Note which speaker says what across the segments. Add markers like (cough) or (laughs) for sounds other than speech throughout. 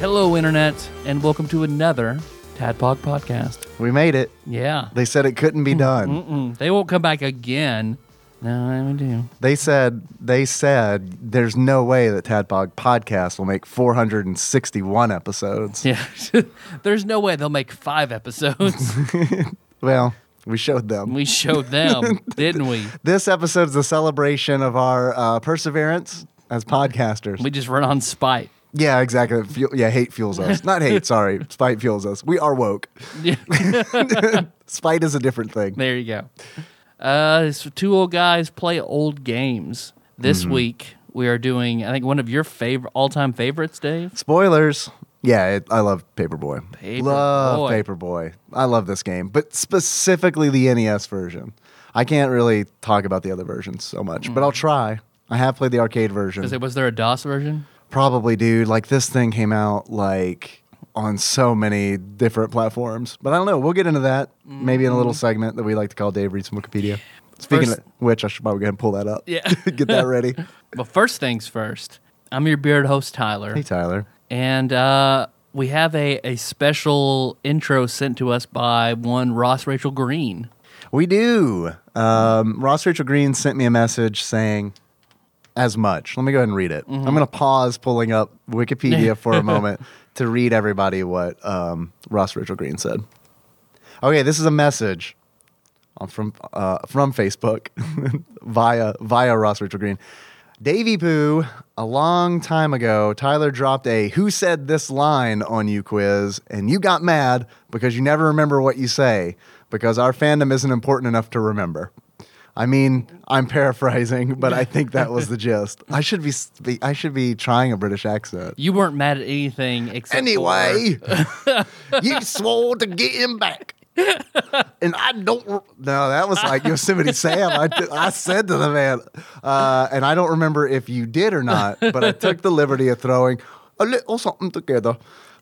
Speaker 1: Hello, Internet, and welcome to another Tadpog podcast.
Speaker 2: We made it.
Speaker 1: Yeah.
Speaker 2: They said it couldn't be done.
Speaker 1: Mm, They won't come back again. No, they do.
Speaker 2: They said they said there's no way that Tadpog podcast will make 461 episodes.
Speaker 1: Yeah. (laughs) There's no way they'll make five episodes.
Speaker 2: Well, we showed them.
Speaker 1: we showed them, didn't we?
Speaker 2: this episode's the celebration of our uh, perseverance as podcasters.
Speaker 1: We just run on (laughs) spite.
Speaker 2: yeah, exactly. Fuel, yeah, hate fuels us.
Speaker 1: (laughs)
Speaker 2: Not hate, sorry. Spite fuels us. We are woke.
Speaker 1: Yeah.
Speaker 2: Spite is a different thing.
Speaker 1: there you go. Uh, it's two old guys play old games. This week, we are doing, I think, one of your favorite all time favorites, Dave.
Speaker 2: Spoilers. Yeah, it, I love Paperboy.
Speaker 1: Paperboy.
Speaker 2: love Paperboy. I love this game, but specifically the NES version. I can't really talk about the other versions so much, but I'll try. I have played the arcade version.
Speaker 1: Mm. Is it- Was there a DOS version?
Speaker 2: Probably, dude. Like this thing came out like on so many different platforms, but I don't know. We'll get into that maybe in a little segment that we like to call Dave reads from Wikipedia. Speaking
Speaker 1: Mm. First-
Speaker 2: of which, I should probably go ahead and pull that up.
Speaker 1: Yeah.
Speaker 2: (laughs) get that ready.
Speaker 1: (laughs) Well, first things first, I'm your beard host, Tyler.
Speaker 2: Hey, Tyler.
Speaker 1: And uh, we have a, a special intro sent to us by one Ross Rachel Green.
Speaker 2: We do. Um, Ross Rachel Green sent me a message saying as much. Let me go ahead and read it. I'm going to pause pulling up Wikipedia for a moment to read everybody what um, Ross Rachel Green said. Okay, this is a message on- from uh, from Facebook (laughs) via via Ross Rachel Green. Davy Pooh, a long time ago, Tyler dropped a "Who said this line on you?" quiz, and you got mad because you never remember what you say because our fandom isn't important enough to remember. I mean, I'm paraphrasing, but I think that was the gist. I should be spe- I should be trying a British accent.
Speaker 1: You weren't mad at anything except for-
Speaker 2: Anyway,
Speaker 1: (laughs)
Speaker 2: you swore to get him back. And I don't. re- No, that was like Yosemite Sam. I, did- I said to the man, uh, and I don't remember if you did or not, but I took the liberty of throwing a little something together.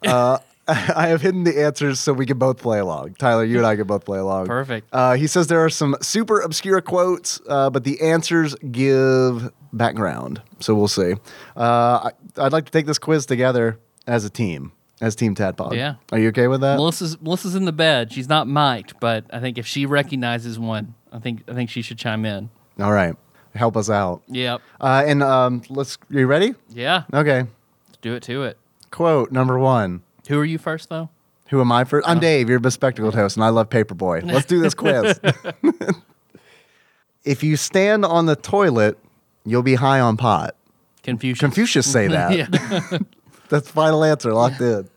Speaker 2: Uh, (laughs) I have hidden the answers so we can both play along. Tyler, you and I can both play along.
Speaker 1: Perfect.
Speaker 2: Uh, he says there are some super obscure quotes, uh, but the answers give background. So we'll see. Uh, I, I'd like to take this quiz together as a team, as Team Tadpog.
Speaker 1: Yeah.
Speaker 2: Are you okay with that?
Speaker 1: Melissa's Melissa's in the bed. She's not mic'd, but I think if she recognizes one, I think I think she should chime in.
Speaker 2: All right. Help us out.
Speaker 1: Yep.
Speaker 2: Uh, and um, let's, you ready?
Speaker 1: Yeah.
Speaker 2: Okay.
Speaker 1: Let's do it to it.
Speaker 2: Quote number one.
Speaker 1: Who are you first though?
Speaker 2: Who am I
Speaker 1: Oh.
Speaker 2: first? I'm Dave, your bespectacled host, and I love Paperboy. Let's do this
Speaker 1: (laughs)
Speaker 2: quiz. if you stand on the toilet, you'll be high on pot.
Speaker 1: Confucius.
Speaker 2: Confucius say that.
Speaker 1: (laughs) yeah.
Speaker 2: That's final answer, locked in.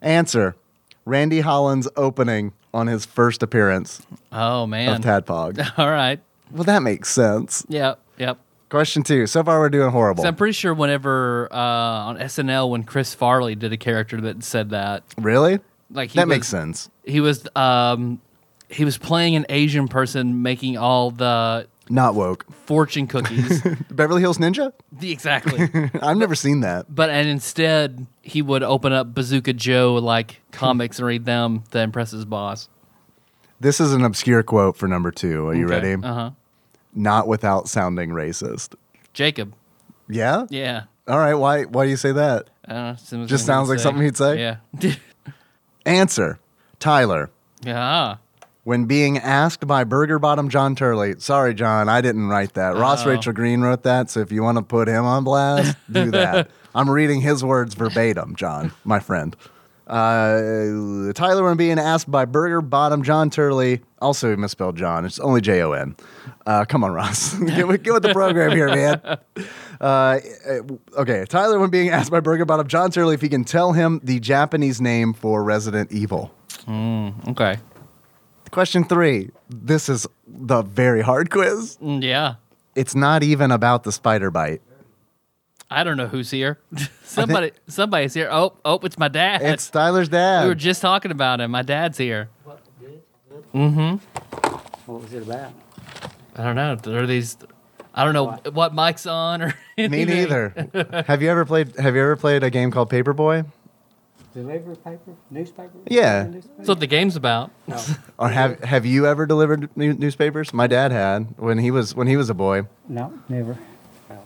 Speaker 2: answer: Randy Holland's opening on his first appearance
Speaker 1: Oh
Speaker 2: of
Speaker 1: man. (laughs)
Speaker 2: Tadpog.
Speaker 1: All right.
Speaker 2: well, that makes sense.
Speaker 1: Yep. Yep.
Speaker 2: Question two. So far, we're doing horrible.
Speaker 1: 'Cause I'm pretty sure whenever uh, on SNL when Chris Farley did a character that said that,
Speaker 2: really?
Speaker 1: Like, he
Speaker 2: that makes
Speaker 1: was-
Speaker 2: sense.
Speaker 1: he was um he was playing an Asian person making all the
Speaker 2: Not woke.
Speaker 1: fortune
Speaker 2: (laughs)
Speaker 1: cookies.
Speaker 2: Beverly Hills Ninja? (laughs)
Speaker 1: exactly.
Speaker 2: I've never seen that.
Speaker 1: But and instead he would open up Bazooka Joe like comics and read them to impress his boss.
Speaker 2: This is an obscure quote for number two. Are you
Speaker 1: Okay.
Speaker 2: ready?
Speaker 1: Uh-huh.
Speaker 2: Not without sounding racist.
Speaker 1: Jacob.
Speaker 2: Yeah?
Speaker 1: Yeah. Uh,
Speaker 2: All right. Why? Why do you say that?
Speaker 1: I don't know, seems
Speaker 2: Just sounds like something he'd say?
Speaker 1: Yeah. (laughs)
Speaker 2: Answer: Tyler.
Speaker 1: yeah.
Speaker 2: When being asked by Burger Bottom John Turley, sorry, John, I didn't write that. Ross
Speaker 1: Oh.
Speaker 2: Rachel Green wrote that. So if you want to put him on blast, do that. I'm reading his words verbatim, John, my friend. Uh, Tyler, when being asked by Burger Bottom John Turley, also misspelled John, it's only J O N. Uh, come on, Ross. (laughs) get, with, get with the program here, man. Uh, okay, Tyler, when being asked by Burger Bottom John Turley if he can tell him the Japanese name for Resident Evil.
Speaker 1: Okay.
Speaker 2: Question three. This is the very hard quiz.
Speaker 1: Mm, Yeah.
Speaker 2: It's not even about the spider bite.
Speaker 1: I don't know who's here. (laughs) Somebody, somebody's here. Oh, oh, it's my dad.
Speaker 2: It's Tyler's dad.
Speaker 1: we were just talking about him. My dad's here.
Speaker 3: What was it about?
Speaker 1: I don't know. There are these. I don't know what, mic's on or
Speaker 2: (laughs) Me
Speaker 1: anything. (laughs)
Speaker 2: neither. have you ever played? Have you ever played a game called Paperboy?
Speaker 3: Delivery paper, newspaper.
Speaker 2: Yeah.
Speaker 3: Newspaper?
Speaker 1: That's what the game's about.
Speaker 3: No.
Speaker 2: Or have have you ever delivered new- newspapers? My dad had when he was when he was a boy.
Speaker 3: no, never. No.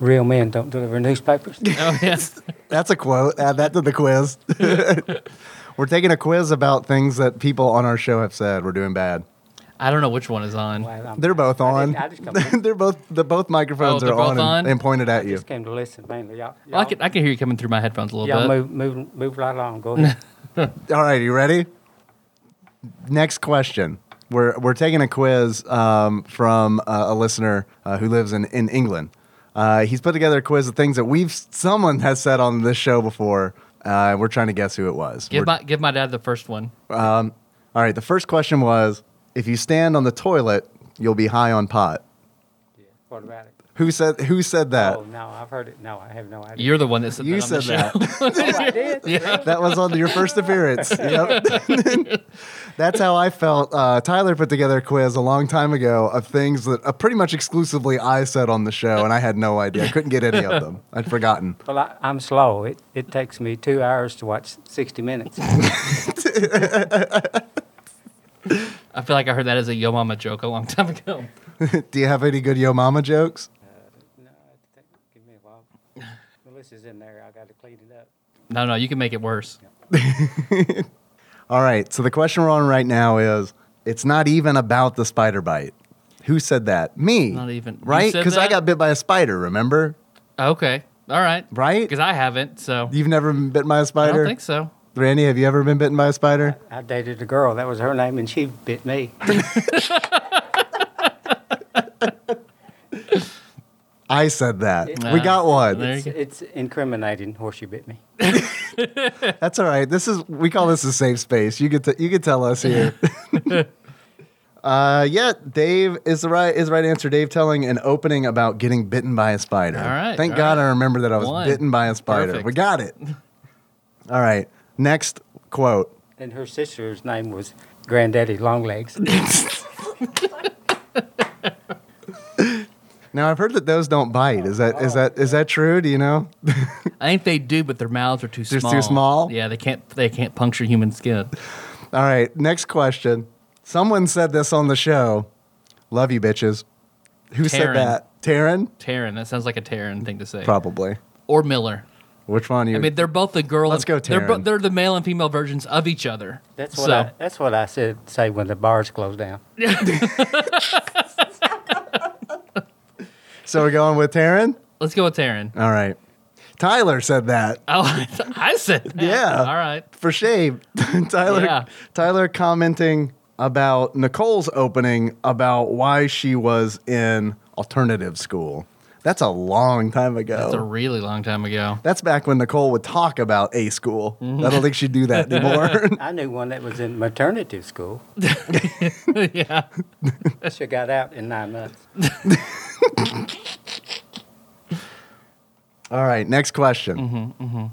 Speaker 3: Real men don't deliver
Speaker 2: (laughs)
Speaker 3: newspapers.
Speaker 1: Oh yes. (laughs)
Speaker 2: That's a quote. Add that to the quiz. We're taking a quiz about things that people on our show have said we're doing bad.
Speaker 1: I don't know which one is on.
Speaker 3: Well, I'm-
Speaker 2: They're both
Speaker 3: I
Speaker 2: on.
Speaker 3: didn't- I just
Speaker 2: (laughs)
Speaker 3: come-
Speaker 2: they're both the both microphones
Speaker 1: Oh,
Speaker 2: are
Speaker 1: they're both
Speaker 2: on, and-
Speaker 1: on?
Speaker 2: And, pointed at you.
Speaker 3: just came to listen mainly. Y'all, y'all,
Speaker 1: Well, I can I can hear you coming through my headphones a little
Speaker 3: y'all
Speaker 1: bit.
Speaker 3: move, move, move right along. Go
Speaker 1: (laughs)
Speaker 3: ahead.
Speaker 2: All right, you ready? Next question. We're we're taking a quiz um, from uh, a listener uh, who lives in in England. Uh, he's put together a quiz of things that we've someone has said on this show before. Uh, we're trying to guess who it was.
Speaker 1: Give
Speaker 2: We're-
Speaker 1: my give my dad the first one.
Speaker 2: All right, the first question was: If you stand on the toilet, you'll be high on pot.
Speaker 3: yeah, what about it?
Speaker 2: Who said who said that?
Speaker 3: oh no, I've heard it. No, I have no idea. (laughs)
Speaker 1: You're the one that said
Speaker 2: you
Speaker 1: that on the
Speaker 2: said that.
Speaker 1: (laughs) show.
Speaker 3: Oh,
Speaker 1: (laughs)
Speaker 3: I did.
Speaker 2: That was on your first appearance. Yep. (laughs) That's how I felt. Uh, Tyler put together a quiz a long time ago of things that uh, pretty much exclusively I said on the show, and I had no idea. I couldn't get any of them. I'd forgotten.
Speaker 3: Well, I, I'm slow. It, it takes me two hours to watch
Speaker 2: (laughs)
Speaker 3: 60 minutes.
Speaker 1: I feel like I heard that as a Yo Mama joke a long time (laughs) ago.
Speaker 2: Do you have any good Yo Mama jokes?
Speaker 3: No, I think, give me a while. Melissa's in there. I got to clean it up.
Speaker 1: No, no, you can make it worse.
Speaker 2: All right. So the question we're on right now is: It's not even about the spider bite. Who said that? Me.
Speaker 1: Not even- you
Speaker 2: Right?
Speaker 1: said
Speaker 2: Because I
Speaker 1: that?
Speaker 2: got bit by a spider. Remember?
Speaker 1: Okay, all right,
Speaker 2: Right?
Speaker 1: Because I haven't, so
Speaker 2: You've never been bitten by a
Speaker 1: I
Speaker 2: spider.
Speaker 1: don't think so.
Speaker 2: Randy, have you ever been bitten by a spider?
Speaker 3: I dated a girl. That was her name, and she bit me.
Speaker 2: I said that.
Speaker 1: Yeah.
Speaker 2: we got one.
Speaker 1: There you
Speaker 3: It's,
Speaker 1: go.
Speaker 3: it's incriminating where she bit me.
Speaker 2: That's all right. This is we call this a safe space. You get to you could tell us
Speaker 1: (laughs)
Speaker 2: here. uh, yeah, Dave is the right is the right answer. Dave telling an opening about getting bitten by a spider.
Speaker 1: All right,
Speaker 2: Thank
Speaker 1: all
Speaker 2: God
Speaker 1: right.
Speaker 2: I remember that I was
Speaker 1: One.
Speaker 2: bitten by a spider.
Speaker 1: Perfect.
Speaker 2: We got it. All right. Next quote.
Speaker 3: And her sister's name was Granddaddy Longlegs.
Speaker 2: Now I've heard that those don't bite. Is that is that is that true? Do you know?
Speaker 1: I think they do, but their mouths are too
Speaker 2: They're too
Speaker 1: small.
Speaker 2: small?
Speaker 1: Yeah, they can't they can't puncture human skin.
Speaker 2: All right. Next question. Someone said this on the show. Love you, bitches. Who said
Speaker 1: Taryn.
Speaker 2: that? Taryn?
Speaker 1: Taryn, that sounds like a Taryn thing to say.
Speaker 2: Probably.
Speaker 1: Or Miller.
Speaker 2: Which one? You?
Speaker 1: I mean, they're both the girl.
Speaker 2: Let's
Speaker 1: and-
Speaker 2: go,
Speaker 1: They're, bo-
Speaker 2: Taryn.
Speaker 1: they're the male and female versions of each other.
Speaker 3: That's what
Speaker 1: so,
Speaker 3: I, that's what I said. Say when the bars closed down.
Speaker 2: so we're going with Taryn.
Speaker 1: Let's go with Taryn.
Speaker 2: All right. Tyler said that.
Speaker 1: Oh, I th- (laughs) I said. that.
Speaker 2: Yeah.
Speaker 1: All right.
Speaker 2: For shame. (laughs) Tyler
Speaker 1: Yeah.
Speaker 2: Tyler commenting about Nicole's opening about why she was in alternative school. That's a long time ago.
Speaker 1: That's a really long time ago. (laughs)
Speaker 2: That's back when Nicole would talk about a school.
Speaker 1: Mm-hmm.
Speaker 2: I don't think she'd do
Speaker 1: (laughs)
Speaker 2: that anymore. (laughs)
Speaker 3: I knew one that was in maternity school.
Speaker 1: yeah.
Speaker 3: She got out in nine months.
Speaker 2: All right, next question.
Speaker 1: Mm-hmm,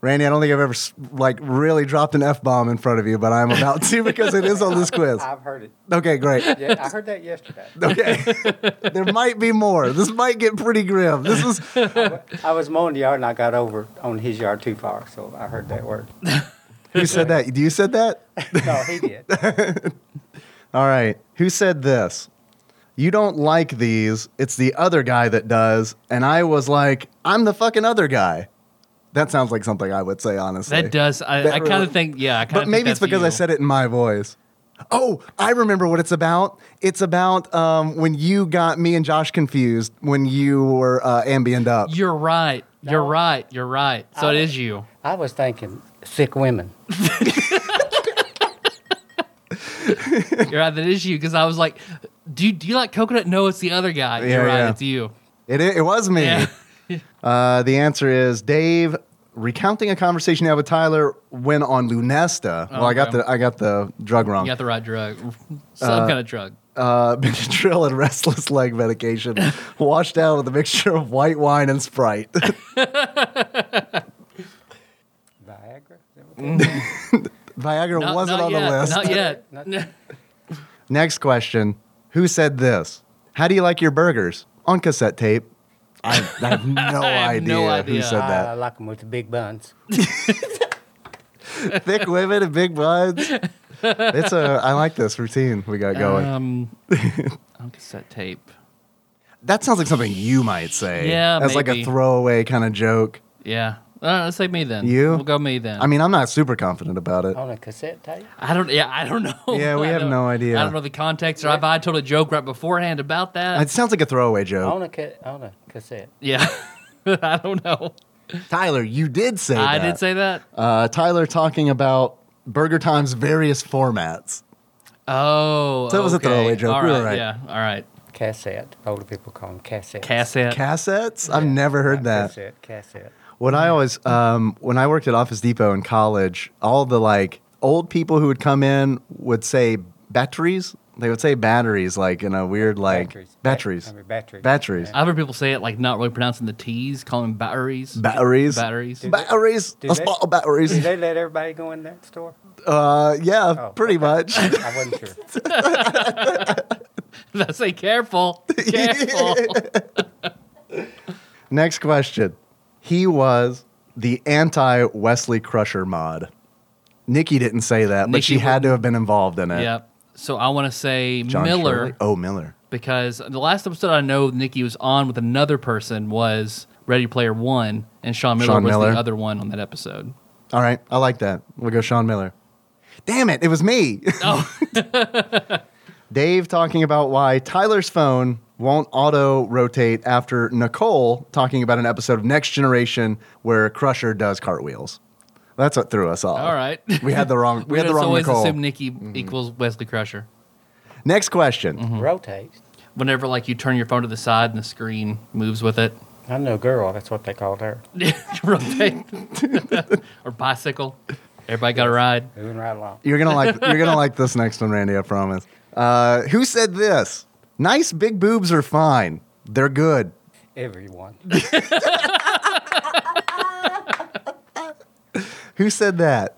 Speaker 2: Randy, I don't think I've ever s- like really dropped an f bomb in front of you, but I'm about to (laughs) because it is on this quiz.
Speaker 3: I've heard it.
Speaker 2: Okay, great.
Speaker 3: Yeah, I heard that yesterday.
Speaker 1: (laughs)
Speaker 2: Okay. there might be more. This might get pretty grim. This is
Speaker 3: I was mowing the yard and I got over on his yard too far, so I heard that word.
Speaker 2: who said that? Do you said that?
Speaker 3: No, he did.
Speaker 2: All right. Who said this? You don't like these. It's the other guy that does. And I was like, I'm the fucking other guy. That sounds like something I would say, honestly.
Speaker 1: That does. I,
Speaker 2: That
Speaker 1: I kind
Speaker 2: really-
Speaker 1: of think. Yeah. I kinda
Speaker 2: But
Speaker 1: think
Speaker 2: maybe it's
Speaker 1: that's
Speaker 2: because I
Speaker 1: you.
Speaker 2: said it in my voice. Oh, I remember what it's about. It's about um, when you got me and Josh confused when you were uh, ambient up.
Speaker 1: You're right. You're
Speaker 3: No.
Speaker 1: right. You're right. So it
Speaker 3: I-
Speaker 1: is you.
Speaker 3: I was thinking sick women.
Speaker 1: You're right. That is you. Because I was like, do you, do you like coconut? No, it's the other guy.
Speaker 2: Yeah,
Speaker 1: You're right.
Speaker 2: yeah.
Speaker 1: It's you.
Speaker 2: It, it was me.
Speaker 1: Yeah.
Speaker 2: Uh, the answer is Dave recounting a conversation I had with Tyler when on Lunesta. well, I got
Speaker 1: Oh, okay.
Speaker 2: the I got the drug wrong.
Speaker 1: You got the right drug. Some kind of drug.
Speaker 2: uh, (laughs) Benadryl and restless leg
Speaker 1: (laughs)
Speaker 2: medication, washed down with a mixture of white wine and Sprite. (laughs)
Speaker 3: Viagra? Is that what
Speaker 2: Viagra
Speaker 1: Not-
Speaker 2: wasn't
Speaker 1: not
Speaker 2: on
Speaker 1: yet,
Speaker 2: the list.
Speaker 1: Not yet.
Speaker 3: Not-
Speaker 2: Next question: Who said this? How do you like your burgers on cassette tape? I, I
Speaker 1: (laughs)
Speaker 2: have no
Speaker 1: have
Speaker 2: idea
Speaker 1: no
Speaker 2: who
Speaker 1: idea.
Speaker 2: said
Speaker 1: (laughs)
Speaker 3: I
Speaker 2: that.
Speaker 3: like 'em with the big buns.
Speaker 2: Thick women and big buds. It's a. I like this routine we got going. (laughs)
Speaker 1: Um, on cassette tape.
Speaker 2: that sounds like something you might say.
Speaker 1: Yeah,
Speaker 2: as like a
Speaker 1: maybe.
Speaker 2: throwaway kind of joke.
Speaker 1: Yeah. Uh, let's say me then.
Speaker 2: You?
Speaker 1: We'll go me then.
Speaker 2: I mean, I'm not super confident about it.
Speaker 3: On a cassette tape?
Speaker 1: I don't. Yeah, I don't (laughs) know.
Speaker 2: Yeah, we
Speaker 1: I
Speaker 2: have
Speaker 1: don't-
Speaker 2: no idea.
Speaker 1: I don't know the context. Or if I told a joke right beforehand about that.
Speaker 2: It sounds like a throwaway joke.
Speaker 3: On a, ca- on a cassette.
Speaker 1: yeah, (laughs) I don't know.
Speaker 2: Tyler, you did say
Speaker 1: I
Speaker 2: that.
Speaker 1: did say that.
Speaker 2: Uh, Tyler talking about Burger Time's various formats.
Speaker 1: Oh,
Speaker 2: So it was a
Speaker 1: okay.
Speaker 2: throwaway joke.
Speaker 1: All
Speaker 2: We
Speaker 1: right,
Speaker 2: were right.
Speaker 1: Yeah. All right.
Speaker 3: Cassette. Older people call them cassettes.
Speaker 1: Cassette.
Speaker 2: Cassettes? I've never heard that.
Speaker 3: Cassette, cassette.
Speaker 2: When I always, um, when I worked at Office Depot in college, all the like old people who would come in would say batteries. They would say batteries, like in a weird like
Speaker 3: Batteries. Ba-
Speaker 2: batteries,
Speaker 3: I mean, batteries.
Speaker 2: batteries,
Speaker 1: I've heard people say it like not really pronouncing the T's, calling them batteries.
Speaker 2: batteries,
Speaker 1: Batteries.
Speaker 2: batteries,
Speaker 3: do
Speaker 2: a
Speaker 3: they-
Speaker 2: spot of
Speaker 3: Do
Speaker 2: batteries.
Speaker 3: they let everybody go in that store?
Speaker 2: Uh, yeah,
Speaker 1: Oh,
Speaker 2: pretty
Speaker 1: (laughs)
Speaker 3: okay.
Speaker 2: much.
Speaker 3: I wasn't
Speaker 2: (laughs)
Speaker 3: sure.
Speaker 1: (laughs) I say
Speaker 2: (laughs)
Speaker 1: careful, careful.
Speaker 2: Next question. He was the anti Wesley Crusher mod. Nikki didn't say that, but
Speaker 1: Nikki
Speaker 2: she had to have been involved in it.
Speaker 1: yep. So I want to say
Speaker 2: John
Speaker 1: Miller.
Speaker 2: Shirley? Oh, Miller.
Speaker 1: because the last episode I know Nikki was on with another person was Ready Player One, and Sean Miller
Speaker 2: Sean
Speaker 1: was
Speaker 2: Miller.
Speaker 1: the other one on that episode. (laughs)
Speaker 2: All right. I like that. We'll go Sean Miller. Damn it. It was me. (laughs)
Speaker 1: Oh,
Speaker 2: Dave talking about why Tyler's phone won't auto rotate after Nicole talking about an episode of Next Generation where Crusher does cartwheels. That's what threw us off.
Speaker 1: all right.
Speaker 2: (laughs) We had
Speaker 1: (laughs)
Speaker 2: the wrong. We had the
Speaker 1: just
Speaker 2: wrong
Speaker 1: always
Speaker 2: Nicole. Mm-hmm.
Speaker 1: assume Nikki equals Wesley Crusher.
Speaker 2: Next question.
Speaker 1: Mm-hmm.
Speaker 3: Rotate.
Speaker 1: Whenever like you turn your phone to the side and the screen moves with it, (laughs)
Speaker 3: I know a girl. That's what they called her.
Speaker 1: rotate (laughs) or bicycle. Everybody got a ride.
Speaker 3: Moving right along.
Speaker 2: You're gonna like
Speaker 1: (laughs)
Speaker 2: you're gonna like this next one, Randy. I promise. Uh, who said this? Nice big boobs are fine. They're good.
Speaker 3: Everyone.
Speaker 2: Who said that?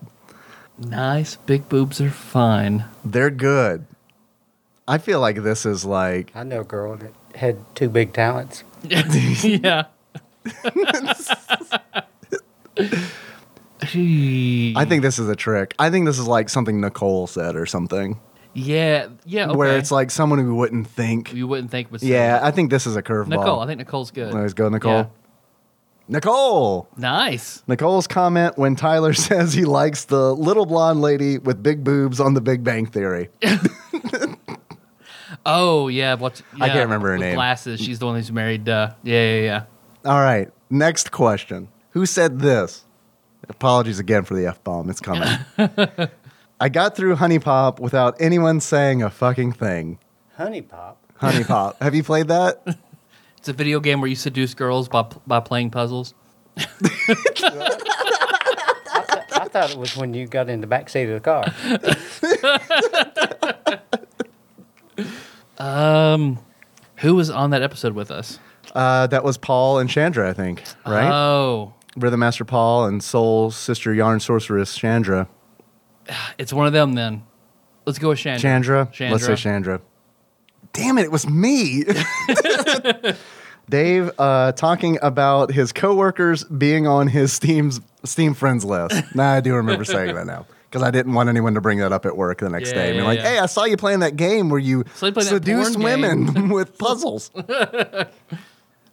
Speaker 1: Nice big boobs are fine. (laughs)
Speaker 2: They're good. I feel like this is like
Speaker 3: I know a girl that had two big talents.
Speaker 2: (laughs)
Speaker 1: yeah. (laughs)
Speaker 2: I think this is a trick. I think this is like something Nicole said or something,
Speaker 1: Yeah, yeah. Okay.
Speaker 2: where it's like someone who wouldn't think.
Speaker 1: you wouldn't think was
Speaker 2: Yeah, I think this is a curveball.
Speaker 1: Nicole. I think Nicole's good.
Speaker 2: Let's go, Nicole.
Speaker 1: Yeah.
Speaker 2: Nicole.
Speaker 1: Nice.
Speaker 2: Nicole's comment when Tyler (laughs) says he likes the little blonde lady with big boobs on The Big Bang Theory.
Speaker 1: Oh yeah, what's
Speaker 2: I
Speaker 1: yeah,
Speaker 2: can't remember her
Speaker 1: with
Speaker 2: name.
Speaker 1: Glasses. She's the one who's married. Uh, yeah, yeah, yeah.
Speaker 2: All right. Next question. Who said this? Apologies again for the F bomb. It's coming. I got through Honey Pop without anyone saying a fucking thing.
Speaker 3: Honey Pop.
Speaker 2: Honey Pop. Have you played that?
Speaker 1: It's a video game where you seduce girls by by playing puzzles.
Speaker 3: I thought it was when you got in the back seat of the car.
Speaker 1: Um, who was on that episode with us?
Speaker 2: Uh, that was Paul and Chandra, I think, right?
Speaker 1: Oh,
Speaker 2: Rhythm Master Paul and Soul Sister Yarn Sorceress Chandra.
Speaker 1: it's one of them then. Let's go with Chandra.
Speaker 2: Chandra.
Speaker 1: Chandra.
Speaker 2: Let's say Chandra. Damn it, it was me. (laughs) Dave uh, talking about his coworkers being on his Steam's Steam friends list. Now I do remember saying that now because I didn't want anyone to bring that up at work the next
Speaker 1: Yeah,
Speaker 2: day. I mean,
Speaker 1: yeah,
Speaker 2: like,
Speaker 1: yeah.
Speaker 2: hey, I saw you playing that game where you
Speaker 1: So you play that
Speaker 2: seduced
Speaker 1: porn game." (laughs)
Speaker 2: women with puzzles. All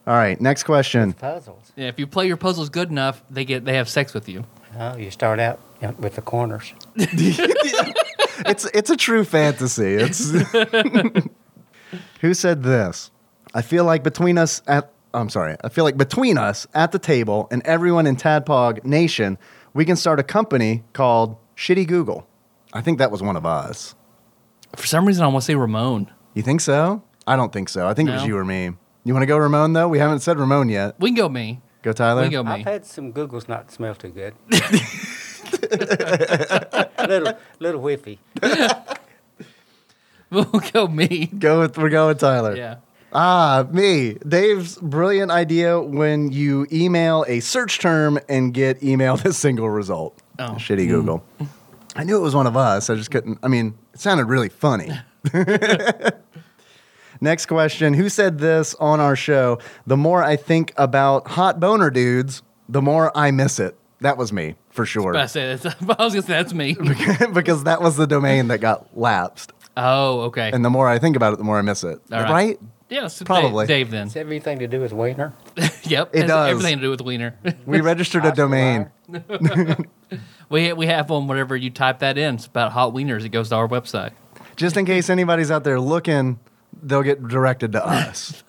Speaker 2: right, next question.
Speaker 3: Puzzles.
Speaker 1: Yeah, if you play your puzzles good enough, they get they have sex with you.
Speaker 3: Oh, you start out you know, with the corners.
Speaker 2: it's it's a true fantasy. It's (laughs) who said this? I feel like between us at I'm sorry. I feel like between us at the table and everyone in Tadpog Nation, we can start a company called Shitty Google. I think that was one of us.
Speaker 1: For some reason, I want to say Ramon.
Speaker 2: You think so? I don't think so. I think it was
Speaker 1: No.
Speaker 2: you or me. You want to go Ramon though? We haven't said Ramon yet.
Speaker 1: We can go me. (laughs)
Speaker 2: Go Tyler.
Speaker 1: We go
Speaker 3: I've
Speaker 1: me.
Speaker 3: had some Googles not smell
Speaker 2: (laughs)
Speaker 3: too good. little, little whiffy.
Speaker 1: We'll go me.
Speaker 2: Go with we're going Tyler.
Speaker 1: Yeah.
Speaker 2: Ah, me. Dave's brilliant idea when you email a search term and get emailed a single result.
Speaker 1: Oh.
Speaker 2: Shitty Google. I knew it was one of us. I just couldn't. I mean, it sounded really funny. (laughs) Next question Who said this on our show? The more I think about hot boner dudes, the more I miss it. That was me, for sure.
Speaker 1: I say that's, (laughs) I was gonna say that's me.
Speaker 2: (laughs) because that was the domain that got lapsed.
Speaker 1: Oh, okay.
Speaker 2: And the more I think about it, the more I miss it.
Speaker 1: All right.
Speaker 2: right?
Speaker 1: yeah, so
Speaker 2: probably.
Speaker 1: Dave, Dave
Speaker 3: It's everything to do with Wiener.
Speaker 1: then. yep.
Speaker 2: It
Speaker 1: has
Speaker 2: does.
Speaker 1: Everything to do with Wiener. (laughs)
Speaker 2: We registered a
Speaker 3: Oscar
Speaker 2: domain.
Speaker 1: we we have one whenever you type that in. It's about hot wieners. It goes to our website.
Speaker 2: just in case anybody's out there looking, they'll get directed to
Speaker 1: (laughs)
Speaker 2: us.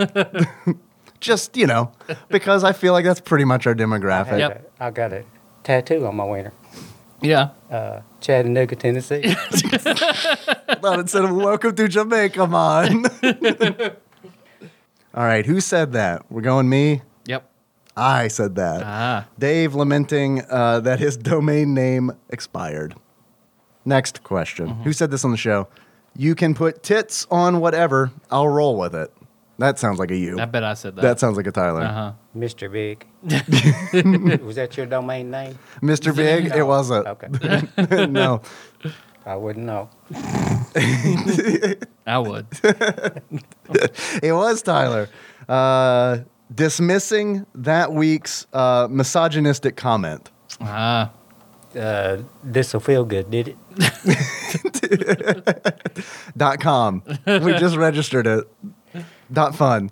Speaker 2: just, you know, because I feel like that's pretty much our demographic.
Speaker 1: Yep.
Speaker 3: I got a tattoo on my Wiener.
Speaker 1: Yeah.
Speaker 3: Uh,
Speaker 1: (laughs)
Speaker 3: Chattanooga, Tennessee.
Speaker 2: But instead of welcome to Jamaica,
Speaker 1: (laughs)
Speaker 2: man. All right, who said that? We're going me?
Speaker 1: Yep.
Speaker 2: I said that.
Speaker 1: Ah.
Speaker 2: Dave lamenting uh, that his domain name expired. Next question.
Speaker 1: Mm-hmm.
Speaker 2: Who said this on the show? You can put tits on whatever. I'll roll with it. That sounds like a you.
Speaker 1: I bet I said that.
Speaker 2: That sounds like a Tyler.
Speaker 1: Uh huh.
Speaker 3: Mr.
Speaker 1: (laughs)
Speaker 3: Big. Was that your domain name?
Speaker 2: Mr. Big, it wasn't.
Speaker 3: Okay.
Speaker 2: (laughs) no.
Speaker 3: I wouldn't know.
Speaker 1: I
Speaker 2: (laughs)
Speaker 1: would.
Speaker 2: It was Tyler. Uh, dismissing that week's uh, misogynistic comment.
Speaker 1: Ah.
Speaker 3: Uh, this'll feel good, did
Speaker 1: (laughs)
Speaker 3: it?
Speaker 2: Dot com. We just registered it. Dot fun.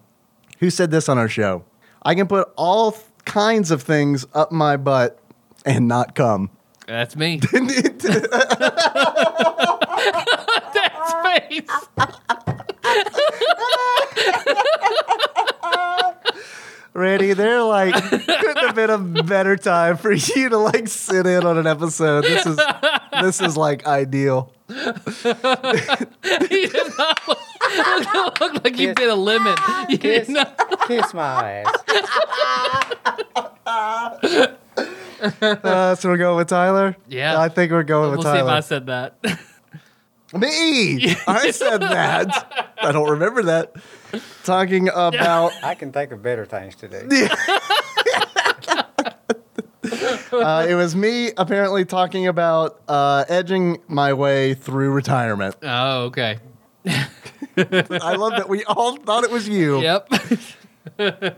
Speaker 2: Who said this on our show? I can put all th- kinds of things up my butt and not come.
Speaker 1: (laughs) That's
Speaker 2: (laughs)
Speaker 1: me. That's face.
Speaker 2: Randy, they're like, couldn't have been a better time for you to like sit in on an episode. This is this is like ideal.
Speaker 1: You did not look, look like you
Speaker 3: Kiss.
Speaker 1: did a limit. You did
Speaker 3: Kiss,
Speaker 1: not.
Speaker 3: kiss my ass.
Speaker 2: Uh, so we're going with Tyler.
Speaker 1: Yeah.
Speaker 2: I think we're going
Speaker 1: We'll
Speaker 2: with
Speaker 1: see if I
Speaker 2: Tyler.
Speaker 1: said that. (laughs)
Speaker 2: Me, I said that. I don't remember that.
Speaker 1: (laughs)
Speaker 2: Talking about
Speaker 3: I can think of better things to do.
Speaker 2: uh, it was me apparently talking about uh, edging my way through retirement.
Speaker 1: Oh, okay.
Speaker 2: I love that we all thought it was you.
Speaker 1: Yep. (laughs)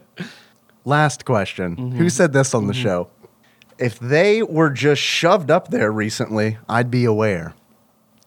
Speaker 2: Last question:
Speaker 1: Mm-hmm.
Speaker 2: Who said this on the show? If they were just shoved up there recently, I'd be aware.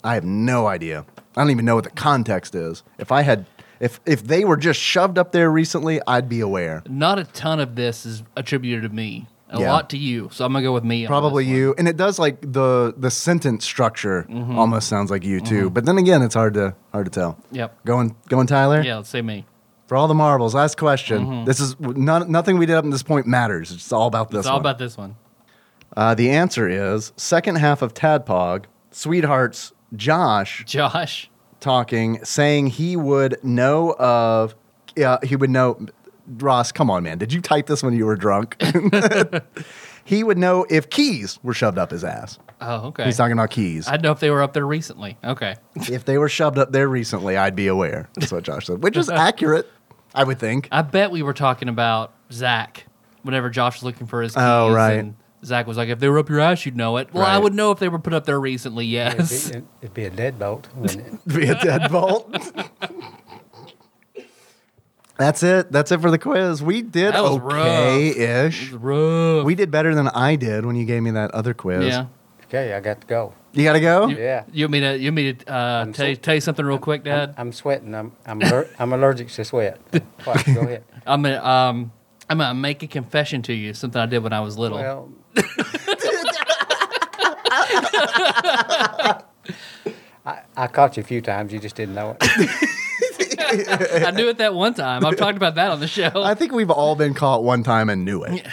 Speaker 2: I have no idea. I don't even know what the context is. If I had, if if they were just shoved up there recently, I'd be aware.
Speaker 1: Not a ton of this is attributed to me. A
Speaker 2: Yeah.
Speaker 1: lot to you. So I'm gonna go with me. on
Speaker 2: Probably
Speaker 1: this one.
Speaker 2: you, and it does like the the sentence structure
Speaker 1: Mm-hmm.
Speaker 2: almost sounds like you too. But then again, it's hard to hard to tell.
Speaker 1: Yep.
Speaker 2: Going going Tyler
Speaker 1: Yeah. Mm-hmm. Let's say me.
Speaker 2: for all the marbles. Last question. This is none, nothing we did up to this point matters. It's all about this.
Speaker 1: It's all
Speaker 2: one.
Speaker 1: about this one.
Speaker 2: Uh, the answer is second half of Tadpog, Sweethearts Josh
Speaker 1: Josh.
Speaker 2: talking, saying he would know of, uh, he would know, Ross, come on, man. Did you type this when you
Speaker 1: (laughs)
Speaker 2: were drunk? he would know if keys were shoved up his ass.
Speaker 1: Oh, okay.
Speaker 2: He's talking about keys.
Speaker 1: I don't know if they were up there recently. Okay.
Speaker 2: if they were shoved up there recently, I'd be aware. That's what Josh said,
Speaker 1: (laughs)
Speaker 2: which is accurate, I would think.
Speaker 1: I bet we were talking about Zach whenever Josh was looking for his keys.
Speaker 2: Oh, right.
Speaker 1: And Zach was like, if they were up your ass, you'd know it. Well, I
Speaker 2: Right.
Speaker 1: would know if they were put up there recently, yes.
Speaker 3: It'd
Speaker 1: (laughs)
Speaker 3: be, it'd be a deadbolt, wouldn't it?
Speaker 2: be a
Speaker 1: (laughs)
Speaker 2: deadbolt. That's it. That's it for the quiz. We did
Speaker 1: That was rough.
Speaker 2: okay ish.
Speaker 1: Rough.
Speaker 2: We did better than I did when you gave me that other quiz.
Speaker 1: yeah.
Speaker 3: Okay, I got to go.
Speaker 2: You gotta go?
Speaker 3: Yeah.
Speaker 1: You want me to, you want me to uh, tell, you, tell you something real quick, Dad?
Speaker 3: I'm sweating. I'm I'm, aller- I'm allergic to sweat. What? Go ahead.
Speaker 1: I'm gonna um I'm gonna make a confession to you, something I did when I was little.
Speaker 3: Well, I, I caught you a few times. You just didn't know it.
Speaker 1: (laughs) I knew it that one time. I've talked about that on
Speaker 2: (laughs)
Speaker 1: the show.
Speaker 2: I think we've all been caught one time and knew it.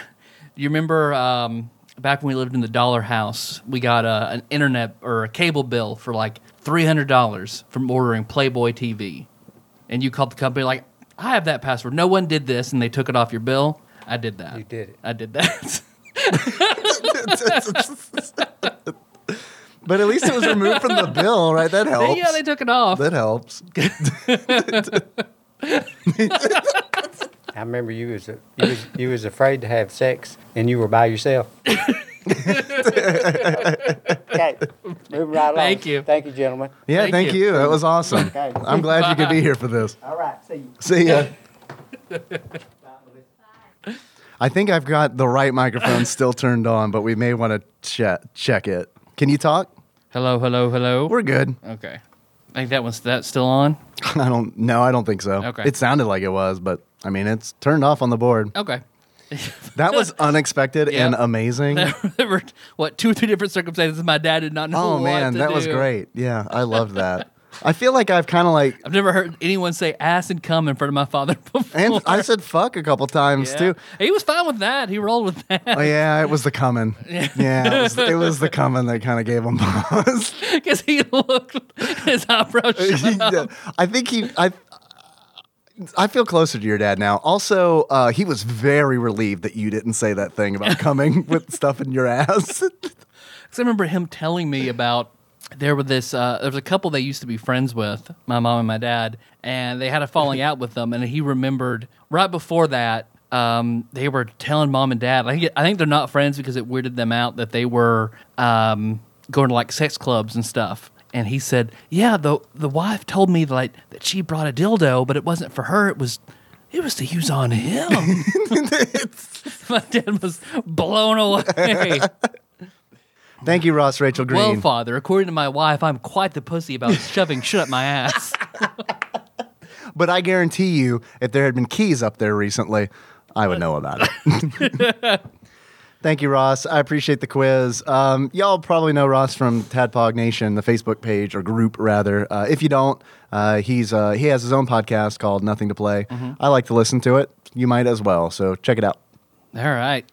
Speaker 1: you remember um back when we lived in the dollar house, we got uh, an internet or a cable bill for like three hundred dollars from ordering Playboy TV, and you called the company like, "I have that password. No one did this, and they took it off your bill." I did that.
Speaker 3: You did it.
Speaker 1: I did that.
Speaker 2: (laughs)
Speaker 1: (laughs)
Speaker 2: But at least it was removed from the bill, right? That helps.
Speaker 1: yeah, they took it off.
Speaker 2: that helps.
Speaker 1: (laughs)
Speaker 3: I remember you was, you was you was afraid to have sex, and you were
Speaker 1: (laughs)
Speaker 3: by yourself. okay, moving right along.
Speaker 1: Thank you.
Speaker 3: Thank you, gentlemen.
Speaker 2: Yeah,
Speaker 1: Thank
Speaker 2: thank,
Speaker 1: you.
Speaker 2: you. That was awesome.
Speaker 3: Okay.
Speaker 2: I'm glad you could be here for this.
Speaker 3: All right, see you.
Speaker 1: (laughs)
Speaker 2: See ya. I think I've got the right microphone still turned on, but we may want to che- check it. Can you talk?
Speaker 1: Hello, hello, hello.
Speaker 2: We're good.
Speaker 1: okay. I think that one's that's still on.
Speaker 2: (laughs) I don't. No, I don't think so.
Speaker 1: Okay.
Speaker 2: It sounded like it was, but I mean, it's turned off on the board.
Speaker 1: (laughs) Okay.
Speaker 2: That was unexpected
Speaker 1: Yeah.
Speaker 2: and
Speaker 1: (laughs)
Speaker 2: amazing.
Speaker 1: there were what two or three different circumstances my dad did not know.
Speaker 2: Oh
Speaker 1: what
Speaker 2: man,
Speaker 1: to
Speaker 2: that was
Speaker 1: do.
Speaker 2: great. Yeah, I
Speaker 1: (laughs)
Speaker 2: loved that. I feel like I've kind of like
Speaker 1: I've never heard anyone say ass and cum in front of my father (laughs) before.
Speaker 2: and I said fuck a couple times
Speaker 1: Yeah.
Speaker 2: too.
Speaker 1: He was fine with that. He rolled with that (laughs)
Speaker 2: Oh yeah, it was the coming. Yeah, it was, it was the coming that kind of gave him pause. (laughs)
Speaker 1: because he looked his eyebrows. shut up.
Speaker 2: Yeah, I think he. I. I feel closer to your dad now. Also, uh, he was very relieved that you didn't say that
Speaker 1: (laughs)
Speaker 2: thing about coming with stuff in your ass.
Speaker 1: 'Cause I remember him telling me about there were this uh, there was a couple they used to be friends with, my mom and my dad, and they had a falling out with them. And he remembered right before that um, they were telling mom and dad. I think I think they're not friends because it weirded them out that they were um, going to like sex clubs and stuff. And he said, "Yeah, the the wife told me like that she brought a dildo, but it wasn't for her. It was." It was to use on him. (laughs) My dad was blown away.
Speaker 2: Thank you, Ross Rachel Green.
Speaker 1: Well, father, according to my wife, I'm quite the pussy
Speaker 2: (laughs)
Speaker 1: about shoving shit up my ass.
Speaker 2: But I guarantee you, if there had been keys up there recently, I would know about it. Thank you, Ross. I appreciate the quiz. Um, y'all probably know Ross from Tadpog Nation, the Facebook page or group rather. Uh, if you don't, uh, he's uh, he has his own podcast called Nothing to Play. I like to listen to it. You might as well. So check it out.
Speaker 1: All right.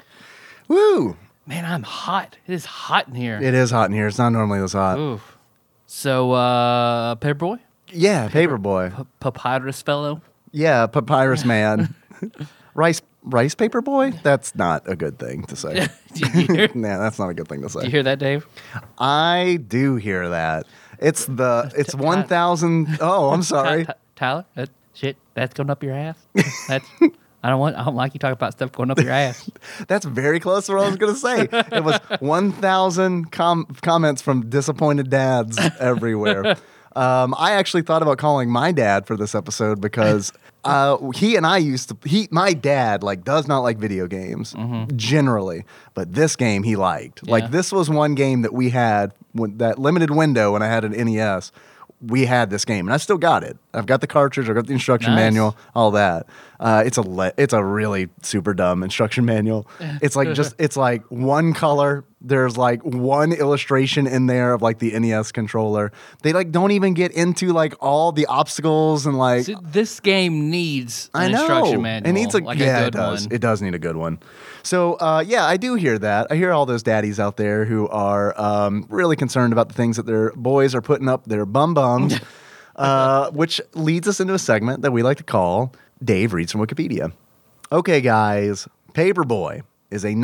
Speaker 2: Woo!
Speaker 1: Man, I'm hot. It is hot in here.
Speaker 2: It is hot in here. It's not normally this hot.
Speaker 1: Oof. So, uh, Paperboy?
Speaker 2: Yeah, Paperboy.
Speaker 1: P- papyrus fellow? (laughs)
Speaker 2: Yeah, Papyrus Man. rice rice paper boy. That's not a good thing to say.
Speaker 1: Do you hear, do
Speaker 2: (laughs) nah, that's not a good thing to say.
Speaker 1: you hear that, Dave?
Speaker 2: I do hear that. It's the it's one thousand. Oh, I'm
Speaker 1: Ty-
Speaker 2: (laughs) sorry.
Speaker 1: Ty- Tyler? That, shit, that's going up your
Speaker 2: (laughs)
Speaker 1: ass? That's. I don't want. I don't like you talking about stuff going up your ass.
Speaker 2: (laughs) That's very close to what I was gonna say.
Speaker 1: (laughs)
Speaker 2: It was one thousand com- comments from disappointed dads everywhere. Um, I actually thought about calling my dad for this episode
Speaker 1: (laughs)
Speaker 2: because uh, he and I used to. He my dad like does not like video games generally, but this game he liked.
Speaker 1: Mm-hmm. Yeah.
Speaker 2: Like this was one game that we had when that limited window when I had an NES. We had this game, and I still got it. I've got the cartridge. I've got the instruction
Speaker 1: Nice.
Speaker 2: manual all that. Uh, it's a le- it's a really super dumb instruction manual. It's like just it's like one color. There's like one illustration in there of like the NES controller. They like don't even get into like all the obstacles and like
Speaker 1: So this game needs an
Speaker 2: I know
Speaker 1: instruction manual.
Speaker 2: It needs a
Speaker 1: like
Speaker 2: yeah,
Speaker 1: a good
Speaker 2: it does.
Speaker 1: one.
Speaker 2: It does need a good one. So uh, yeah, I do hear that. I hear all those daddies out there who are um, really concerned about the things that their boys are putting up their
Speaker 1: (laughs)
Speaker 2: bum bums, uh, which leads us into a segment that we like to call Dave reads from Wikipedia. Okay, guys, Paperboy is a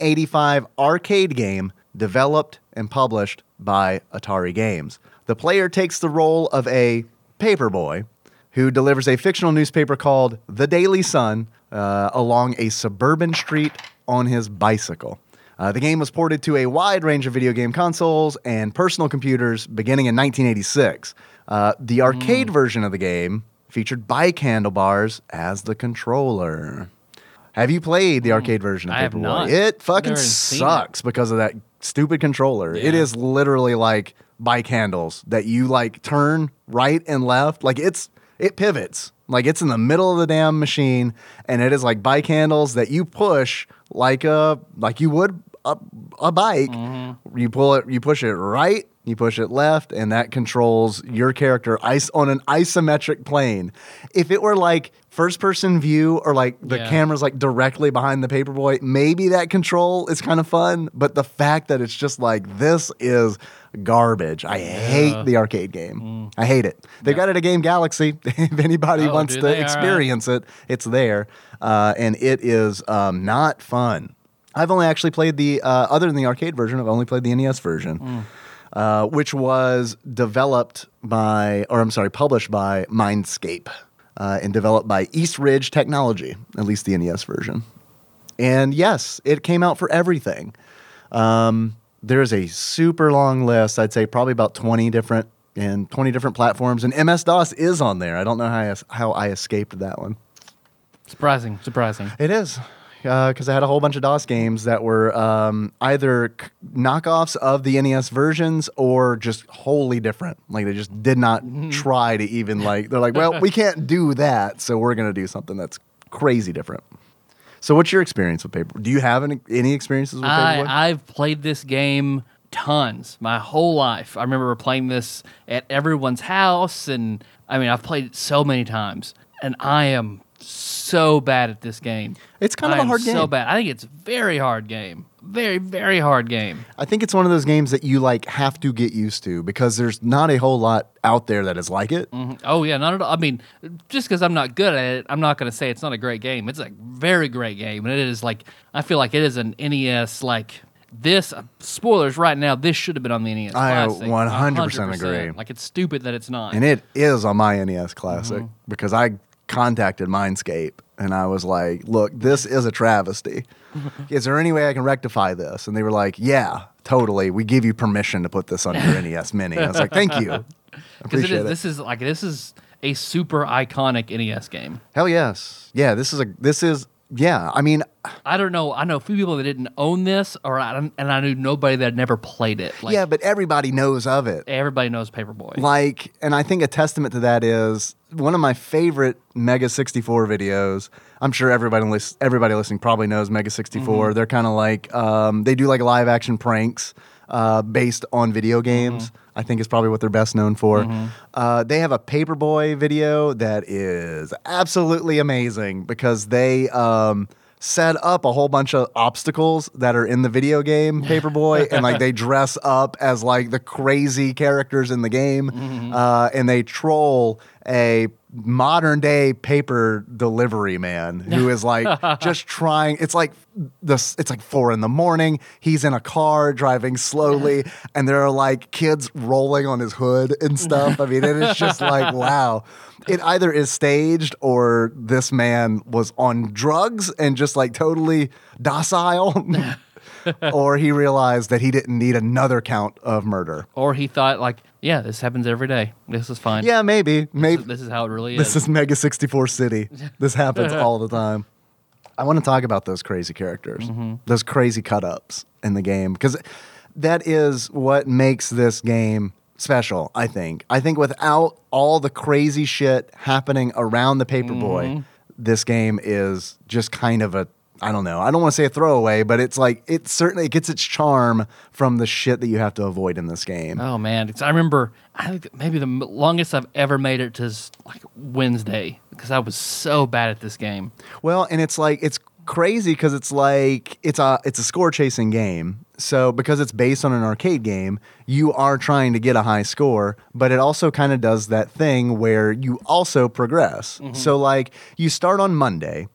Speaker 2: 1985 arcade game developed and published by Atari Games. The player takes the role of a paperboy who delivers a fictional newspaper called The Daily Sun uh, along a suburban street on his bicycle. Uh, the game was ported to a wide range of video game consoles and personal computers beginning in 1986. Uh, the
Speaker 1: Hmm.
Speaker 2: arcade version of the game featured bike handlebars as the controller. Have you played the arcade version of
Speaker 1: Hmm. I have
Speaker 2: Paperboy?
Speaker 1: not.
Speaker 2: It fucking
Speaker 1: Never even seen it.
Speaker 2: sucks because of that stupid controller. It
Speaker 1: Yeah.
Speaker 2: is literally like bike handles that you like turn right and left. Like it's it pivots. Like it's in the middle of the damn machine and it is like bike handles that you push like a like you would a, a bike,
Speaker 1: Mm-hmm.
Speaker 2: you pull it, you push it right, you push it left, and that controls your character is- on an isometric plane. If it were like first person view or like the
Speaker 1: Yeah.
Speaker 2: camera's like directly behind the paperboy, maybe that control is kind of fun. But the fact that it's just like this is garbage. I hate the arcade game. I hate it. They've got it at Game Galaxy. (laughs) if anybody
Speaker 1: Mm. Oh,
Speaker 2: wants
Speaker 1: do
Speaker 2: to
Speaker 1: they? All right.
Speaker 2: experience experience it. It's there, uh, and it is um, not fun. I've only actually played the uh, other than the arcade version. I've only played the NES version, uh, which was developed by, or I'm sorry, published by Mindscape uh, and developed by East Ridge Technology. At least the NES version. And yes, it came out for everything. Um, there's a super long list. I'd say probably about 20 different and 20 different platforms. And MS DOS is on there. I don't know how I, es- how I escaped that one.
Speaker 1: Surprising, surprising.
Speaker 2: It is because I had a whole bunch of DOS games that were um, either c- knockoffs of the NES versions or just wholly different. Like they just did not
Speaker 1: Mm-hmm.
Speaker 2: try to even like they're like, well, we can't do that, so we're gonna do something that's crazy different. So, what's your experience with paper? Do you have any, any experiences with paperboy?
Speaker 1: I, I've played this game tons my whole life. I remember playing this at everyone's house, and I mean, I've played it so many times, and I am so bad at this game.
Speaker 2: It's kind of
Speaker 1: I
Speaker 2: a
Speaker 1: am
Speaker 2: hard
Speaker 1: So
Speaker 2: game.
Speaker 1: bad. I think it's a very hard game. Very, very hard game.
Speaker 2: I think it's one of those games that you like have to get used to because there's not a whole lot out there that is like it.
Speaker 1: Oh yeah, not at all. I mean, just because I'm not good at it, I'm not going to say it's not a great game. It's a very great game, and it is like I feel like it is an NES like this. Spoilers right now. This should have been on the NES.
Speaker 2: I
Speaker 1: Classic,
Speaker 2: 100%
Speaker 1: 100%.
Speaker 2: agree.
Speaker 1: Like it's stupid that it's not.
Speaker 2: And it is on my NES Classic
Speaker 1: Uh-huh.
Speaker 2: because I contacted Mindscape and I was like, look, this is
Speaker 1: (laughs)
Speaker 2: a travesty. is there any way I can rectify this? And they were like, yeah, totally. We give you permission to put
Speaker 1: (laughs)
Speaker 2: this on your NES Mini. I was like, thank you.
Speaker 1: Because
Speaker 2: Appreciate it.
Speaker 1: This is like this is a super iconic NES game.
Speaker 2: Hell yes. Yeah, this is a, this is, yeah. I mean,
Speaker 1: I don't know. I know a few people that didn't own this, or I don't, and I knew nobody that had never played it. Like,
Speaker 2: yeah, but everybody knows of it.
Speaker 1: everybody knows Paperboy.
Speaker 2: Like, and I think a testament to that is one of my favorite Mega 64 videos. I'm sure everybody lis- everybody listening probably knows Mega 64. They're kind of like um, they do like live action pranks uh, based on video games. I think is probably what they're best known for. Uh, they have a Paperboy video that is absolutely amazing because they. Um, set up a whole bunch of obstacles that are in the video game Paperboy, and like they dress up as like the crazy characters in the game, uh, and they troll a modern day paper delivery man who is like just trying. It's like this. It's like four in the morning. He's in a car driving slowly, and there are like kids rolling on his hood and stuff. I mean, it is just like wow it either is staged or this man was on drugs and just like totally docile. or he realized that he didn't need another count of murder.
Speaker 1: or he thought like, yeah, this happens every day. This is fine.
Speaker 2: Yeah, maybe. Maybe
Speaker 1: This is how it really
Speaker 2: this
Speaker 1: is.
Speaker 2: is Mega 64 City. This happens all the time. I want to talk about those crazy characters, those crazy cut ups in the game, because that is what makes this game special, I think. I think without all the crazy shit happening around the paperboy, this game is just kind of a I don't know. I don't want to say a throwaway, but it's like it certainly gets its charm from the shit that you have to avoid in this game.
Speaker 1: Oh man, 'Cause I remember I think maybe the m- longest I've ever made it to is like Wednesday because I was so bad at this game.
Speaker 2: Well, and it's like it's crazy because it's like it's a it's a score chasing game. So because it's based on an arcade game, you are trying to get a high score, but it also kind of does that thing where you also progress. So like you start on Monday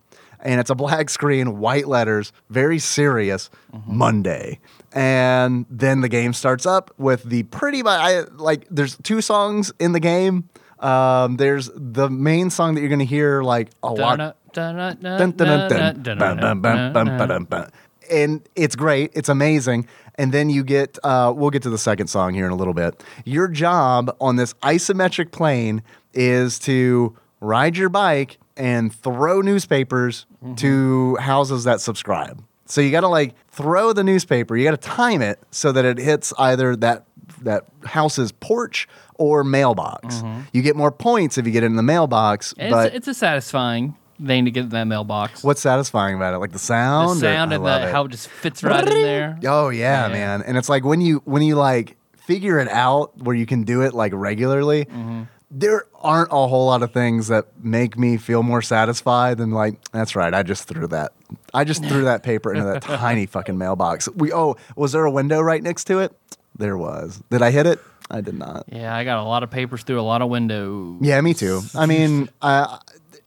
Speaker 2: and it's a black (laughs) screen, white letters, very serious Monday. And then the game starts up with the pretty mu- I, like there's two songs in the game. Um, there's the main song that you're gonna hear like a lot.
Speaker 1: Dun- dun- dun-
Speaker 2: Dun,
Speaker 1: dun-
Speaker 2: dun, dun,
Speaker 1: dun-
Speaker 2: dun.
Speaker 1: dun-
Speaker 2: Bum, bum, bum, bum,
Speaker 1: dun-
Speaker 2: ba-dum, bum. And it's great. It's amazing. And then you get, uh, we'll get to the second song here in a little bit. Your job on this isometric plane is to ride your bike and throw newspapers
Speaker 1: Mm-hmm.
Speaker 2: to houses that subscribe. So you got to like throw the newspaper. You got to time it so that it hits either that that house's porch or mailbox. You get more points if you get it in the mailbox,
Speaker 1: Mm-hmm. And
Speaker 2: but
Speaker 1: It's, it's a satisfying. thing to get in that mailbox.
Speaker 2: What's satisfying about it? Like the sound?
Speaker 1: the
Speaker 2: or-
Speaker 1: sound
Speaker 2: I
Speaker 1: and
Speaker 2: love
Speaker 1: the,
Speaker 2: it.
Speaker 1: how it just fits right in there.
Speaker 2: Oh yeah,
Speaker 1: Yeah.
Speaker 2: man. And it's like when you when you like figure it out where you can do it like regularly,
Speaker 1: Mm-hmm.
Speaker 2: there aren't a whole lot of things that make me feel more satisfied than like, that's right, I just threw that I just threw that paper
Speaker 1: (laughs)
Speaker 2: into that tiny fucking mailbox. We oh, was there a window right next to it? There was. Did I hit it? I did not.
Speaker 1: Yeah, I got a lot of papers through a lot of windows.
Speaker 2: Yeah, me too. I mean, uh,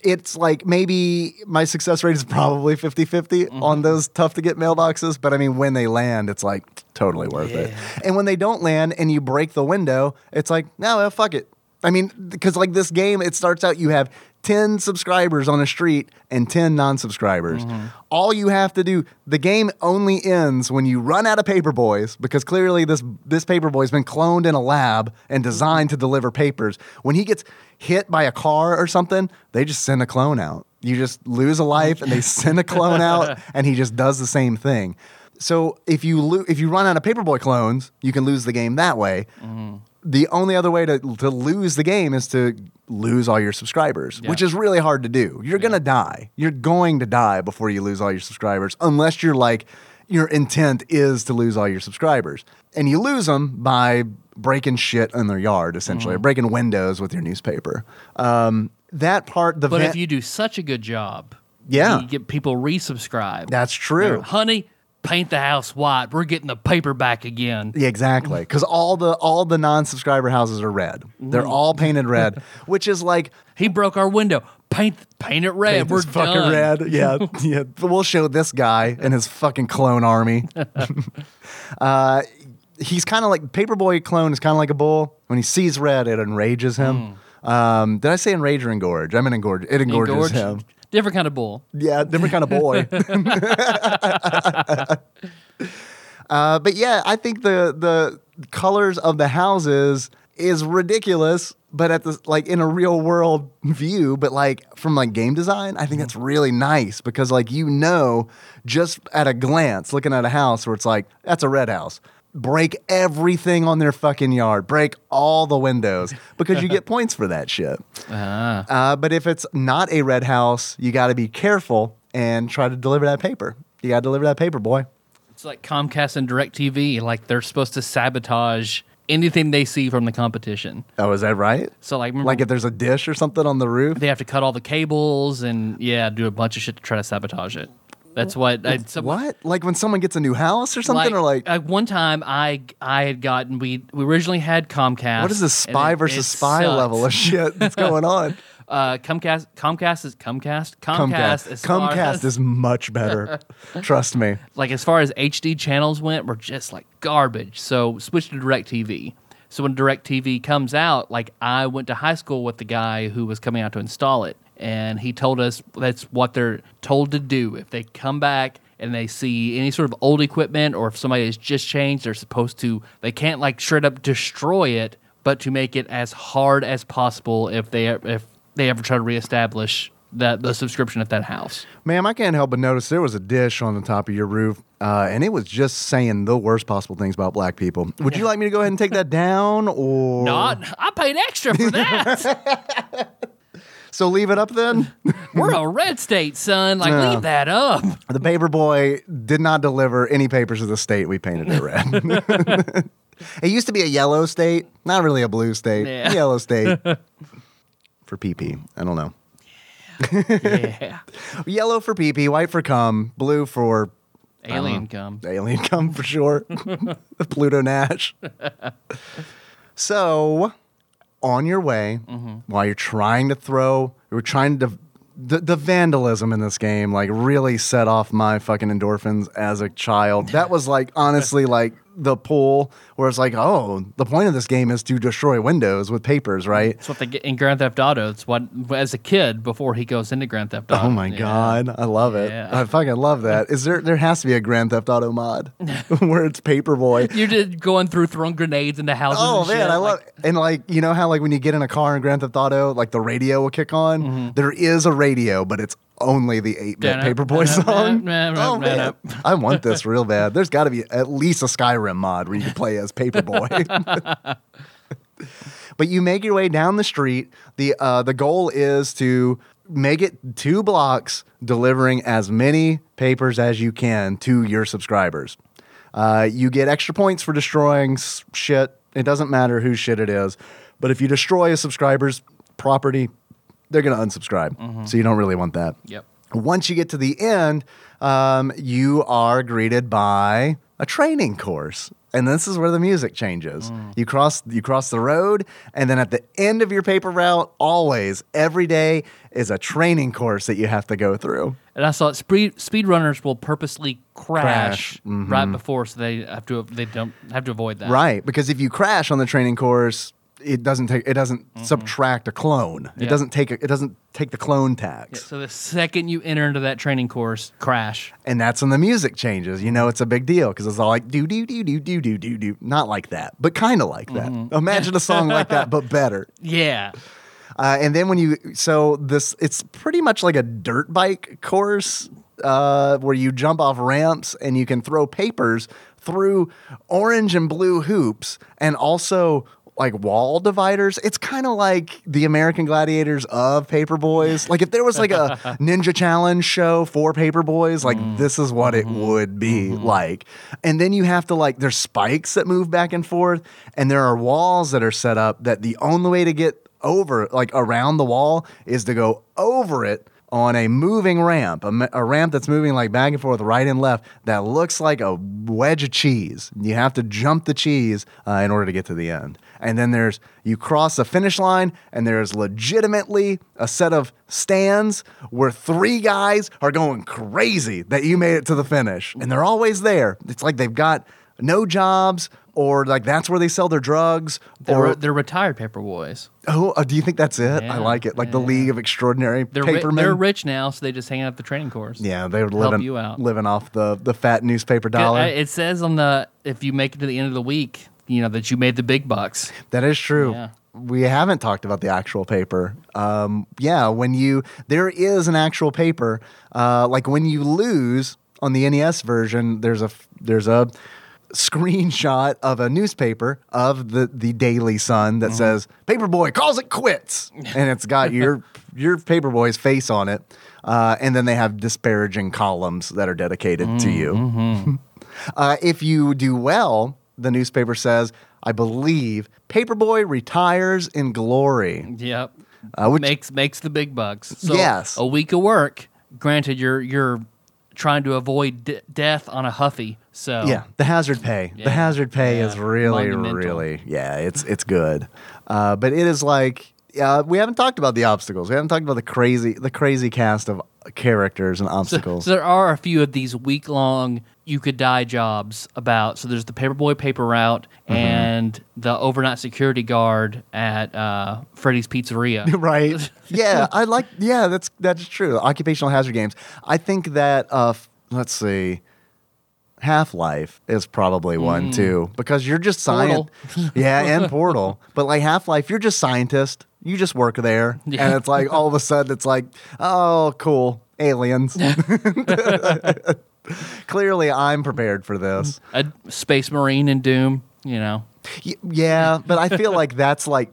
Speaker 2: it's like maybe my success rate is probably 50 50 on those tough to get mailboxes, but I mean, when they land, it's like totally worth it. And when they don't land and you break the window, it's like, no, well, fuck it. I mean, because like this game, it starts out you have 10 subscribers on a street and 10 non subscribers. All you have to do, the game only ends when you run out of paper boys because clearly this, this paper boy's been cloned in a lab and designed to deliver papers. When he gets hit by a car or something, they just send a clone out. You just lose a life and they send a clone out and he just does the same thing. So if you lo- if you run out of paperboy clones, you can lose the game that way. The only other way to, to lose the game is to lose all your subscribers, which
Speaker 1: Yeah.
Speaker 2: is really hard to do. You're gonna die. You're going to die before you lose all your subscribers, unless you're like your intent is to lose all your subscribers, and you lose them by breaking shit in their yard,
Speaker 1: Mm-hmm.
Speaker 2: essentially, or breaking windows with your newspaper. Um, that part, the
Speaker 1: But
Speaker 2: van-
Speaker 1: if you do such a good job,
Speaker 2: Yeah.
Speaker 1: you get people resubscribe.
Speaker 2: that's true.
Speaker 1: Honey, paint the house white. We're getting the paper back again.
Speaker 2: Yeah, exactly. Because all the all the non-subscriber houses are red.
Speaker 1: Mm.
Speaker 2: They're all
Speaker 1: (laughs)
Speaker 2: painted red, which is like
Speaker 1: He broke our window. Paint paint it red.
Speaker 2: paint
Speaker 1: We're
Speaker 2: is fucking
Speaker 1: done. (laughs)
Speaker 2: red. Yeah, yeah. But we'll show this guy and his fucking
Speaker 1: (laughs)
Speaker 2: clone army. uh, he's kind of like Paperboy clone is kind of like a bull. When he sees red, it enrages him.
Speaker 1: Hmm.
Speaker 2: Um, did I say enrage or engorge? I meant engorge. It engorges
Speaker 1: Engorged.
Speaker 2: him.
Speaker 1: Different kind of bull.
Speaker 2: Yeah, different kind of boy. uh, but yeah, I think the the colors of the houses is ridiculous, but at the like in a real world view, but like from like game design, I think that's really nice because like you know just at a glance looking at a house where it's like that's a red house. Break everything on their fucking yard. Break all the windows because you get points for that shit. Uh, but if it's not a red house, you got to be careful and try to deliver that paper. You got to deliver that paper, boy.
Speaker 1: It's like Comcast and DirecTV. Like they're supposed to sabotage anything they see from the competition.
Speaker 2: Oh, is that right?
Speaker 1: So like, remember,
Speaker 2: Like if there's a dish or something on the roof.
Speaker 1: they have to cut all the cables and yeah, do a bunch of shit to try to sabotage it. That's what. I, some-
Speaker 2: What? Like when someone gets a new house or something, or like
Speaker 1: uh, one time I I had gotten we we originally had Comcast.
Speaker 2: what is this
Speaker 1: and
Speaker 2: spy
Speaker 1: uh, it-
Speaker 2: versus
Speaker 1: it
Speaker 2: spy
Speaker 1: sucked.
Speaker 2: level of shit that's going on?
Speaker 1: Uh, Comcast Comcast is (laughs) Comcast Comcast
Speaker 2: Comcast.
Speaker 1: as far
Speaker 2: Comcast
Speaker 1: as-
Speaker 2: is
Speaker 1: (laughs)
Speaker 2: much better. Trust me.
Speaker 1: like as far as HD channels went, were just like garbage. So switched to DirecTV. So when DirecTV comes out, like I went to high school with the guy who was coming out to install it, and he told us that's what they're told to do. If they come back and they see any sort of old equipment or if somebody has just changed, they're supposed to they can't like straight up destroy it, but to make it as hard as possible if they if they ever try to reestablish that the subscription at that house.
Speaker 2: Ma'am, I can't help but notice there was a dish on the top of your roof, uh, and it was just saying the worst possible things about black people. Would you like me to go ahead and take that down, or
Speaker 1: Not I paid extra for that.
Speaker 2: So leave it up then.
Speaker 1: We're a red state, son. Like, leave that up.
Speaker 2: The paper boy did not deliver any papers to the state we painted it red. it used to be a yellow state, not really a blue state.
Speaker 1: Yeah.
Speaker 2: Yellow state for PP. I don't know.
Speaker 1: (laughs) Yeah.
Speaker 2: Yellow for PP, white for cum, blue for
Speaker 1: (laughs) Alien come.
Speaker 2: alien cum
Speaker 1: (laughs)
Speaker 2: for sure. (laughs) Pluto Nash. so, on your way,
Speaker 1: Mm-hmm.
Speaker 2: while you're trying to throw, you're trying to. The, the vandalism in this game like really set off my fucking endorphins as a child. That was like
Speaker 1: (laughs)
Speaker 2: honestly like the pool where it's like, oh, the point of this game is to destroy windows with papers, right?
Speaker 1: That's what they get in Grand Theft Auto. It's what, as a kid, before he goes into Grand Theft Auto.
Speaker 2: Oh my
Speaker 1: Yeah.
Speaker 2: god, I love it.
Speaker 1: Yeah.
Speaker 2: I fucking love that. Is there there has to be a Grand Theft
Speaker 1: (laughs)
Speaker 2: Auto mod (laughs) where it's Paperboy
Speaker 1: You're just going through throwing grenades into houses.
Speaker 2: Oh
Speaker 1: and
Speaker 2: man,
Speaker 1: shit.
Speaker 2: I love and like you know how like when you get in a car in Grand Theft Auto, like the radio will kick on.
Speaker 1: Mm-hmm.
Speaker 2: There is a radio, but it's only the eight bit
Speaker 1: Dun-up,
Speaker 2: Paperboy
Speaker 1: dun-up,
Speaker 2: song.
Speaker 1: dun-up,
Speaker 2: Oh man,
Speaker 1: dun-up.
Speaker 2: I want this real bad. There's got to be at least a Skyrim mod where you can
Speaker 1: (laughs)
Speaker 2: play as Paperboy. But you make your way down the street. the uh, The goal is to make it two blocks, delivering as many papers as you can to your subscribers. Uh, you get extra points for destroying s- shit. It doesn't matter whose shit it is, but if you destroy a subscriber's property, they're going to unsubscribe. So you don't really want that.
Speaker 1: Yep.
Speaker 2: Once you get to the end, um, you are greeted by a training course, and this is where the music changes.
Speaker 1: Mm.
Speaker 2: You cross you cross the road, and then at the end of your paper route, always every day is a training course that you have to go through.
Speaker 1: And I saw it, speed speedrunners will purposely crash,
Speaker 2: Crash, Mm-hmm.
Speaker 1: right before, so they have to they don't have to avoid that.
Speaker 2: Right, because if you crash on the training course, it doesn't take it doesn't subtract a clone.
Speaker 1: Mm-hmm. Yeah.
Speaker 2: It doesn't take a, it doesn't take the clone tax.
Speaker 1: Yeah, so the second you enter into that training course, crash.
Speaker 2: And that's when the music changes. You know, it's a big deal because it's all like do do do do do do do do. Not like that, but kind of like that. Imagine a song like that, but better.
Speaker 1: Yeah.
Speaker 2: Uh, and then when you so this, it's pretty much like a dirt bike course uh, where you jump off ramps and you can throw papers through orange and blue hoops and also like wall dividers. It's kind of like the American Gladiators of Paper Boys. Like if there was like a Ninja Challenge show for Paper Boys, like this is what it would be like. And then you have to like there's spikes that move back and forth and there are walls that are set up that the only way to get over, like around the wall, is to go over it on a moving ramp, a, m- a ramp that's moving like back and forth, right and left, that looks like a wedge of cheese. You have to jump the cheese uh, in order to get to the end. And then there's, you cross the finish line, and there's legitimately a set of stands where three guys are going crazy that you made it to the finish. And they're always there. It's like they've got no jobs. Or like that's where they sell their drugs,
Speaker 1: They're,
Speaker 2: or
Speaker 1: they're retired paper boys.
Speaker 2: Oh, uh, do you think that's it?
Speaker 1: Yeah,
Speaker 2: I like it. Like the
Speaker 1: yeah.
Speaker 2: League of Extraordinary
Speaker 1: They're ri-
Speaker 2: Papermen.
Speaker 1: they're rich now, so they just hang out at the training course.
Speaker 2: yeah, they're living
Speaker 1: you out.
Speaker 2: living off the the fat newspaper dollar.
Speaker 1: I- uh, It says on the if you make it to the end of the week, you know that you made the big bucks.
Speaker 2: that is true.
Speaker 1: Yeah.
Speaker 2: We haven't talked about the actual paper. Um, yeah, when you there is an actual paper. Uh, like when you lose on the NES version, there's a f- there's a screenshot of a newspaper of the the Daily Sun that says Paperboy calls it quits, and it's got your your Paperboy's face on it. Uh, and then they have disparaging columns that are dedicated to you. Uh, if you do well, the newspaper says, I believe Paperboy retires in glory.
Speaker 1: Yep.
Speaker 2: Uh, which-
Speaker 1: makes makes the big bucks. So
Speaker 2: Yes.
Speaker 1: A week of work. Granted, you're you're trying to avoid d- death on a huffy. So
Speaker 2: Yeah, the hazard pay.
Speaker 1: Yeah.
Speaker 2: The hazard pay
Speaker 1: Yeah.
Speaker 2: is really,
Speaker 1: Monumental.
Speaker 2: really, yeah, it's it's good. Uh, but it is like uh, we haven't talked about the obstacles. We haven't talked about the crazy the crazy cast of characters and obstacles.
Speaker 1: So there are a few of these week long you could die jobs about. So there's the paperboy paper route
Speaker 2: Mm-hmm.
Speaker 1: and the overnight security guard at uh, Freddy's (laughs) Pizzeria.
Speaker 2: (laughs) right? Yeah, I like. Yeah, that's that's true. Occupational hazard games. I think that. Uh, f- let's see. Half Life is probably one too because you're just science. (laughs) yeah, and Portal, but like Half Life, you're just scientist. You just work there, and
Speaker 1: Yeah.
Speaker 2: it's like all of a sudden it's like, oh, cool, aliens. (laughs) Clearly, I'm prepared for this.
Speaker 1: a space marine in Doom. You know,
Speaker 2: Y- Yeah, but I
Speaker 1: (laughs)
Speaker 2: feel like that's like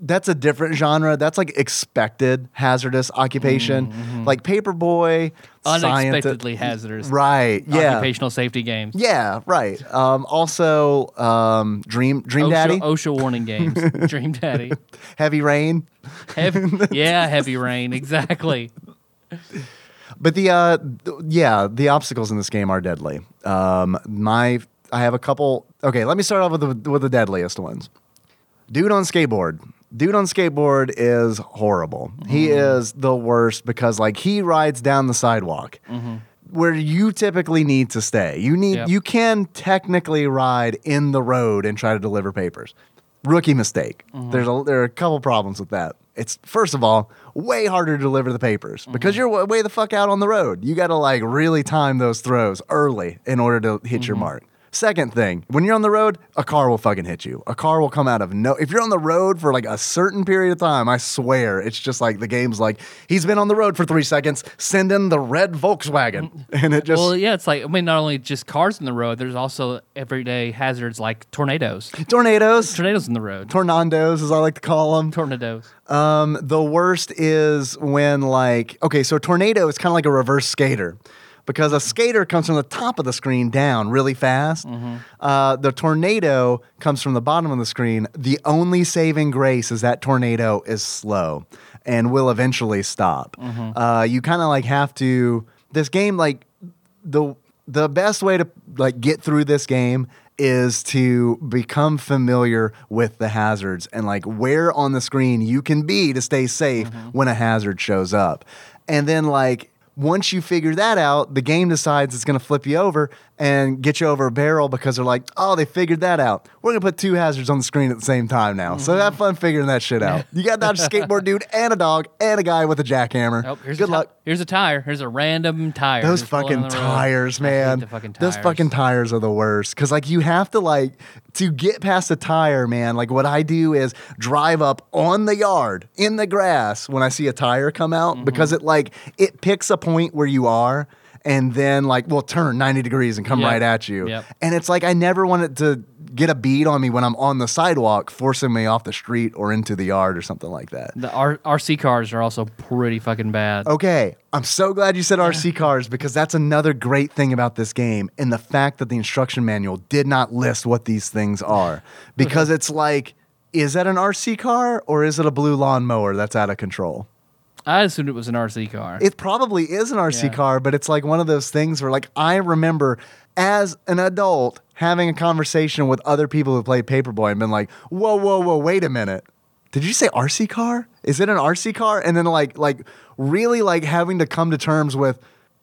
Speaker 2: that's a different genre. That's like expected hazardous occupation, like paperboy,
Speaker 1: Mm-hmm, unexpectedly
Speaker 2: scientist-
Speaker 1: hazardous.
Speaker 2: right? Yeah,
Speaker 1: Occupational safety games.
Speaker 2: yeah, right. Um, also, um, Dream Dream
Speaker 1: OSHA,
Speaker 2: Daddy,
Speaker 1: OSHA warning
Speaker 2: (laughs)
Speaker 1: games. Dream Daddy.
Speaker 2: Heavy Rain.
Speaker 1: Heavy, yeah, heavy rain. Exactly.
Speaker 2: But the uh, th- yeah, the obstacles in this game are deadly. Um, my I have a couple. Okay, let me start off with the with the deadliest ones. Dude on skateboard. Dude on skateboard is horrible. He is the worst because like he rides down the sidewalk. Where you typically need to stay. You need
Speaker 1: Yep.
Speaker 2: you can technically ride in the road and try to deliver papers. Rookie mistake. There's a, there are a couple problems with that. It's first of all way harder to deliver the papers because you're wa- way the fuck out on the road. You got to like really time those throws early in order to hit your mark. Second thing, when you're on the road, a car will fucking hit you. A car will come out of no. If you're on the road for like a certain period of time, I swear it's just like the game's like he's been on the road for three seconds. Send in the red Volkswagen, and it just
Speaker 1: Well, yeah, it's like I mean, not only just cars in the road, there's also everyday hazards like tornadoes.
Speaker 2: tornadoes,
Speaker 1: Tornadoes in the road.
Speaker 2: tornadoes as I like to call
Speaker 1: (laughs)
Speaker 2: them.
Speaker 1: Tornadoes.
Speaker 2: Um, the worst is when like okay, so a tornado is kind of like a reverse skater. Because a skater comes from the top of the screen down really fast. Uh, the tornado comes from the bottom of the screen. The only saving grace is that tornado is slow and will eventually stop. Uh, you kind of like have to. This game, like the the best way to like get through this game is to become familiar with the hazards and like where on the screen you can be to stay safe
Speaker 1: Mm-hmm.
Speaker 2: when a hazard shows up. And then like once you figure that out, the game decides it's going to flip you over and get you over a barrel because they're like, "Oh, they figured that out. We're going to put two hazards on the screen at the same time now."
Speaker 1: Mm-hmm.
Speaker 2: So have fun figuring that
Speaker 1: (laughs)
Speaker 2: shit out. You got to dodge a skateboard dude and a dog and a guy with a jackhammer.
Speaker 1: Oh, here's a
Speaker 2: Good
Speaker 1: ti-
Speaker 2: luck.
Speaker 1: Here's a tire. Here's a random tire.
Speaker 2: Those
Speaker 1: just rolling
Speaker 2: fucking
Speaker 1: on the road.
Speaker 2: tires,
Speaker 1: I hate
Speaker 2: man.
Speaker 1: the fucking
Speaker 2: Those
Speaker 1: tires.
Speaker 2: fucking tires are the worst. Cause like you have to like to get past a tire, man. Like what I do is drive up on the yard in the grass when I see a tire come out
Speaker 1: Mm-hmm.
Speaker 2: because it like it picks a point where you are and then like will turn 90 degrees and come
Speaker 1: Yep.
Speaker 2: right at you.
Speaker 1: Yep.
Speaker 2: And it's like I never want it to get a bead on me when I'm on the sidewalk, forcing me off the street or into the yard or something like that.
Speaker 1: The R- RC cars are also pretty fucking bad.
Speaker 2: Okay, I'm so glad you said RC cars because that's another great thing about this game and the fact that the instruction manual did not list what these things are. Because it's like, is that an RC car or is it a blue lawnmower that's out of control?
Speaker 1: I assumed it was an RC car.
Speaker 2: It probably is an RC
Speaker 1: Yeah.
Speaker 2: car, but it's like one of those things where, like, I remember as an adult having a conversation with other people who played Paperboy and been like, "Whoa, whoa, whoa, wait a minute! Did you say RC car? Is it an RC car?" And then like, like, really like having to come to terms with.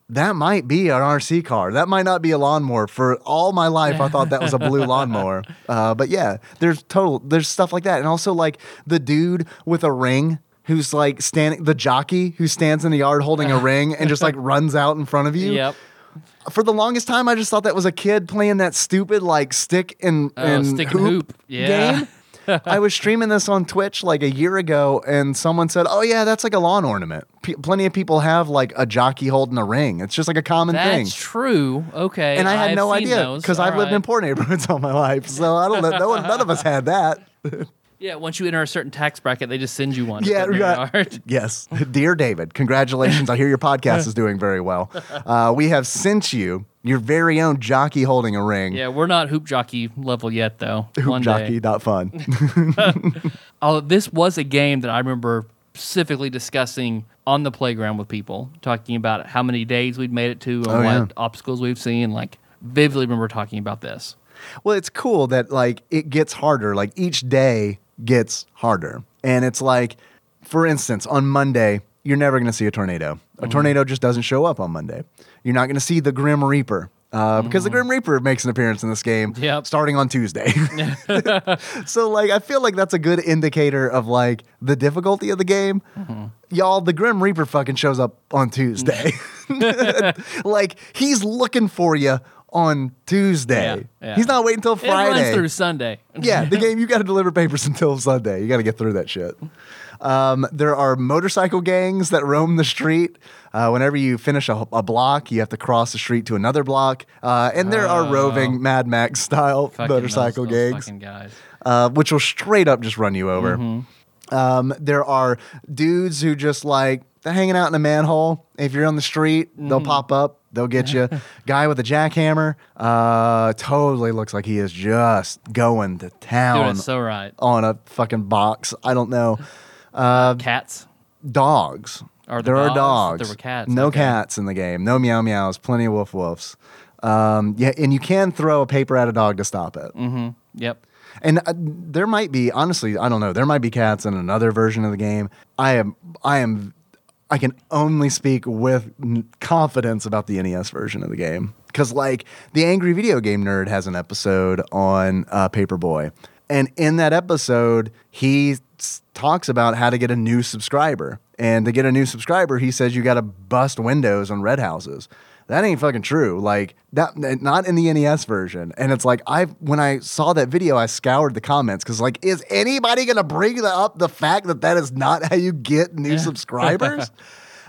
Speaker 2: That might be an RC car. That might not be a lawnmower. For all my life, I thought that was
Speaker 1: (laughs)
Speaker 2: a blue lawnmower. Uh, but yeah, there's total. There's stuff like that, and also like the dude with a ring who's like standing the jockey who stands in the
Speaker 1: (laughs)
Speaker 2: yard holding a ring and just like runs out in front of you.
Speaker 1: Yep.
Speaker 2: For the longest time I just thought that was a kid playing that stupid like stick and,
Speaker 1: Oh,
Speaker 2: and
Speaker 1: stick and hoop. Yeah. (laughs)
Speaker 2: game. I was streaming this on Twitch like a year ago and someone said, "Oh yeah, that's like a lawn ornament. P- plenty of people have like a jockey holding a ring. It's just like a common thing."
Speaker 1: That's true. Okay.
Speaker 2: And I had
Speaker 1: have
Speaker 2: no
Speaker 1: seen
Speaker 2: idea
Speaker 1: those.
Speaker 2: because
Speaker 1: All
Speaker 2: I've lived in
Speaker 1: right.
Speaker 2: poor neighborhoods (laughs) all my life, so I don't know. No one, none of us had that.
Speaker 1: Yeah, once you enter a certain tax bracket, they just send you one.
Speaker 2: Yeah,
Speaker 1: It's in your
Speaker 2: yeah.
Speaker 1: yard.
Speaker 2: Yes. (laughs) Dear David, congratulations. I hear your podcast is doing very well. Uh, we have sent you your very own jockey holding a ring.
Speaker 1: (laughs) Yeah, we're not hoop jockey level yet,
Speaker 2: (laughs)
Speaker 1: though. one day.
Speaker 2: Hoopjockey.fun.
Speaker 1: Oh, this was a game that I remember specifically discussing on the playground with people, talking about how many days we'd made it to and what
Speaker 2: Oh, yeah.
Speaker 1: obstacles we've seen. Like, vividly remember talking about this.
Speaker 2: well, it's cool that like it gets harder. Like each day gets harder. And it's like, for instance, on Monday, you're never going to see a tornado. A
Speaker 1: Mm-hmm.
Speaker 2: tornado just doesn't show up on Monday. You're not going to see the Grim Reaper. Uh, because the Grim Reaper makes an appearance in this game
Speaker 1: Mm-hmm. Yep.
Speaker 2: starting
Speaker 1: (laughs)
Speaker 2: on Tuesday. so like I feel like that's a good indicator of like the difficulty of the game.
Speaker 1: Mm-hmm.
Speaker 2: Y'all, the Grim Reaper fucking shows up
Speaker 1: (laughs)
Speaker 2: on Tuesday. (laughs) like he's looking for you on Tuesday.
Speaker 1: Yeah, yeah.
Speaker 2: He's not waiting until
Speaker 1: It runs
Speaker 2: Friday.
Speaker 1: through Sunday.
Speaker 2: (laughs) yeah, the game you got to deliver papers until Sunday. You got to get through that shit. Um, there are motorcycle gangs that roam the street. Uh, whenever you finish a, a block, you have to cross the street to another block, uh, and there are roving Mad Max style
Speaker 1: Oh. Fucking those-
Speaker 2: motorcycle
Speaker 1: those
Speaker 2: gangs
Speaker 1: fucking guys.
Speaker 2: uh, which will straight up just run you over.
Speaker 1: Mm-hmm.
Speaker 2: Um, there are dudes who just like they're hanging out in a manhole. If you're on the street, they'll
Speaker 1: Mm-hmm.
Speaker 2: pop up. They'll get
Speaker 1: (laughs)
Speaker 2: you. Guy with a jackhammer uh, totally looks like he is just going to
Speaker 1: Doing
Speaker 2: town
Speaker 1: it so right.
Speaker 2: on a fucking box. I don't know.
Speaker 1: Cats.
Speaker 2: Dogs.
Speaker 1: Are
Speaker 2: there
Speaker 1: there
Speaker 2: are
Speaker 1: dogs? I thought
Speaker 2: dogs.
Speaker 1: there were cats.
Speaker 2: No
Speaker 1: Okay.
Speaker 2: cats in the game. No meow meows. Plenty of woof woofs. Um, yeah, and you can throw a paper at a dog to stop it.
Speaker 1: Yep.
Speaker 2: And uh, there might be, honestly, I don't know. There might be cats in another version of the game. I am, I am, I can only speak with n- confidence about the NES version of the game because, like, the Angry Video Game Nerd has an episode on uh, Paperboy, and in that episode, he s- talks about how to get a new subscriber. And to get a new subscriber, he says you got to bust windows on red houses. that ain't fucking true. Like that, not in the NES version. And it's like I when I saw that video, I scoured the comments because like, is anybody gonna bring the, up the fact that that is not how you get new subscribers?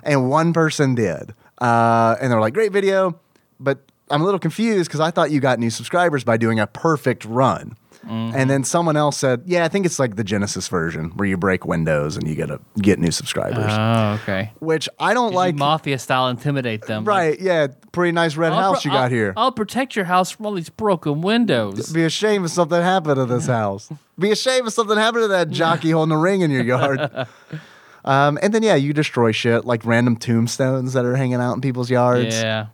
Speaker 2: and one person did, uh, and they're like, great video, but I'm a little confused because I thought you got new subscribers by doing a perfect run. And then someone else said, "Yeah, I think it's like the Genesis version where you break windows and you get a get new subscribers."
Speaker 1: Oh, okay.
Speaker 2: which I don't
Speaker 1: Like
Speaker 2: like.
Speaker 1: mafia style, intimidate them. Like,
Speaker 2: Right? Yeah, pretty nice red
Speaker 1: I'll
Speaker 2: house
Speaker 1: pro-
Speaker 2: you got
Speaker 1: I'll-
Speaker 2: here.
Speaker 1: I'll protect your house from all these broken windows.
Speaker 2: Be ashamed if something happened to this house. Be ashamed if something happened to
Speaker 1: (laughs)
Speaker 2: that jockey holding a ring in your yard. Um, and then yeah, you destroy shit like random tombstones that are hanging out in people's yards.
Speaker 1: Yeah.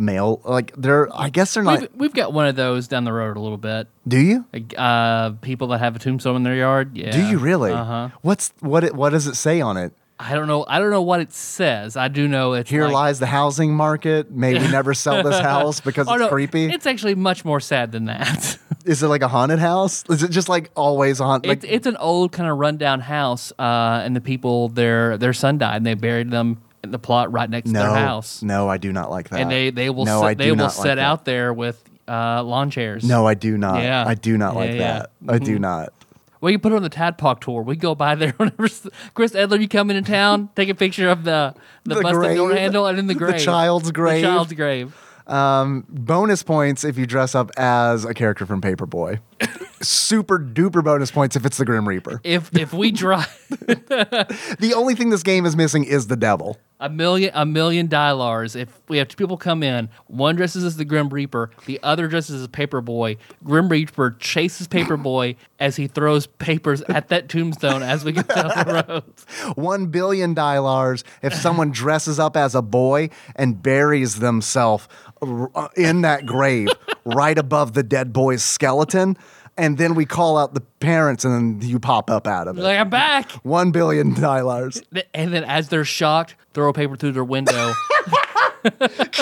Speaker 2: Mail, like they're. I guess they're not.
Speaker 1: We've, we've got one of those down the road a little bit.
Speaker 2: do you?
Speaker 1: Like, Uh, people that have a tombstone in their yard. Yeah.
Speaker 2: Do you really?
Speaker 1: Uh huh.
Speaker 2: What's what? It, what does it say on it?
Speaker 1: I don't know. I don't know what it says. I do know it's
Speaker 2: Here
Speaker 1: like,
Speaker 2: lies the housing market. May
Speaker 1: (laughs)
Speaker 2: we never sell this house because
Speaker 1: Oh,
Speaker 2: it's
Speaker 1: no,
Speaker 2: creepy.
Speaker 1: It's actually much more sad than that. (laughs)
Speaker 2: Is it like a haunted house? Is it just like always on? Like
Speaker 1: it's, it's an old kind of rundown house, uh, and the people their their son died, and they buried them in the plot right next to
Speaker 2: no
Speaker 1: their house.
Speaker 2: No, I do not like that.
Speaker 1: and they they will
Speaker 2: No, I
Speaker 1: sit,
Speaker 2: do
Speaker 1: they will
Speaker 2: not
Speaker 1: sit
Speaker 2: like that.
Speaker 1: out there with uh, lawn chairs.
Speaker 2: No, I do not.
Speaker 1: Yeah.
Speaker 2: I do not
Speaker 1: Yeah, Mm-hmm.
Speaker 2: like
Speaker 1: yeah.
Speaker 2: that. I do not.
Speaker 1: Well, you put it on the Tadpog tour. We go by there (laughs) whenever s- Chris Edler, you come into town, take a picture of the the,
Speaker 2: The
Speaker 1: busted door
Speaker 2: grave.
Speaker 1: handle and in the
Speaker 2: (laughs) The
Speaker 1: grave,
Speaker 2: child's grave.
Speaker 1: the child's grave.
Speaker 2: Bonus points if you dress up as a character
Speaker 1: (laughs)
Speaker 2: from Paperboy. Super duper bonus points if it's the Grim Reaper.
Speaker 1: If if we drive
Speaker 2: The only thing this game is missing is the devil.
Speaker 1: (laughs) a million a million dialars, if we have two people come in, one dresses as the Grim Reaper, the other dresses as Paperboy. Grim Reaper chases Paperboy as he throws papers at that tombstone as we get down the road.
Speaker 2: One billion dilars if someone dresses up as a boy and buries themselves r- uh, in
Speaker 1: (laughs)
Speaker 2: that grave right above the dead boy's skeleton. And then we call out the parents and then you pop up out of it.
Speaker 1: Like I'm back.
Speaker 2: One
Speaker 1: (laughs)
Speaker 2: billion dilars.
Speaker 1: Th- And then as they're shocked, throw a paper through their window.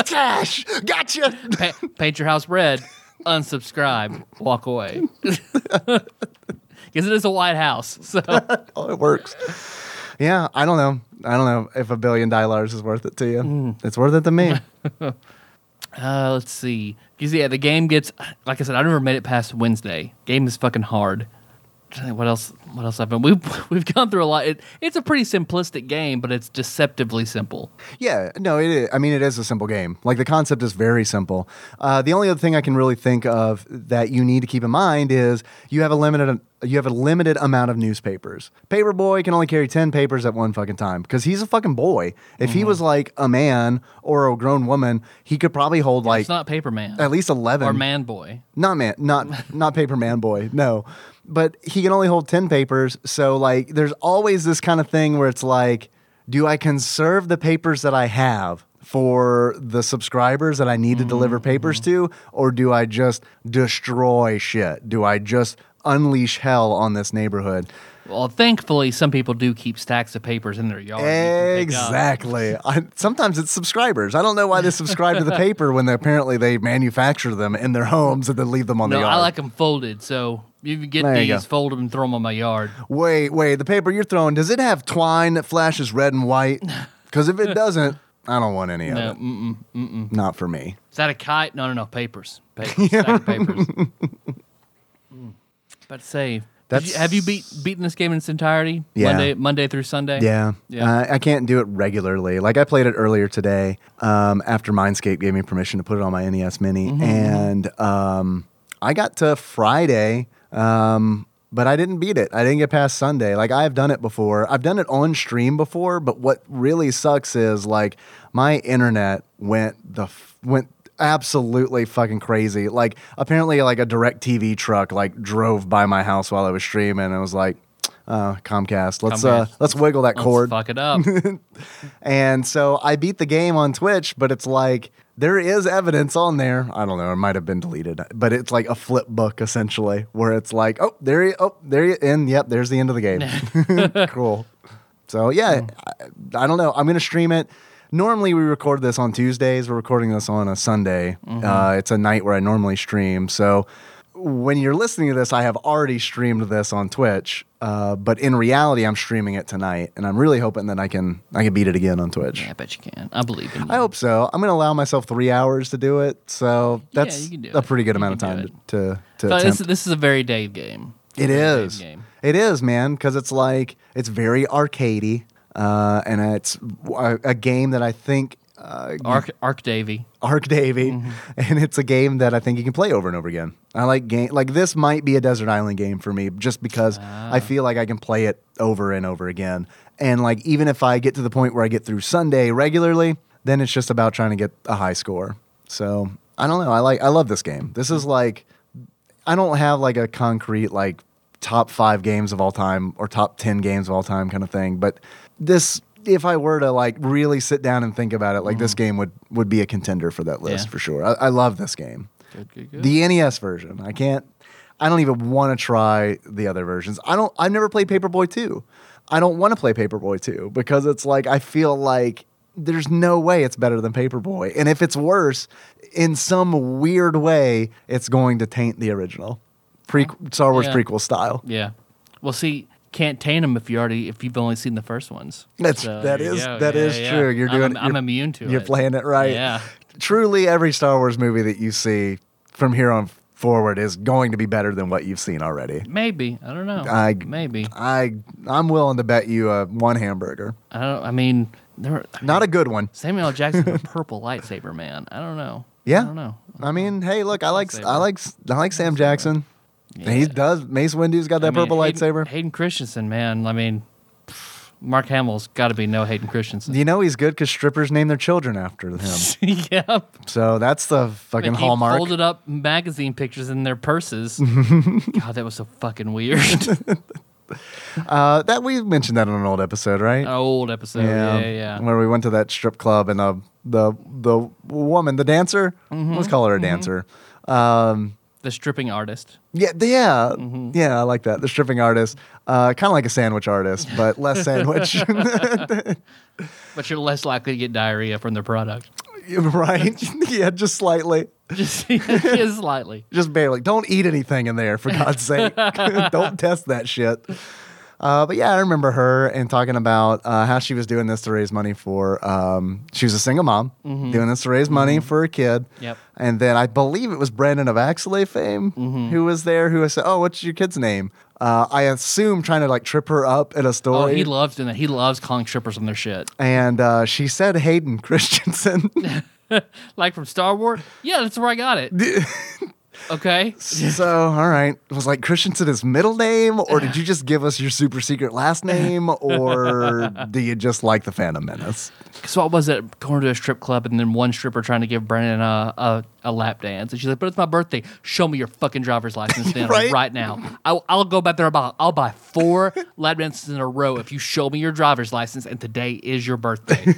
Speaker 2: Cash! Gotcha!
Speaker 1: pa- paint your house red, unsubscribe, walk away. (laughs) Because it is a White House, so
Speaker 2: Oh, it works. Yeah, I don't know. I don't know if a billion dilars is worth it to you.
Speaker 1: Hmm.
Speaker 2: It's worth it
Speaker 1: (laughs)
Speaker 2: to me.
Speaker 1: uh, let's see. Because yeah, the game gets like I said, I never made it past Wednesday. Game is fucking hard. Trying to think What else? What else I've been? We've (laughs) we've gone through a lot. It, it's a pretty simplistic game, but it's deceptively simple.
Speaker 2: yeah, no, it is. I mean, it is a simple game. Like, the concept is very simple. Uh, the only other thing I can really think of that you need to keep in mind is you have a limited. You have a limited amount of newspapers. Paperboy can only carry 10 papers at one fucking time because he's a fucking boy. If
Speaker 1: Mm-hmm.
Speaker 2: he was like a man or a grown woman, he could probably hold like
Speaker 1: It's not Paper Man
Speaker 2: at least 11
Speaker 1: or Man Boy.
Speaker 2: not man not not paper man boy no but he can only hold 10 papers so like there's always this kind of thing where it's like do i conserve the papers that i have for the subscribers that i need to deliver
Speaker 1: Mm-hmm,
Speaker 2: papers to or do i just destroy shit do i just unleash hell on this neighborhood
Speaker 1: Well, thankfully, some people do keep stacks of papers in their yard. that Oh, you can pick up.
Speaker 2: Exactly. I, sometimes it's subscribers. I don't know why they subscribe to
Speaker 1: (laughs)
Speaker 2: the paper when they, apparently they manufacture them in their homes and then leave them on
Speaker 1: No,
Speaker 2: the yard.
Speaker 1: I like them folded. So you can get
Speaker 2: There you
Speaker 1: these,
Speaker 2: go.
Speaker 1: fold them, and throw them on my yard.
Speaker 2: Wait, wait. The paper you're throwing, does it have twine that flashes red and white? Because if it doesn't, I don't want any
Speaker 1: No,
Speaker 2: of it. Not for me.
Speaker 1: Is that a kite? No, no, no.
Speaker 2: (laughs)
Speaker 1: Papers. Papers. Stack of papers. But say, did you-
Speaker 2: Mm. That's-
Speaker 1: have you beat beaten this game in its entirety?
Speaker 2: Yeah.
Speaker 1: Monday, Monday through Sunday.
Speaker 2: Yeah.
Speaker 1: Yeah.
Speaker 2: Uh, I can't do it regularly. Like I played it earlier today um, after Mindscape gave me permission to put it on my NES Mini.
Speaker 1: Mm-hmm,
Speaker 2: And um, I got to Friday, um, but I didn't beat it. I didn't get past Sunday. Like I've done it before. I've done it on stream before, but what really sucks is like my internet went the f- went absolutely fucking crazy. Like apparently like a direct TV truck like drove by my house while I was streaming and was like uh, Comcast, let's uh,
Speaker 1: Comcast.
Speaker 2: let's wiggle that
Speaker 1: Let's
Speaker 2: cord.
Speaker 1: fuck it
Speaker 2: (laughs)
Speaker 1: up.
Speaker 2: And so I beat the game on Twitch, but it's like there is evidence on there. I don't know, it might have been deleted, but it's like a flip book essentially, where it's like, oh, there, you, oh, there, you, and yep, there's the end of the game. (laughs) cool. So
Speaker 1: Hmm.
Speaker 2: yeah, I, I don't know. I'm gonna stream it. Normally we record this on Tuesdays. We're recording this on a Sunday.
Speaker 1: Mm-hmm.
Speaker 2: Uh, it's a night where I normally stream. So when you're listening to this, I have already streamed this on Twitch. Uh, but in reality, I'm streaming it tonight, and I'm really hoping that I can I can beat it again on Twitch.
Speaker 1: Yeah, I bet you can. I believe in you.
Speaker 2: I hope so. I'm going to allow myself three hours to do it, so
Speaker 1: Yeah,
Speaker 2: that's
Speaker 1: you can do
Speaker 2: a
Speaker 1: it.
Speaker 2: pretty good
Speaker 1: You
Speaker 2: amount of
Speaker 1: can
Speaker 2: time
Speaker 1: do
Speaker 2: to to,
Speaker 1: So
Speaker 2: to
Speaker 1: this,
Speaker 2: attempt.
Speaker 1: this is a very Dave game.
Speaker 2: It
Speaker 1: Very
Speaker 2: is.
Speaker 1: Dave game.
Speaker 2: It is, man, because it's like it's very arcadey, uh, and it's a, a game that I think uh,
Speaker 1: Arc, Arc Davy.
Speaker 2: Arc Davy, (laughs) and it's a game that I think you can play over and over again. I like game like this might be a desert island game for me just because I feel like I can play it over and over again. And like even if I get to the point where I get through Sunday regularly, then it's just about trying to get a high score. So I don't know. I like I love this game. This is like I don't have like a concrete like top five games of all time or top ten games of all time kind of thing. But this, if I were to like really sit down and think about it, like this game would would be a contender for that list
Speaker 1: Yeah.
Speaker 2: for sure. I, I love this game.
Speaker 1: Good, good, good.
Speaker 2: The NES version, I can't. I don't even want to try the other versions. I don't. I've never played Paperboy two. I don't want to play Paperboy two because it's like I feel like there's no way it's better than Paperboy, and if it's worse, in some weird way, it's going to taint the original, Pre- Star Wars
Speaker 1: Yeah.
Speaker 2: prequel style.
Speaker 1: yeah. Well, see, can't taint them if you already if you've only seen the first ones.
Speaker 2: That's
Speaker 1: So,
Speaker 2: that
Speaker 1: there you
Speaker 2: is
Speaker 1: go.
Speaker 2: that
Speaker 1: Yeah,
Speaker 2: is
Speaker 1: yeah.
Speaker 2: true. You're
Speaker 1: I'm-
Speaker 2: doing.
Speaker 1: I'm,
Speaker 2: you're-
Speaker 1: immune to it.
Speaker 2: You're playing it right.
Speaker 1: Yeah.
Speaker 2: Truly, every Star Wars movie that you see from here on forward is going to be better than what you've seen already.
Speaker 1: Maybe I don't know.
Speaker 2: I-
Speaker 1: Maybe
Speaker 2: I I'm willing to bet you uh, one hamburger,
Speaker 1: I don't. I mean, there. Were, I
Speaker 2: not a good one.
Speaker 1: Samuel L. Jackson,
Speaker 2: (laughs)
Speaker 1: a purple lightsaber man. I don't know.
Speaker 2: Yeah,
Speaker 1: I don't know.
Speaker 2: I mean, hey, look, I like
Speaker 1: Lightsaber.
Speaker 2: I like I like Sam Jackson. He
Speaker 1: Yeah.
Speaker 2: does. Mace Windu's got that
Speaker 1: I mean,
Speaker 2: purple
Speaker 1: Hayden-
Speaker 2: lightsaber.
Speaker 1: Hayden Christensen, man. I mean, pff, Mark Hamill's got to be no Hayden Christensen.
Speaker 2: you know he's good because strippers name their children after
Speaker 1: (sighs)
Speaker 2: him.
Speaker 1: (laughs) yep.
Speaker 2: so that's the fucking
Speaker 1: They keep
Speaker 2: hallmark.
Speaker 1: Folded up magazine pictures in their
Speaker 2: (laughs)
Speaker 1: purses. God, that was so fucking weird.
Speaker 2: Uh, that we mentioned that on an old episode, right?
Speaker 1: An old episode. Oh, Yeah, yeah.
Speaker 2: Where we went to that strip club and uh, the the woman, the dancer,
Speaker 1: Mm-hmm.
Speaker 2: let's call her a dancer. Um,
Speaker 1: The stripping artist.
Speaker 2: Yeah, the- yeah,
Speaker 1: Mm-hmm.
Speaker 2: yeah. I like that. The stripping artist, uh, kind of like a sandwich artist,
Speaker 1: (laughs)
Speaker 2: but less sandwich, (laughs)
Speaker 1: But you're less likely to get diarrhea from their product. (laughs)
Speaker 2: right? (laughs) yeah, just slightly,
Speaker 1: Just, (laughs) just slightly.
Speaker 2: just barely. Don't eat anything in there, for
Speaker 1: (laughs)
Speaker 2: God's sake. (laughs) Don't test that shit. Uh, but yeah, I remember her and talking about uh, how she was doing this to raise money for. Um, she was a single mom doing this to raise money for a kid.
Speaker 1: Mm-hmm. Yep.
Speaker 2: And then I believe it was Brandon of Axelay fame
Speaker 1: Mm-hmm.
Speaker 2: who was there who said, "Oh, what's your kid's name?" Uh, I assume trying to like trip her up at a story.
Speaker 1: Oh, he loves doing that. He loves calling strippers on their shit.
Speaker 2: and uh, she said Hayden (laughs) Christensen.
Speaker 1: Like from Star Wars? Yeah, that's where I got it. (laughs) okay.
Speaker 2: so, all right, was like Christensen his middle name, or did you just give us your super secret last name, or do you just like the Phantom Menace?
Speaker 1: So what was it? Going to a strip club and then one stripper trying to give Brennan a, a, a lap dance. And she's like, but it's my birthday. Show me your fucking driver's
Speaker 2: (laughs)
Speaker 1: license then
Speaker 2: Right?
Speaker 1: right? now. I'll, I'll go back there. and buy- I'll buy
Speaker 2: (laughs)
Speaker 1: four lap dances in a row if you show me your driver's license and today is your
Speaker 2: (laughs)
Speaker 1: birthday.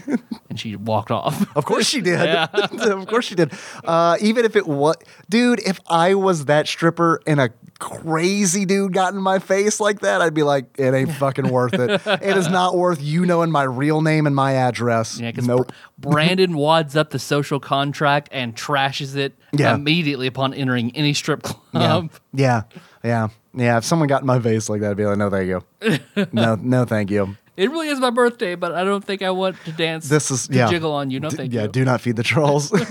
Speaker 1: and she walked off. (laughs)
Speaker 2: Of course she did. (laughs) of course she did. Uh, even if it was, dude, if I was that stripper and a crazy dude got in my face like that, I'd be like, it ain't fucking worth it. It is not worth you knowing my real name and my address.
Speaker 1: Yeah, because
Speaker 2: nope.
Speaker 1: Brandon wads up the social contract and trashes it
Speaker 2: Yeah.
Speaker 1: immediately upon entering any strip club.
Speaker 2: Yeah, yeah, yeah. If someone got in my face like that, I'd be like, no, thank you. no, no, thank you.
Speaker 1: It really is my birthday, but I don't think I want to dance.
Speaker 2: This is
Speaker 1: to
Speaker 2: yeah.
Speaker 1: jiggle on you. No,
Speaker 2: D-
Speaker 1: thank
Speaker 2: yeah,
Speaker 1: you.
Speaker 2: do not feed the trolls. (laughs)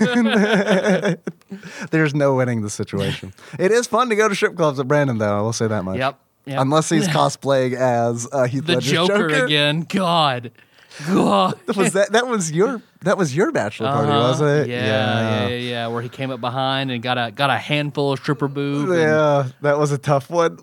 Speaker 2: There's no winning the situation. It is fun to go to strip clubs at Brandon, though. I will say that much.
Speaker 1: Yep, yep. (laughs)
Speaker 2: Unless he's cosplaying as uh, Heath
Speaker 1: the
Speaker 2: Ledger's
Speaker 1: Joker, again. God, God.
Speaker 2: Was (laughs) that that was your that was your bachelor party,
Speaker 1: Uh-huh.
Speaker 2: was it?
Speaker 1: Yeah, yeah, yeah, yeah. Where he came up behind and got a got a handful of stripper boob. and-
Speaker 2: Yeah, that was a tough one.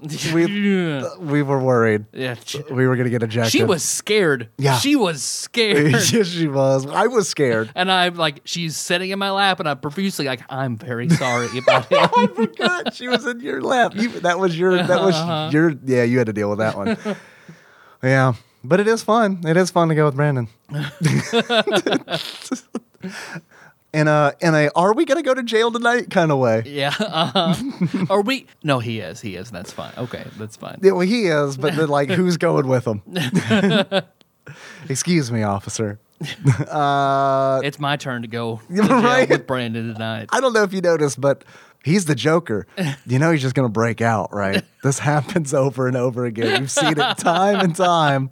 Speaker 1: (laughs)
Speaker 2: We
Speaker 1: yeah.
Speaker 2: we were worried.
Speaker 1: She,
Speaker 2: We were gonna get ejected.
Speaker 1: she
Speaker 2: (laughs)
Speaker 1: was scared.
Speaker 2: Yeah.
Speaker 1: she was scared.
Speaker 2: (laughs) yes, she was. I was scared.
Speaker 1: And I'm like, she's sitting in my lap, and I'm profusely like, I'm very sorry about it.
Speaker 2: (laughs) I forgot she was in your lap. You, that was your. That was your. Yeah, you had to deal with that one. yeah, but it is fun. It is fun to go with Brandon. (laughs) in a in a are we gonna go to jail tonight kind of way.
Speaker 1: Yeah. Uh-huh. Are we? No, he is. He is. That's fine. Okay, that's fine.
Speaker 2: Yeah, well, he is, but then like, who's going with him? (laughs) Excuse me, officer.
Speaker 1: It's my turn to go to jail
Speaker 2: Right. (laughs)
Speaker 1: with Brandon tonight.
Speaker 2: I don't know if you noticed, but He's the Joker. You know he's just gonna break out, right? This happens over and over again. We've seen it time and time.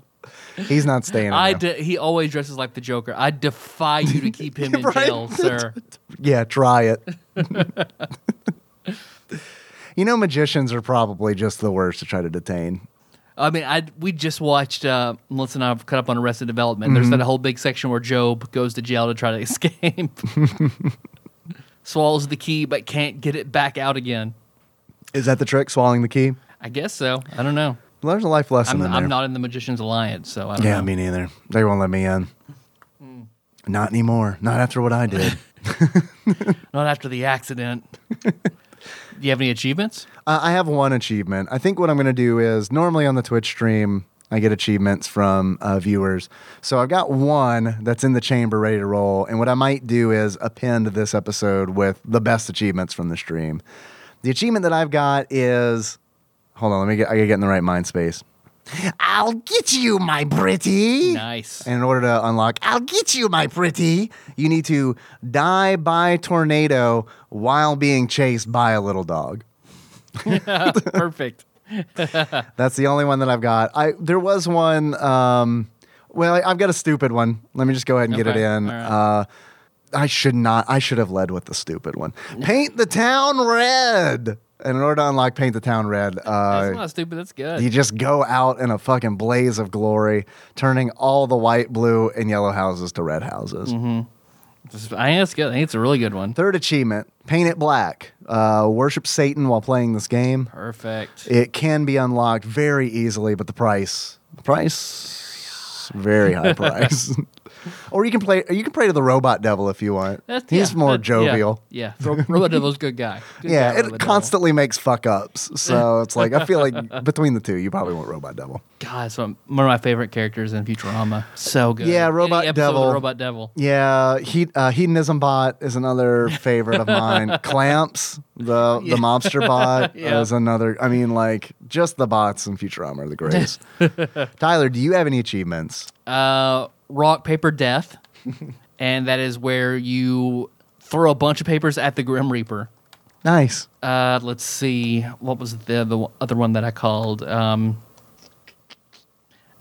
Speaker 2: He's not staying. In
Speaker 1: I
Speaker 2: there.
Speaker 1: de- he always dresses like the Joker. I defy you to keep
Speaker 2: (laughs)
Speaker 1: him in
Speaker 2: Right.
Speaker 1: jail, sir.
Speaker 2: Yeah, try
Speaker 1: (laughs)
Speaker 2: it. you know, magicians are probably just the worst to try to detain.
Speaker 1: I mean, I we just watched uh, Melissa and I've cut up on Arrested Development. There's
Speaker 2: Mm-hmm.
Speaker 1: that whole big section where Job goes to jail to (laughs) try to
Speaker 2: (laughs)
Speaker 1: escape, swallows the key but can't get it back out again.
Speaker 2: Is that the trick? Swallowing the key?
Speaker 1: I guess so. I don't know.
Speaker 2: Well, there's a life lesson
Speaker 1: I'm,
Speaker 2: in there.
Speaker 1: I'm not in the Magician's Alliance, so I don't
Speaker 2: yeah,
Speaker 1: know.
Speaker 2: me neither. They won't let me in.
Speaker 1: Hmm.
Speaker 2: Not anymore. Not after what I did.
Speaker 1: not after the
Speaker 2: (laughs)
Speaker 1: accident. Do you have any achievements?
Speaker 2: Uh, I have one achievement. I think what I'm going to do is normally on the Twitch stream, I get achievements from uh, viewers. So I've got one that's in the chamber ready to roll. And what I might do is append this episode with the best achievements from the stream. The achievement that I've got is hold on, let me get, I gotta get in the right mind space. I'll get you, my pretty.
Speaker 1: Nice.
Speaker 2: And in order to unlock, I'll get you, my pretty, you need to die by tornado while being chased by a little dog. (laughs)
Speaker 1: Perfect.
Speaker 2: That's the only one that I've got. I there was one. Um, well, I, I've got a stupid one. Let me just go ahead and get it
Speaker 1: Okay,
Speaker 2: in.
Speaker 1: all right.
Speaker 2: Uh, I should not. I should have led with the stupid one. Paint the town red. And in order to unlock paint the town red,
Speaker 1: (laughs) That's
Speaker 2: uh,
Speaker 1: not stupid. That's good.
Speaker 2: you just go out in a fucking blaze of glory, turning all the white, blue, and yellow houses to red houses.
Speaker 1: Mm-hmm. This- I think that's good. I think it's a really good one.
Speaker 2: Third achievement: paint it black. Uh, worship Satan while playing this game.
Speaker 1: Perfect.
Speaker 2: It can be unlocked very easily, but the price, the price, very
Speaker 1: (laughs)
Speaker 2: high price. or you can play, you can pray to the robot devil if you want.
Speaker 1: That's-
Speaker 2: He's
Speaker 1: yeah,
Speaker 2: more
Speaker 1: that-
Speaker 2: jovial.
Speaker 1: Yeah, (laughs) yeah. Ro- Robo Devil's a good
Speaker 2: (laughs)
Speaker 1: guy. Good
Speaker 2: Yeah,
Speaker 1: guy,
Speaker 2: it
Speaker 1: Robo Devil.
Speaker 2: constantly makes fuck ups.
Speaker 1: (laughs)
Speaker 2: So it's like I feel like between the two, you probably want robot devil.
Speaker 1: God, it's one one of my favorite characters in Futurama. So good.
Speaker 2: Yeah,
Speaker 1: Any
Speaker 2: Robot
Speaker 1: episode with
Speaker 2: Devil.
Speaker 1: Robot Devil.
Speaker 2: Yeah, he, uh, hedonism bot is another favorite
Speaker 1: (laughs)
Speaker 2: of mine. Clamps, the the mobster bot,
Speaker 1: Yeah.
Speaker 2: is another. I mean, like just the bots in Futurama are
Speaker 1: (laughs)
Speaker 2: the greatest. Tyler, do you have any achievements?
Speaker 1: Uh, rock paper
Speaker 2: (laughs)
Speaker 1: death, and that is where you throw a bunch of papers at the Grim Reaper.
Speaker 2: Nice.
Speaker 1: Uh, let's see. What was the, the other one that I called? Um,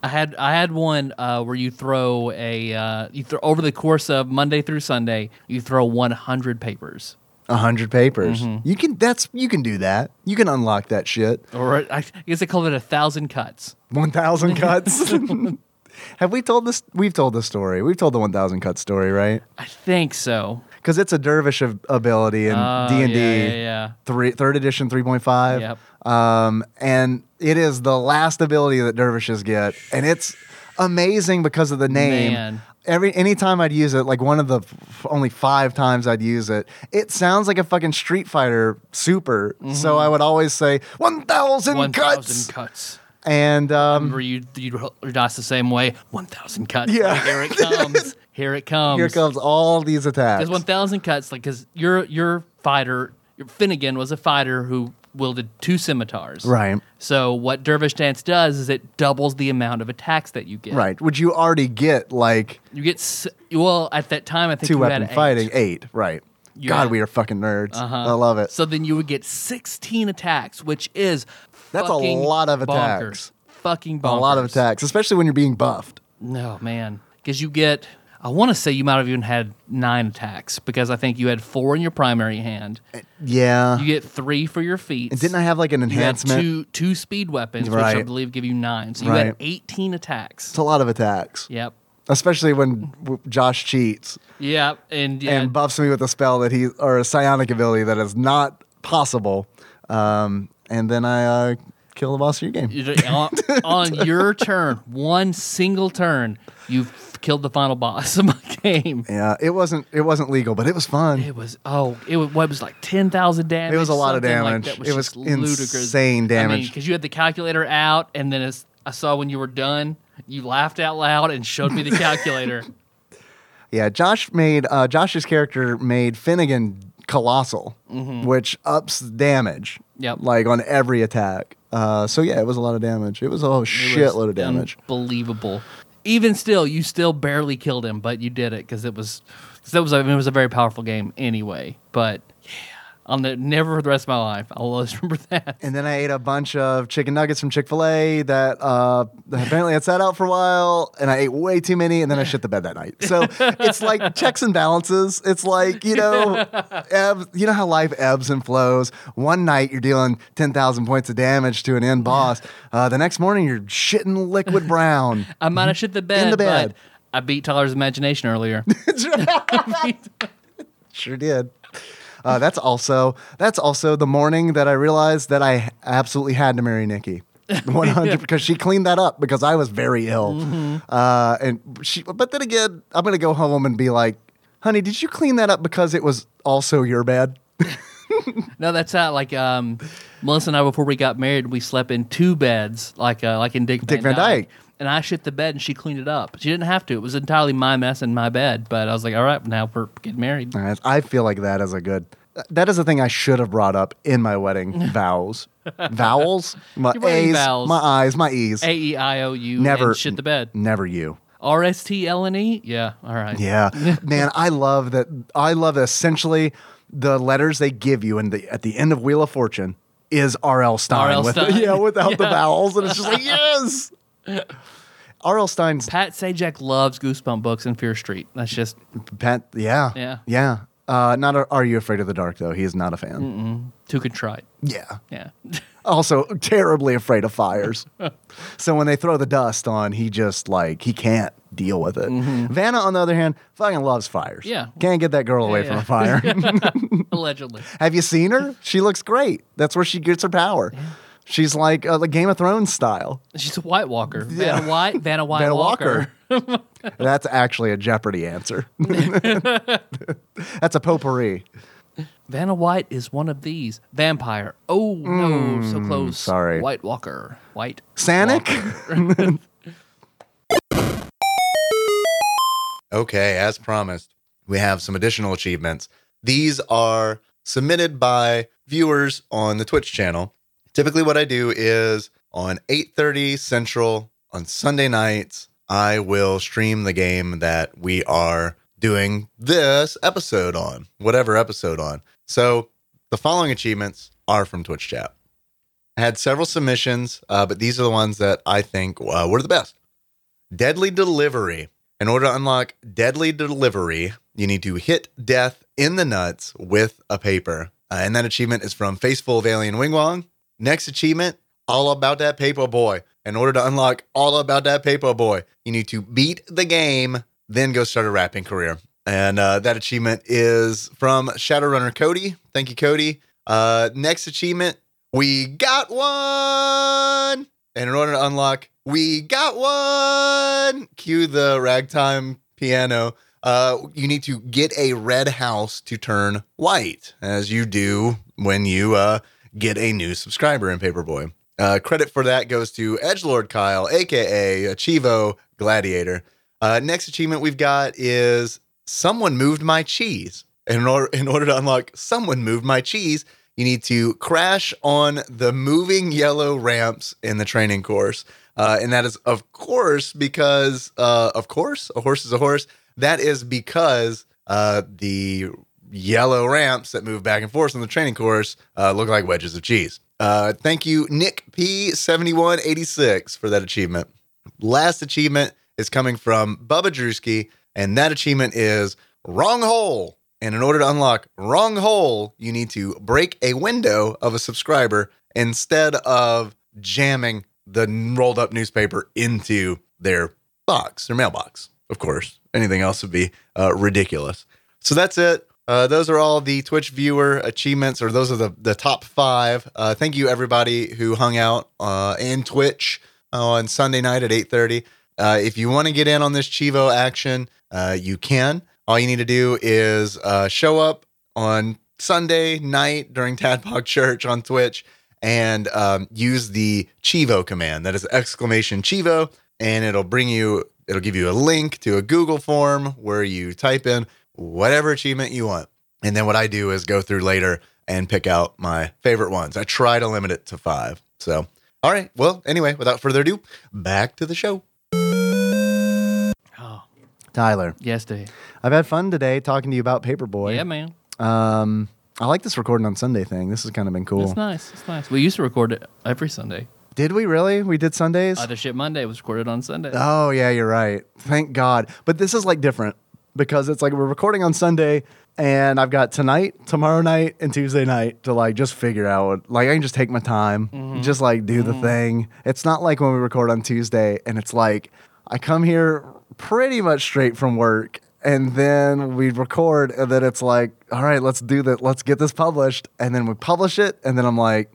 Speaker 1: I had I had one uh, where you throw a uh, you throw over the course of Monday through Sunday you throw 100 papers.
Speaker 2: A hundred papers.
Speaker 1: Mm-hmm.
Speaker 2: You can. That's you can do that. You can unlock that shit.
Speaker 1: Or I guess they call it a thousand cuts.
Speaker 2: One thousand cuts. (laughs) Have we told this? We've told the story. We've told the one thousand cut story, right?
Speaker 1: I think so.
Speaker 2: Because it's a dervish ab- ability in
Speaker 1: Oh,
Speaker 2: D and
Speaker 1: yeah, yeah,
Speaker 2: D
Speaker 1: yeah.
Speaker 2: three third edition three point five.
Speaker 1: Yep.
Speaker 2: Um, and it is the last ability that dervishes get, and it's amazing because of the name.
Speaker 1: Man.
Speaker 2: Every anytime I'd use it, like one of the f- only five times I'd use it, it sounds like a fucking Street Fighter super. So I would always say one thousand
Speaker 1: Mm-hmm. One
Speaker 2: cuts,
Speaker 1: thousand cuts.
Speaker 2: and um,
Speaker 1: Where you you dice the same way. One thousand cuts.
Speaker 2: Yeah.
Speaker 1: Like, here it
Speaker 2: (laughs)
Speaker 1: comes. here it comes.
Speaker 2: here comes all these attacks.
Speaker 1: There's one thousand cuts. Like because your your fighter your Finnegan was a fighter who wielded two scimitars.
Speaker 2: right,
Speaker 1: So what dervish dance does is it doubles the amount of attacks that you get.
Speaker 2: right. Would you already get like
Speaker 1: You get s- well at that time. I think
Speaker 2: two
Speaker 1: you
Speaker 2: weapon
Speaker 1: had eight.
Speaker 2: fighting eight? Right.
Speaker 1: You
Speaker 2: God,
Speaker 1: had- Uh-huh.
Speaker 2: we are fucking nerds. I love it.
Speaker 1: So then you would get 16 attacks, which is
Speaker 2: That's a
Speaker 1: fucking
Speaker 2: lot of
Speaker 1: bonkers.
Speaker 2: attacks.
Speaker 1: Fucking
Speaker 2: a
Speaker 1: bonkers.
Speaker 2: lot of attacks, especially when you're being buffed.
Speaker 1: No man, because you get. I want to say you might have even had nine attacks because I think you had four in your primary hand.
Speaker 2: Yeah.
Speaker 1: You get three for your feet.
Speaker 2: Eh. and didn't I have like an
Speaker 1: You had
Speaker 2: enhancement?
Speaker 1: two two speed weapons, which I
Speaker 2: Right.
Speaker 1: believe give you nine. So you had
Speaker 2: Right.
Speaker 1: 18 attacks.
Speaker 2: It's a lot of attacks.
Speaker 1: Yep.
Speaker 2: Especially when w- Josh cheats
Speaker 1: Yep. And yeah, (laughs)
Speaker 2: and buffs me with a spell that he or a psionic ability that is not possible. Um, and then I uh, kill the boss of your game.
Speaker 1: you d- on,
Speaker 2: (laughs)
Speaker 1: on your turn, one single turn, you've killed the final boss of my game.
Speaker 2: Yeah, it wasn't it wasn't legal, but it was fun. It,
Speaker 1: It was oh, it was what it was like ten thousand damage.
Speaker 2: was a lot of
Speaker 1: something
Speaker 2: damage.
Speaker 1: Like that
Speaker 2: It was
Speaker 1: just ludicrous.
Speaker 2: insane
Speaker 1: I mean,
Speaker 2: damage.
Speaker 1: because you had the calculator out, and then as I saw when you were done, you laughed out loud and showed
Speaker 2: (laughs)
Speaker 1: me the calculator.
Speaker 2: yeah, Josh made uh, Josh's character made Finnegan colossal, which ups damage.
Speaker 1: Yep.
Speaker 2: like on every attack. Uh, so yeah, it was a lot of damage. It was a
Speaker 1: It was
Speaker 2: shitload of damage.
Speaker 1: unbelievable. Even still, you still barely killed him, but you did it because it was 'cause that was a, it was a very powerful game anyway. But yeah, I'll ne- never for the rest of my life. I'll always (laughs) remember that.
Speaker 4: And then I ate a bunch of chicken nuggets from Chick Fil A that uh, apparently had sat out for a while, and I ate way too many, and then I shit the bed that night. So it's like checks and balances. It's like you know, ebbs, you know how life ebbs and flows. One night you're dealing ten thousand points of damage to an end boss. Uh, the next morning you're shitting liquid brown. (laughs)
Speaker 1: I might have shit the bed.
Speaker 4: the bed.
Speaker 1: But I beat Tyler's imagination earlier. (laughs)
Speaker 4: Sure did. Uh, that's also that's also the morning that I realized that I absolutely had to marry Nikki. 100 because she cleaned that up because I was very ill. Uh, and she but then again, I'm going to go home and be like, "Honey, did you clean that up because it was also your bed?"
Speaker 1: no, that's not like um, Melissa and I before we got married. We slept in two beds, like uh, like in Dick,
Speaker 4: Dick
Speaker 1: Van
Speaker 4: Van
Speaker 1: Dyke.
Speaker 4: Dyke.
Speaker 1: And I shit the bed, and she cleaned it up. She didn't have to. It was entirely my mess and my bed. But I was like, all right, now we're getting married.
Speaker 4: I I feel like that is a good that is a thing I should have brought up in my wedding vows. vowels? My
Speaker 1: Your wedding
Speaker 4: A's,
Speaker 1: vows.
Speaker 4: my I's, my E's.
Speaker 1: A e i o u.
Speaker 4: never
Speaker 1: and shit the bed.
Speaker 4: Never you.
Speaker 1: R s t l n e. (laughs) Yeah. All right.
Speaker 4: Yeah, man, I love that. I love essentially the letters they give you, and the at the end of Wheel of Fortune is R.L. Stein.
Speaker 1: R.L.
Speaker 4: With,
Speaker 1: Stein.
Speaker 4: (laughs) Yeah,
Speaker 1: (laughs)
Speaker 4: without the vowels, and it's just like yes. R.L. Stein's
Speaker 1: Pat Sajak loves Goosebump books and Fear Street. That's just
Speaker 4: pet. Yeah,
Speaker 1: Yeah.
Speaker 4: yeah. Uh, not a, Are You Afraid of the Dark though? He is not a fan.
Speaker 1: too contrite.
Speaker 4: Yeah.
Speaker 1: Yeah. (laughs)
Speaker 4: Also, terribly afraid of fires. so when they throw the dust on, he just like he can't deal with it. Vanna, on the other hand, fucking loves fires.
Speaker 1: Mm-hmm. Yeah.
Speaker 4: can't get that girl away
Speaker 1: yeah.
Speaker 4: from a fire.
Speaker 1: (laughs)
Speaker 4: (laughs)
Speaker 1: Allegedly.
Speaker 4: Have you seen her? She looks great. That's where she gets her power. She's like uh, like Game of Thrones style.
Speaker 1: She's a White Walker.
Speaker 4: Yeah.
Speaker 1: Vanna White. Vanna White
Speaker 4: Vanna
Speaker 1: Walker.
Speaker 4: Walker. That's actually a Jeopardy answer. That's a potpourri.
Speaker 1: Vanna White is one of these. Vampire. Oh no, so close.
Speaker 4: Mm, sorry.
Speaker 1: White Walker. White.
Speaker 4: Sanic? (laughs) okay, as promised, we have some additional achievements. These are submitted by viewers on the Twitch channel. Typically what I do is on 8:30 Central on Sunday nights, I will stream the game that we are doing this episode on, whatever episode on. So, the following achievements are from Twitch chat. I had several submissions, uh, but these are the ones that I think uh, were the best. Deadly Delivery. In order to unlock Deadly Delivery, you need to hit death in the nuts with a paper. Uh, and that achievement is from Faceful of Alien Wing Wong. Next achievement, All About That Paper Boy. In order to unlock All About That Paper Boy, you need to beat the game, then go start a rapping career. And uh, that achievement is from Shadowrunner Cody. Thank you, Cody. Uh, next achievement, we got one. And in order to unlock, we got one. Cue the ragtime piano. Uh, you need to get a red house to turn white, as you do when you uh, get a new subscriber in Paperboy. Uh, credit for that goes to Edgelord Kyle, aka Achivo Gladiator. Uh, next achievement we've got is someone moved my cheese. And in order, in order to unlock someone moved my cheese, you need to crash on the moving yellow ramps in the training course. Uh, and that is, of course, because, uh, of course, a horse is a horse. That is because uh, the yellow ramps that move back and forth on the training course uh, look like wedges of cheese. Uh, thank you, Nick P7186, for that achievement. Last achievement is coming from Bubba Drewski, and that achievement is Wrong Hole. And in order to unlock Wrong Hole, you need to break a window of a subscriber instead of jamming the rolled up newspaper into their box, their mailbox, of course. Anything else would be uh, ridiculous. So that's it. Uh, those are all the Twitch viewer achievements, or those are the, the top five. Uh, thank you, everybody who hung out uh, in Twitch on Sunday night at 8.30. Uh, if you want to get in on this Chivo action, uh, you can. All you need to do is uh, show up on Sunday night during Tadpog Church on Twitch and um, use the Chivo command. That is exclamation Chivo, and it'll bring you, it'll give you a link to a Google form where you type in whatever achievement you want. And then what I do is go through later and pick out my favorite ones. I try to limit it to five. So, all right. Well, anyway, without further ado, back to the show.
Speaker 1: Oh,
Speaker 4: Tyler,
Speaker 1: yes, Dave.
Speaker 4: I've had fun today talking to you about Paperboy.
Speaker 1: Yeah, man.
Speaker 4: Um,
Speaker 2: I like this recording on Sunday thing. This has kind of been cool.
Speaker 1: It's nice. It's nice. We used to record it every Sunday.
Speaker 2: Did we really? We did Sundays?
Speaker 1: Other shit Monday was recorded on Sunday.
Speaker 2: (laughs)
Speaker 4: Uh.
Speaker 2: Oh yeah, you're right. Thank God. But this is like different because it's like we're recording on Sunday and I've got tonight, tomorrow night, and Tuesday night to like just figure out what- like I can just take my time, just like do the thing. It's not like when we record on Tuesday and it's like I come here pretty much straight from work and then we record and then it's like, all right, let's do that. Let's get this published. And then we publish it and then I'm like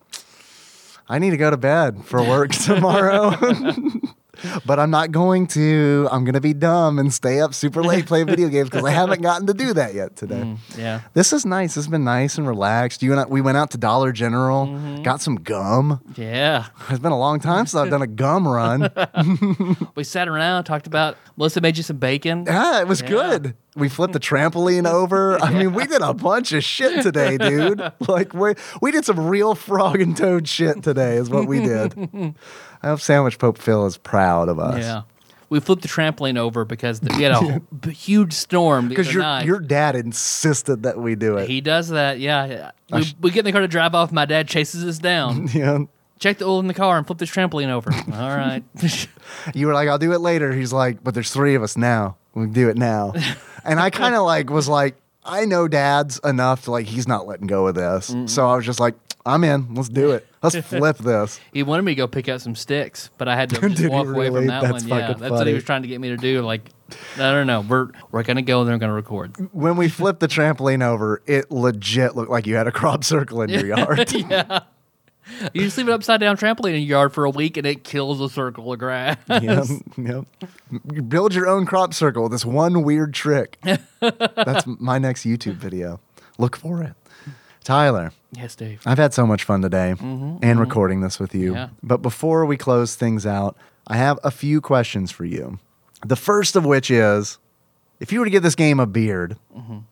Speaker 2: I need to go to bed for
Speaker 1: (laughs)
Speaker 2: work tomorrow. but I'm not going to. I'm going to be dumb and stay up super late playing video games because I haven't gotten to do that yet today.
Speaker 1: Yeah.
Speaker 2: This is nice. It's been nice and relaxed. You and I, we went out to Dollar General,
Speaker 1: Mm-hmm.
Speaker 2: got some gum.
Speaker 1: Yeah.
Speaker 2: It's been a long time since I've done a gum run.
Speaker 1: We sat around, talked about Melissa made you some
Speaker 4: (laughs)
Speaker 1: bacon.
Speaker 2: yeah, it was
Speaker 1: Yeah.
Speaker 2: good. We flipped the trampoline over. I mean, we did a bunch of shit
Speaker 1: (laughs)
Speaker 2: today, dude. Like we we did some real frog and toad shit today is what
Speaker 1: (laughs)
Speaker 2: we did. I hope Sandwich Pope Phil is proud of us.
Speaker 1: Yeah. We flipped the trampoline over because the, we
Speaker 2: (laughs)
Speaker 1: had a b- huge storm the
Speaker 2: Because
Speaker 1: other
Speaker 2: your
Speaker 1: night.
Speaker 2: your dad insisted that we do (laughs) it.
Speaker 1: he does that, yeah. We, we get in the car to drive off. My dad chases us
Speaker 2: (laughs)
Speaker 1: down.
Speaker 2: you, know,
Speaker 1: Check the oil in the car and flip this trampoline over. All right. (laughs)
Speaker 2: you were like, I'll do it later. He's like, but there's three of us now. We can do it now. and I kind of like was like, I know dad's enough to like, he's not letting go of this. So I was just like, I'm in. Let's do it. Let's flip this.
Speaker 1: he wanted me to go pick up some sticks, but I
Speaker 2: (laughs)
Speaker 1: had to
Speaker 2: Did he
Speaker 1: just walk away
Speaker 2: really?
Speaker 1: from that
Speaker 2: That's
Speaker 1: one. Yeah,
Speaker 2: fucking
Speaker 1: that's what
Speaker 2: funny.
Speaker 1: he was trying to get me to do. Like, I don't know. We're we're gonna go and then we're gonna record.
Speaker 2: When we flipped the trampoline over, it legit looked like you had a crop circle in your yard.
Speaker 1: You just leave an upside down trampoline in your yard for a week, and it kills a circle of grass. (laughs)
Speaker 2: yep, yep. You build your own crop circle with this one weird trick. That's my next YouTube video. Look for it. Tyler,
Speaker 1: yes, Dave.
Speaker 2: I've had so much fun today and recording this with you.
Speaker 1: Yeah.
Speaker 2: But before we close things out, I have a few questions for you. The first of which is if you were to give this game a beard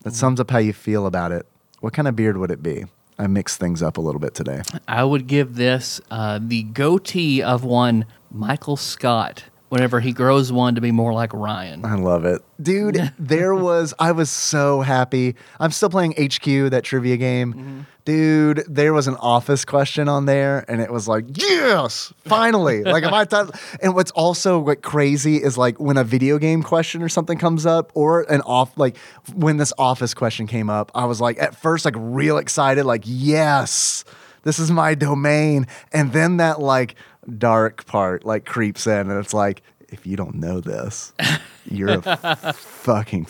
Speaker 2: that sums up how you feel about it, what kind of beard would it be? I mixed things up a little bit today.
Speaker 1: I would give this uh, the goatee of one Michael Scott whenever he grows one to be more like
Speaker 2: (laughs)
Speaker 1: Ryan.
Speaker 2: I love it. Dude, there was, I was so happy. I'm still playing HQ, that trivia game. Dude, there was an office question on there, and it was like, yes, finally. like, if I thought, and what's also like crazy is like when a video game question or something comes up, or an off, like when this office question came up, I was like, at first, like real excited, like, yes, this is my domain. And then that like dark part like creeps in, and it's like, if you don't know this, you're a f- fucking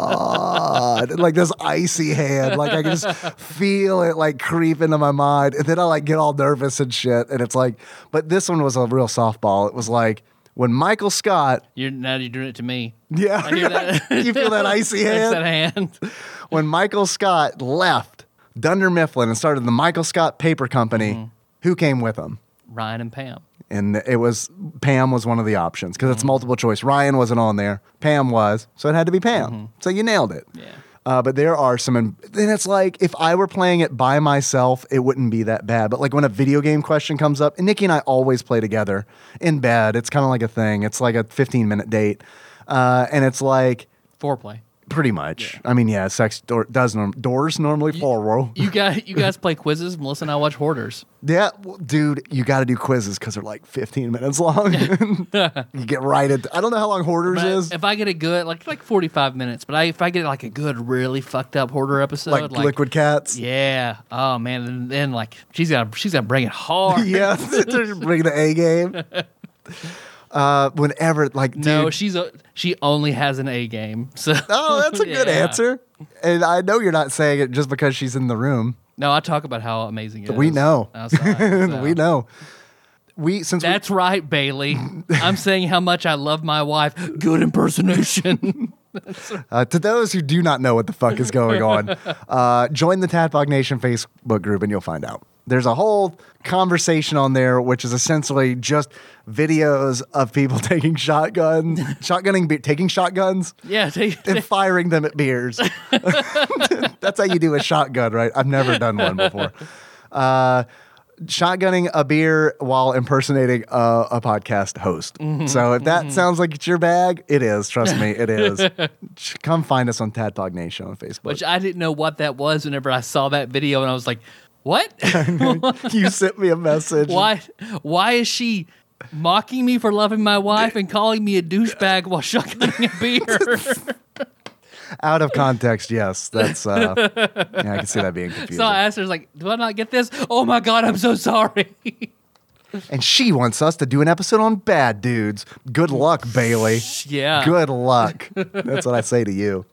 Speaker 2: fraud. like this icy hand. Like I can just feel it like creep into my mind. And then I like get all nervous and shit. And it's like, but this one was a real softball. It was like when Michael Scott, (laughs)
Speaker 1: You're now you're doing it to me.
Speaker 2: yeah,
Speaker 1: I hear that.
Speaker 2: (laughs) you feel
Speaker 1: (laughs)
Speaker 2: that icy
Speaker 1: It's
Speaker 2: hand?
Speaker 1: that hand.
Speaker 2: when Michael Scott left Dunder Mifflin and started the Michael Scott Paper Company,
Speaker 1: Mm-hmm.
Speaker 2: who came with him?
Speaker 1: Ryan and Pam.
Speaker 2: and it was Pam was one of the options because it's
Speaker 1: Mm-hmm.
Speaker 2: multiple choice. Ryan wasn't on there. Pam was, so it had to be Pam.
Speaker 1: Mm-hmm.
Speaker 2: So you nailed it.
Speaker 1: Yeah.
Speaker 2: Uh, but there are some, and it's like if I were playing it by myself, it wouldn't be that bad. But like when a video game question comes up, and Nikki and I always play together in bed. It's kind of like a thing. It's like a 15 minute date, uh, and it's like
Speaker 1: Foreplay.
Speaker 2: pretty much. I mean, yeah, sex door, does norm, doors normally fall roll.
Speaker 1: You guys, you guys play quizzes. Melissa and I watch Hoarders.
Speaker 2: Yeah, well, dude, you got to do quizzes because they're like 15 minutes
Speaker 1: (laughs)
Speaker 2: long. (laughs) you get right at. I don't know how long Hoarders
Speaker 1: But
Speaker 2: is.
Speaker 1: if I get a good like like forty five minutes, but I if I get like a good really fucked up hoarder episode,
Speaker 2: Like, Liquid Cats.
Speaker 1: yeah, oh man, and then like she's got she's got to bring it (laughs) hard.
Speaker 2: (laughs) Yeah, just bring the A game. Uh, whenever like dude,
Speaker 1: no, she's a, she only has an A game. So (laughs)
Speaker 2: oh, that's a good
Speaker 1: Yeah.
Speaker 2: answer. And I know you're not saying it just because she's in the room.
Speaker 1: No, I talk about how amazing it is.
Speaker 2: We know. (laughs)
Speaker 1: outside, so.
Speaker 2: We know. We since we-
Speaker 1: That's right,
Speaker 2: (laughs)
Speaker 1: Bailey. I'm saying how much I love my wife. Good
Speaker 2: (laughs)
Speaker 1: impersonation.
Speaker 2: Uh, to those who do not know what the fuck is going on,
Speaker 1: (laughs)
Speaker 2: uh, join the Tadpog Nation Facebook group and you'll find out. There's a whole conversation on there, which is essentially just videos of people (laughs) taking shotguns, shotgunning, be- taking shotguns,
Speaker 1: yeah, take,
Speaker 2: and firing them at beers. (laughs) That's how you do a shotgun, right? I've never done one before. Uh, shotgunning a beer while impersonating a, a podcast host.
Speaker 1: Mm-hmm.
Speaker 2: So if that sounds like it's your bag, it is. Trust me, it is. (laughs) Ch- Come find us on Tadpog Nation on Facebook.
Speaker 1: Which I didn't know what that was whenever I saw that video, and I was like,
Speaker 2: (laughs)
Speaker 1: "What?
Speaker 2: you sent me a
Speaker 1: (laughs)
Speaker 2: message.
Speaker 1: why? Why is she mocking me for loving my wife and calling me a douchebag while
Speaker 2: (laughs)
Speaker 1: shotgunning a beer?"
Speaker 2: Out of context, yes.
Speaker 1: (laughs)
Speaker 2: That's uh yeah, I can see that being confusing.
Speaker 1: so uh, I asked her, I was "Like, do I not get this? Oh my god, I'm so sorry."
Speaker 2: and she wants us to do an episode on bad dudes. Good luck, Bailey.
Speaker 1: yeah,
Speaker 2: Good luck. That's what I say to you.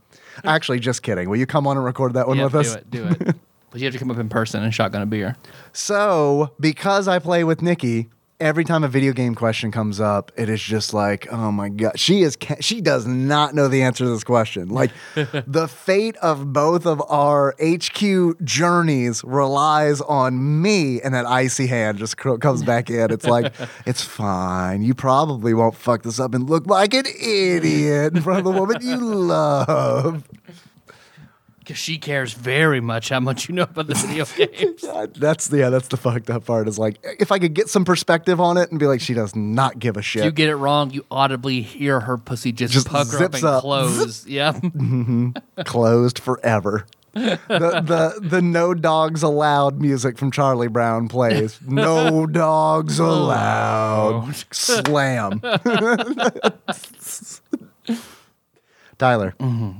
Speaker 2: Actually, just kidding. Will you come on and record that one
Speaker 1: Yeah,
Speaker 2: with
Speaker 1: do
Speaker 2: us?
Speaker 1: it, do
Speaker 2: (laughs)
Speaker 1: it. But you have to come up in person and shotgun a beer.
Speaker 2: So, because I play with Nikki, every time a video game question comes up, it is just like, oh my god, she is ca- she does not know the answer to this
Speaker 1: (laughs)
Speaker 2: question. Like, the fate of both of our HQ journeys relies on me, and that icy hand just cr- comes back in.
Speaker 1: (laughs)
Speaker 2: It's like, it's fine. You probably won't fuck this up and look like an idiot in front of the woman you love.
Speaker 1: Because she cares very much how much you know about the
Speaker 2: (laughs)
Speaker 1: video games.
Speaker 2: God, that's the yeah, that's the fucked up part. Is like if I could get some perspective on it and be like, she does not give a shit.
Speaker 1: You get (laughs) it wrong, you audibly hear her pussy just,
Speaker 2: Just
Speaker 1: pucker up
Speaker 2: zips
Speaker 1: and
Speaker 2: up. (laughs)
Speaker 1: close. yeah. Mm,
Speaker 2: Closed forever. the, the the no dogs allowed music from Charlie Brown plays.
Speaker 1: (laughs)
Speaker 2: No dogs
Speaker 1: Oh,
Speaker 2: allowed.
Speaker 1: (laughs)
Speaker 2: Slam. Tyler,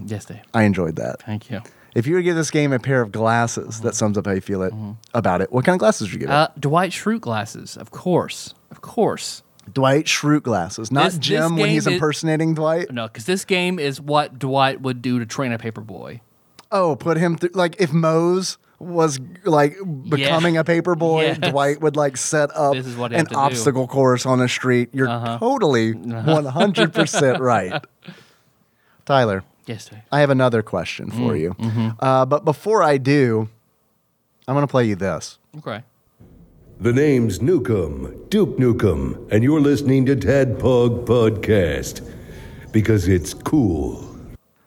Speaker 1: yes, Dave.
Speaker 2: I enjoyed that.
Speaker 1: Thank you.
Speaker 2: If you were to give this game a pair of glasses, that sums up how you feel it about it. What kind of glasses would you give
Speaker 1: Uh, Dwight Schrute glasses, of course. Of course.
Speaker 2: it? Dwight Schrute glasses, not
Speaker 1: this- this
Speaker 2: Jim when
Speaker 1: game
Speaker 2: he's
Speaker 1: is-
Speaker 2: impersonating Dwight.
Speaker 1: No, because this game is what Dwight would do to train a paperboy.
Speaker 2: Oh, put him through. Like if Mose was like becoming a paper
Speaker 1: (laughs)
Speaker 2: boy,
Speaker 1: Yes.
Speaker 2: Dwight would like set up
Speaker 1: This is what you
Speaker 2: an
Speaker 1: have to do. Uh-huh.
Speaker 2: obstacle course on a street. You're
Speaker 1: (laughs)
Speaker 2: totally 100% right. Tyler,
Speaker 1: Yes, Dave.
Speaker 2: I have another question
Speaker 1: Mm,
Speaker 2: for you.
Speaker 1: mm-hmm.
Speaker 2: Uh, but before I do, I'm going to play you this.
Speaker 1: Okay.
Speaker 5: The name's Newcomb, Duke Newcomb, and you're listening to Tadpog Podcast because it's cool.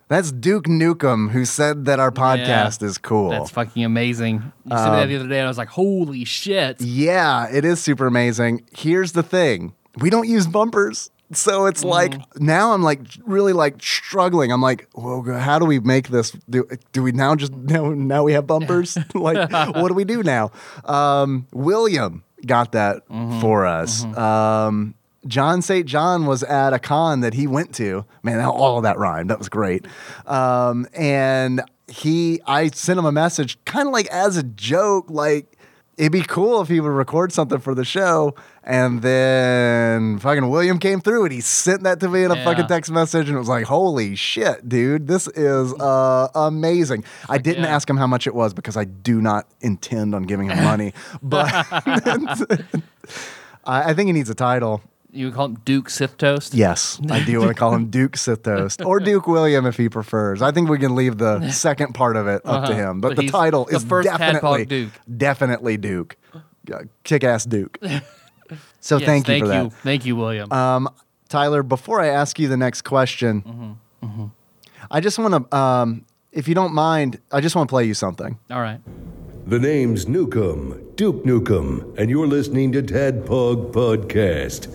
Speaker 2: That's Duke Nukem who said that our podcast is cool. Um,
Speaker 1: That's fucking amazing. You said that the other day, and I was like, holy shit.
Speaker 2: Yeah, it is super amazing. Here's the thing we don't use bumpers. So it's like now I'm like really like struggling. I'm like, well, g- how do we make this? Do, do we now just (laughs) now, now we have bumpers? (laughs) like, what do we do now? Um, William got that for us. Um, John St. John was at a con that he went to. Man, that- all of that rhymed. That was great. Um, and he, I sent him a message kind of like as a joke, like, it'd be cool if he would record something for the show. And then fucking William came through and he sent that to me in a
Speaker 1: Yeah.
Speaker 2: fucking text message and it was like, holy shit, dude, this is uh, amazing. I didn't
Speaker 1: yeah.
Speaker 2: ask him how much it was because I do not intend on giving him
Speaker 1: (laughs)
Speaker 2: money, but (laughs) I, I think he needs a title.
Speaker 1: You would call him Duke Sith Toast?
Speaker 2: Yes,
Speaker 1: (laughs)
Speaker 2: I do want to call him Duke Sithos or Duke William if he prefers. I think we can leave
Speaker 1: (laughs)
Speaker 2: the second part of it up to him,
Speaker 1: But
Speaker 2: but,
Speaker 1: Uh-huh.
Speaker 2: the
Speaker 1: he's
Speaker 2: title
Speaker 1: the
Speaker 2: is
Speaker 1: first Tadpog
Speaker 2: definitely
Speaker 1: Duke.
Speaker 2: definitely Duke, Uh, kick-ass
Speaker 1: (laughs)
Speaker 2: Duke. So
Speaker 1: Yes,
Speaker 2: thank you for that, Uh, Um,
Speaker 1: Thank you, William.
Speaker 2: Tyler. Before I ask you the next question,
Speaker 1: Mm-hmm,
Speaker 2: I just want to, um, if you don't mind, I just want to play you something.
Speaker 1: All right.
Speaker 5: The name's Newcomb, Duke Newcomb, and you're listening to Tadpog Podcast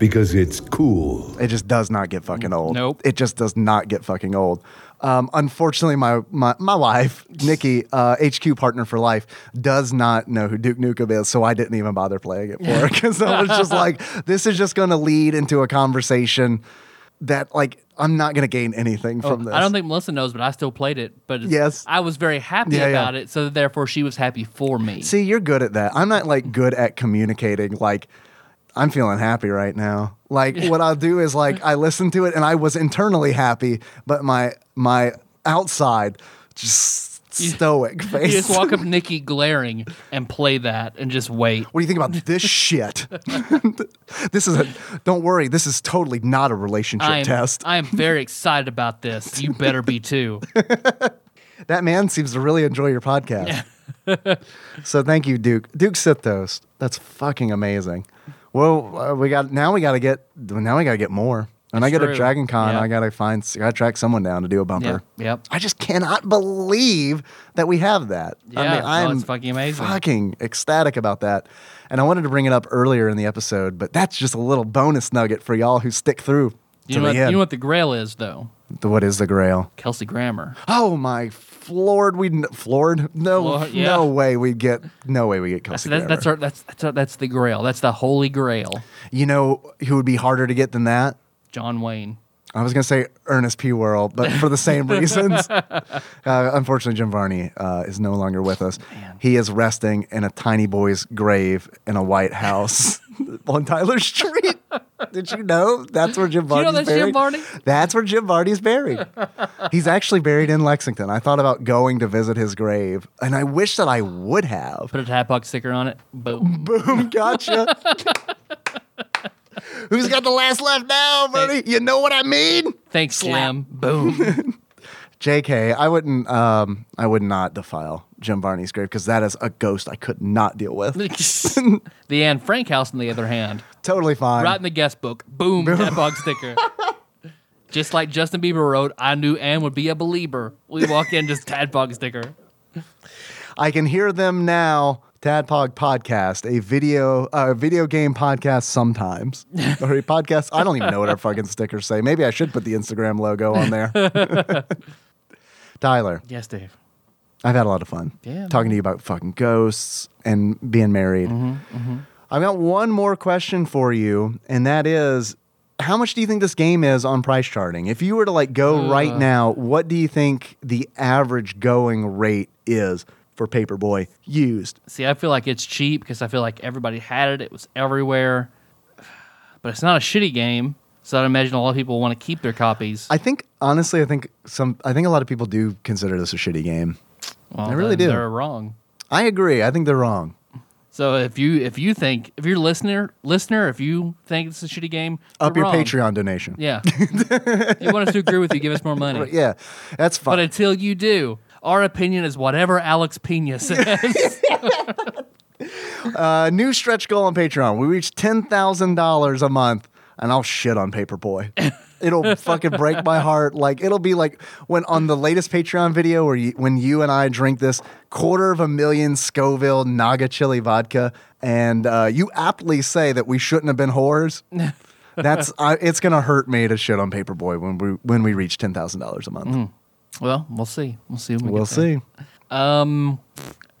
Speaker 5: because it's cool.
Speaker 2: It just does not get fucking old.
Speaker 1: Mm, Nope.
Speaker 2: It just does not get fucking old. Um, unfortunately, my my my wife, Nikki, uh, HQ partner for life, does not know who Duke Nukem is, so I didn't even bother playing it
Speaker 1: (laughs)
Speaker 2: for her because I was just like, this is just going to lead into a conversation that like I'm not going to gain anything from this.
Speaker 1: Oh, I don't think Melissa knows, but I still played it. But it's-
Speaker 2: Yes.
Speaker 1: I was very happy
Speaker 2: Yeah, yeah.
Speaker 1: about it, so therefore she was happy for me.
Speaker 2: See, you're good at that. I'm not like good at communicating. Like, I'm feeling happy right now. Like, what I'll do is like I listen to it, and I was internally happy, but my my outside just
Speaker 1: (laughs)
Speaker 2: stoic
Speaker 1: you
Speaker 2: face.
Speaker 1: just walk
Speaker 2: (laughs)
Speaker 1: up to Nikki glaring and play that and just wait.
Speaker 2: what do you think about this shit? (laughs) this is a. Don't worry. This is totally not a relationship
Speaker 1: I am,
Speaker 2: test.
Speaker 1: I am very excited about this. You better be
Speaker 2: (laughs)
Speaker 1: too.
Speaker 2: that man seems to really enjoy your podcast. (laughs) so thank you, Duke. Duke Sithos. That's fucking amazing. Well, uh, we got now. We got to get now. We got to get more. When I go to
Speaker 1: true.
Speaker 2: Dragon Con,
Speaker 1: Yeah.
Speaker 2: I gotta find, I gotta track someone down to do a
Speaker 1: Yep,
Speaker 2: bumper.
Speaker 1: yep.
Speaker 2: I just cannot believe that we have that. I
Speaker 1: Yeah,
Speaker 2: mean,
Speaker 1: no,
Speaker 2: I'm
Speaker 1: it's fucking amazing.
Speaker 2: fucking ecstatic about that. And I wanted to bring it up earlier in the episode, but that's just a little bonus nugget for y'all who stick through
Speaker 1: You
Speaker 2: to
Speaker 1: know, what,
Speaker 2: the
Speaker 1: you
Speaker 2: end.
Speaker 1: know what the grail is, though?
Speaker 2: The- what is the Grail?
Speaker 1: Kelsey Grammer.
Speaker 2: Oh my, floored we kn- floored. No,
Speaker 1: Floor- yeah.
Speaker 2: no way we get. No way we get
Speaker 1: That's
Speaker 2: Kelsey
Speaker 1: that's, that's,
Speaker 2: Grammer.
Speaker 1: our, that's, that's, our, that's the grail. That's the holy grail.
Speaker 2: You know who would be harder to get than that?
Speaker 1: John Wayne.
Speaker 2: I was gonna say Ernest P. Worrell, but for
Speaker 1: (laughs)
Speaker 2: the same reasons. Uh, unfortunately, Jim Varney uh, is no longer with us. He is resting in a tiny boy's grave in a White House (laughs) on Tyler Street. Did you know
Speaker 1: (laughs)
Speaker 2: that's where Jim
Speaker 1: you know
Speaker 2: Varney's
Speaker 1: that's Jim
Speaker 2: buried?
Speaker 1: Varney?
Speaker 2: That's where Jim Varney's buried. He's actually buried in Lexington. I thought about going to visit his grave, and I wish that I would have. (laughs)
Speaker 1: Put a Tadpog sticker on it. Boom.
Speaker 2: Boom,
Speaker 1: (laughs)
Speaker 2: gotcha. Who's got the last laugh now, Bernie? You know what I mean?
Speaker 1: Thanks, Jim.
Speaker 2: (laughs)
Speaker 1: Boom. (laughs)
Speaker 2: JK, I wouldn't um I would not defile Jim Barney's grave because that is a ghost I could not deal with.
Speaker 1: the Anne Frank house, on the other hand,
Speaker 2: totally fine.
Speaker 1: right in the guest book. Boom. Tadpog sticker.
Speaker 2: (laughs)
Speaker 1: Just like Justin Bieber wrote, I knew Anne would be a believer. We walk in, just Tadpog sticker.
Speaker 2: I can hear them now. Tadpog podcast, a video uh, video game podcast sometimes. or a podcast. I don't even know what our fucking stickers say. Maybe I should put the Instagram logo on there. Tyler,
Speaker 1: Yes, Dave.
Speaker 2: I've had a lot of fun
Speaker 1: Yeah,
Speaker 2: talking to you about fucking ghosts and being married. I've got one more question for you, and that is how much do you think this game is on price charting? If you were to like go right now, what do you think the average going rate is for Paperboy used?
Speaker 1: See, I feel like it's cheap because I feel like everybody had it. It was everywhere. But it's not a shitty game. So I'd imagine a lot of people want to keep their copies.
Speaker 2: I think honestly, I think some I think a lot of people do consider this a shitty game.
Speaker 1: Well,
Speaker 2: I really
Speaker 1: then
Speaker 2: do.
Speaker 1: They're wrong.
Speaker 2: I agree. I think they're wrong.
Speaker 1: So if you if you think if you're listener listener if you think it's a shitty game,
Speaker 2: Up
Speaker 1: you're
Speaker 2: your
Speaker 1: wrong.
Speaker 2: Patreon donation.
Speaker 1: Yeah. (laughs) you want us to agree with you, give us more
Speaker 2: (laughs)
Speaker 1: money.
Speaker 2: Yeah, that's fine.
Speaker 1: But until you do, our opinion is whatever Alex
Speaker 2: (laughs)
Speaker 1: Pena says.
Speaker 2: a new stretch goal on Patreon. We reach ten thousand dollars a month, and I'll shit on Paperboy. it'll fucking break my heart. Like it'll be like when on the latest Patreon video, where you, when you and I drink this quarter of a million Scoville Naga chili vodka, and uh, you aptly say that we shouldn't have been (laughs) whores.
Speaker 4: (laughs)
Speaker 2: That's I, it's gonna hurt me to shit on Paperboy when we when we reach ten thousand dollars a month.
Speaker 1: well, we'll see. We'll see. When we
Speaker 2: We'll
Speaker 1: get there.
Speaker 2: see.
Speaker 1: Um,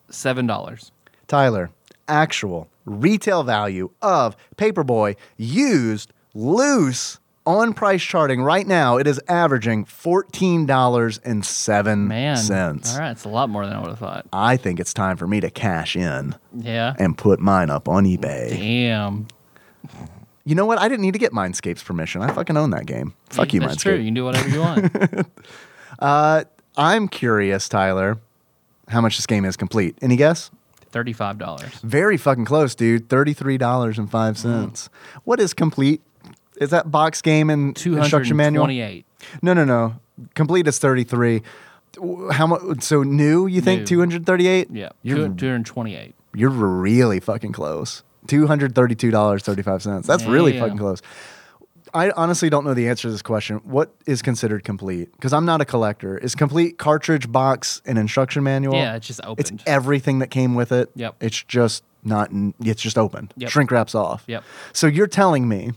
Speaker 1: seven dollars.
Speaker 2: Tyler, actual retail value of Paperboy used loose on price charting right now, it is averaging fourteen dollars and seven
Speaker 1: Man,
Speaker 2: cents.
Speaker 1: all right, it's a lot more than I would have thought.
Speaker 2: I think it's time for me to cash in
Speaker 1: Yeah.
Speaker 2: and put mine up on eBay.
Speaker 1: Damn.
Speaker 2: You know what? I didn't need to get Mindscape's permission. I fucking own that game. Fuck you,
Speaker 1: That's
Speaker 2: Mindscape.
Speaker 1: true. You can do whatever you want.
Speaker 2: (laughs) I'm curious, Tyler, how much this game is complete. Any guess?
Speaker 1: Thirty-five dollars.
Speaker 2: Very fucking close, dude. Thirty-three dollars and five cents.
Speaker 1: Mm-hmm.
Speaker 2: What is complete? Is that box game and
Speaker 1: Two hundred
Speaker 2: instruction manual?
Speaker 1: twenty-eight.
Speaker 2: No, no, no. Complete is thirty-three. W- How much? So new? You think
Speaker 1: New.
Speaker 2: two hundred thirty-eight?
Speaker 1: Yeah.
Speaker 2: you're
Speaker 1: Two hundred twenty-eight.
Speaker 2: you're really fucking close. Two hundred thirty-two dollars thirty-five cents. That's really
Speaker 1: Damn.
Speaker 2: fucking close. I honestly don't know the answer to this question. What is considered complete? Because I'm not a collector. Is complete cartridge, box, and instruction manual?
Speaker 1: Yeah, it's just
Speaker 2: It's
Speaker 1: opened.
Speaker 2: everything that came with it.
Speaker 1: Yep.
Speaker 2: It's just not. in- It's just open.
Speaker 1: Yep.
Speaker 2: Shrink wraps off.
Speaker 1: Yep.
Speaker 2: So you're telling me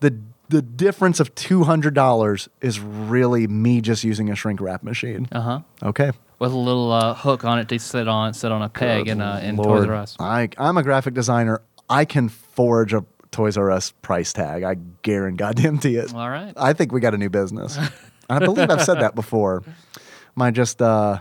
Speaker 2: the the difference of two hundred dollars is really me just using a shrink wrap machine.
Speaker 1: Uh huh.
Speaker 2: Okay.
Speaker 1: With a little uh, hook on it to sit on, sit on a peg in uh, in Toys R Us.
Speaker 2: I I'm a graphic designer. I can forge a Toys R Us price tag. I guarantee goddamn it.
Speaker 1: All right.
Speaker 2: I think we got a new business. I believe I've said that before. My just uh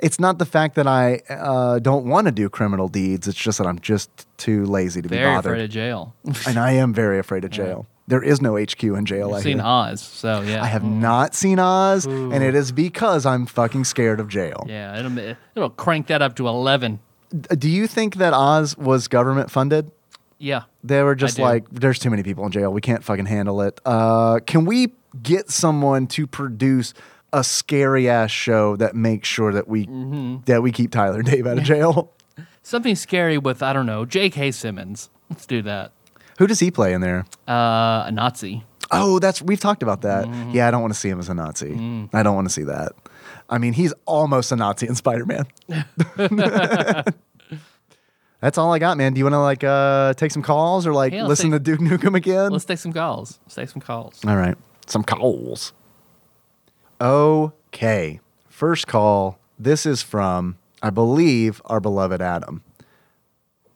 Speaker 2: it's not the fact that I uh, don't want to do criminal deeds. It's just that I'm just too lazy to be
Speaker 1: Very afraid
Speaker 2: bothered.
Speaker 1: of jail.
Speaker 2: And I am very afraid of jail. There is no HQ in jail. I
Speaker 1: I've seen
Speaker 2: hear.
Speaker 1: Oz, so yeah.
Speaker 2: I have not seen Oz, and it is because I'm fucking scared of jail.
Speaker 1: Yeah, it'll it'll crank that up to eleven.
Speaker 2: D- Do you think that Oz was government funded?
Speaker 1: Yeah.
Speaker 2: They were just
Speaker 1: do.
Speaker 2: like, there's too many people in jail. We can't fucking handle it. Uh, can we get someone to produce a scary ass show that makes sure that we
Speaker 1: Mm-hmm.
Speaker 2: that we keep Tyler Dave out of jail?
Speaker 1: Something scary with I don't know J.K. Simmons. Let's do that.
Speaker 2: Who does he play in there?
Speaker 1: Uh, a Nazi.
Speaker 4: Oh, that's we've talked about that.
Speaker 1: Mm.
Speaker 4: Yeah, I don't want to see him as a Nazi. I don't want to see that. I mean, he's almost a Nazi in
Speaker 1: (laughs)
Speaker 4: Spider Man. that's all I got, man. Do you want to like uh, take some calls or like
Speaker 1: Yeah, let's
Speaker 4: listen
Speaker 1: take-
Speaker 4: to Duke Nukem again?
Speaker 1: Let's take some calls. Let's take some calls.
Speaker 4: All right. Some calls. Okay. First call. This is from, I believe, our beloved Adam.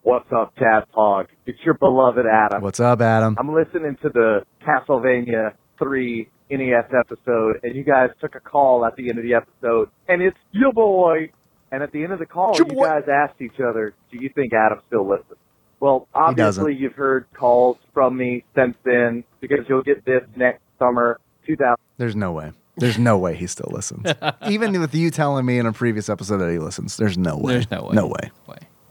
Speaker 6: What's up, Tadpog? It's your beloved Adam.
Speaker 4: What's up, Adam?
Speaker 6: I'm listening to the Castlevania 3 NES episode, and you guys took a call at the end of the episode, and it's your boy. And at the end of the call,
Speaker 4: Your
Speaker 6: you
Speaker 4: boy.
Speaker 6: guys asked each other, "Do you think Adam still listens?" Well, obviously,
Speaker 4: doesn't.
Speaker 6: you've heard calls from me since then because you'll get this next summer, 2000.
Speaker 4: There's no way. There's no way he still
Speaker 1: (laughs)
Speaker 4: listens. Even with you telling me in a previous episode that he listens, there's no way.
Speaker 1: There's no way.
Speaker 4: No way.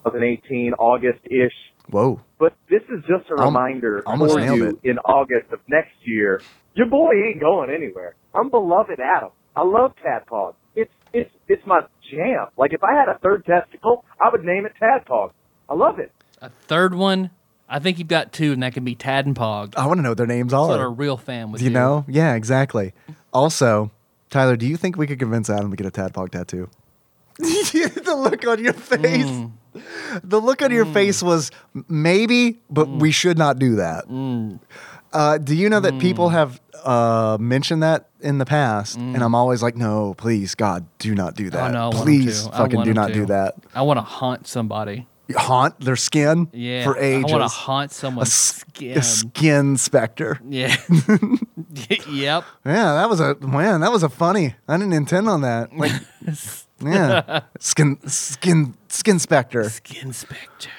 Speaker 6: 2018 August ish.
Speaker 4: Whow.
Speaker 6: But this is just a
Speaker 4: Alm-
Speaker 6: reminder
Speaker 4: almost
Speaker 6: for
Speaker 4: nailed
Speaker 6: you
Speaker 4: it.
Speaker 6: in August of next year. Your boy ain't going anywhere. I'm beloved Adam. I love Tadpog. It's it's it's my jam. Like if I had a third testicle, I would name it Tadpog. I love it.
Speaker 1: A third one. I think you've got two, and that can be Tad and Pog.
Speaker 4: I want to know what their names
Speaker 1: That's what a
Speaker 4: are.
Speaker 1: real fan would
Speaker 4: Oh. You
Speaker 1: do.
Speaker 4: know? Yeah, exactly. Also, Tyler, do you think we could convince Adam to get a tadpog tattoo? (laughs) the look on your face.
Speaker 1: Mm.
Speaker 4: The look on your face was "M- maybe, but
Speaker 1: Mm.
Speaker 4: we should not do that. Uh, do you know that people have uh, mentioned that in the past? And I'm always like, no, please, God, do not do that.
Speaker 1: Mm. I know. I want 'em
Speaker 4: please,
Speaker 1: to. I
Speaker 4: fucking
Speaker 1: want
Speaker 4: do
Speaker 1: 'em
Speaker 4: not
Speaker 1: to.
Speaker 4: do that.
Speaker 1: I want to haunt somebody.
Speaker 4: Haunt their skin
Speaker 1: Yeah.
Speaker 4: for ages.
Speaker 1: I want to haunt
Speaker 4: a,
Speaker 1: someone's
Speaker 4: s-
Speaker 1: skin.
Speaker 4: a skin specter.
Speaker 1: (laughs)
Speaker 4: (laughs)
Speaker 1: yeah. yep.
Speaker 4: Yeah, that was a man. That was a funny. I didn't intend on that.
Speaker 1: (laughs)
Speaker 4: Like, yeah, skin, skin, skin specter.
Speaker 1: Skin Spectre.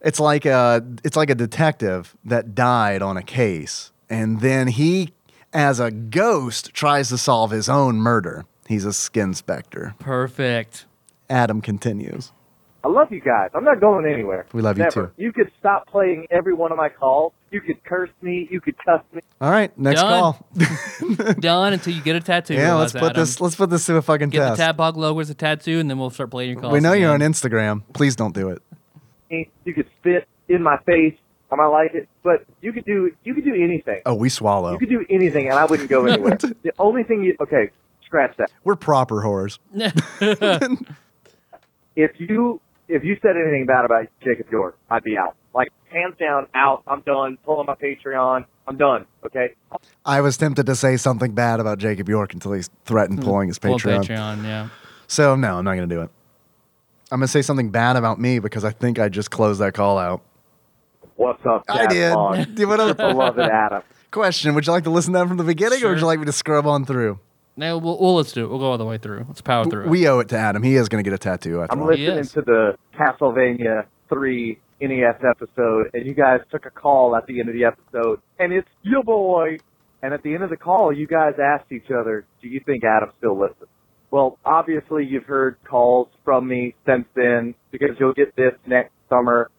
Speaker 4: It's like a, it's like a detective that died on a case, and then he, as a ghost, tries to solve his own murder. He's a skin specter. (laughs)
Speaker 1: Perfect.
Speaker 4: Adam continues.
Speaker 6: I love you guys. I'm not going anywhere.
Speaker 4: We love you
Speaker 6: Never.
Speaker 4: too.
Speaker 6: You could stop playing every one of my calls. You could curse me. You could cuss me.
Speaker 4: (laughs) All right, next
Speaker 1: Done.
Speaker 4: call.
Speaker 1: (laughs) Done until you get a tattoo.
Speaker 4: yeah, let's
Speaker 1: Realize,
Speaker 4: put
Speaker 1: Adam.
Speaker 4: this. Let's put this to a fucking
Speaker 1: Get
Speaker 4: test.
Speaker 1: the Tad Pog logo as a tattoo, and then we'll start playing your calls.
Speaker 4: we know you're on
Speaker 1: again.
Speaker 4: Instagram. Please don't do it.
Speaker 6: You could spit in my face. I might like it, but you could do you could do anything.
Speaker 4: Oh, we swallow.
Speaker 6: You could do anything, and I wouldn't go anywhere. the only thing you okay, scratch that.
Speaker 4: We're proper whores.
Speaker 6: (laughs) if you if you said anything bad about Jacob York, I'd be out. Like hands down, out. I'm done. Pulling my Patreon. I'm done. Okay.
Speaker 4: I was tempted to say something bad about Jacob York until he
Speaker 6: Hmm.
Speaker 4: threatened pulling his
Speaker 1: (laughs) Well,
Speaker 4: Patreon.
Speaker 1: Patreon, yeah.
Speaker 4: So no, I'm not gonna do it. I'm gonna say something bad about me because I think I just closed that call out.
Speaker 6: What's up?
Speaker 4: I did. (laughs)
Speaker 6: Dad
Speaker 4: Do you want
Speaker 6: Bod?
Speaker 4: another
Speaker 6: Beloved Adam.
Speaker 4: question? Would you like to listen to that from the beginning, or would you
Speaker 1: Sure.
Speaker 4: like me to scrub on through?
Speaker 1: No, we'll, we'll let's do it. We'll go all the way through. Let's power through. it.
Speaker 4: We owe it to Adam. He is gonna get a tattoo after
Speaker 6: I'm
Speaker 4: all.
Speaker 6: listening
Speaker 1: is.
Speaker 6: to the Castlevania three NES episode, and you guys took a call at the end of the episode, and it's your boy. And at the end of the call, you guys asked each other, "Do you think Adam still listens?" Well, obviously, you've heard calls from me since then because you'll get this next summer,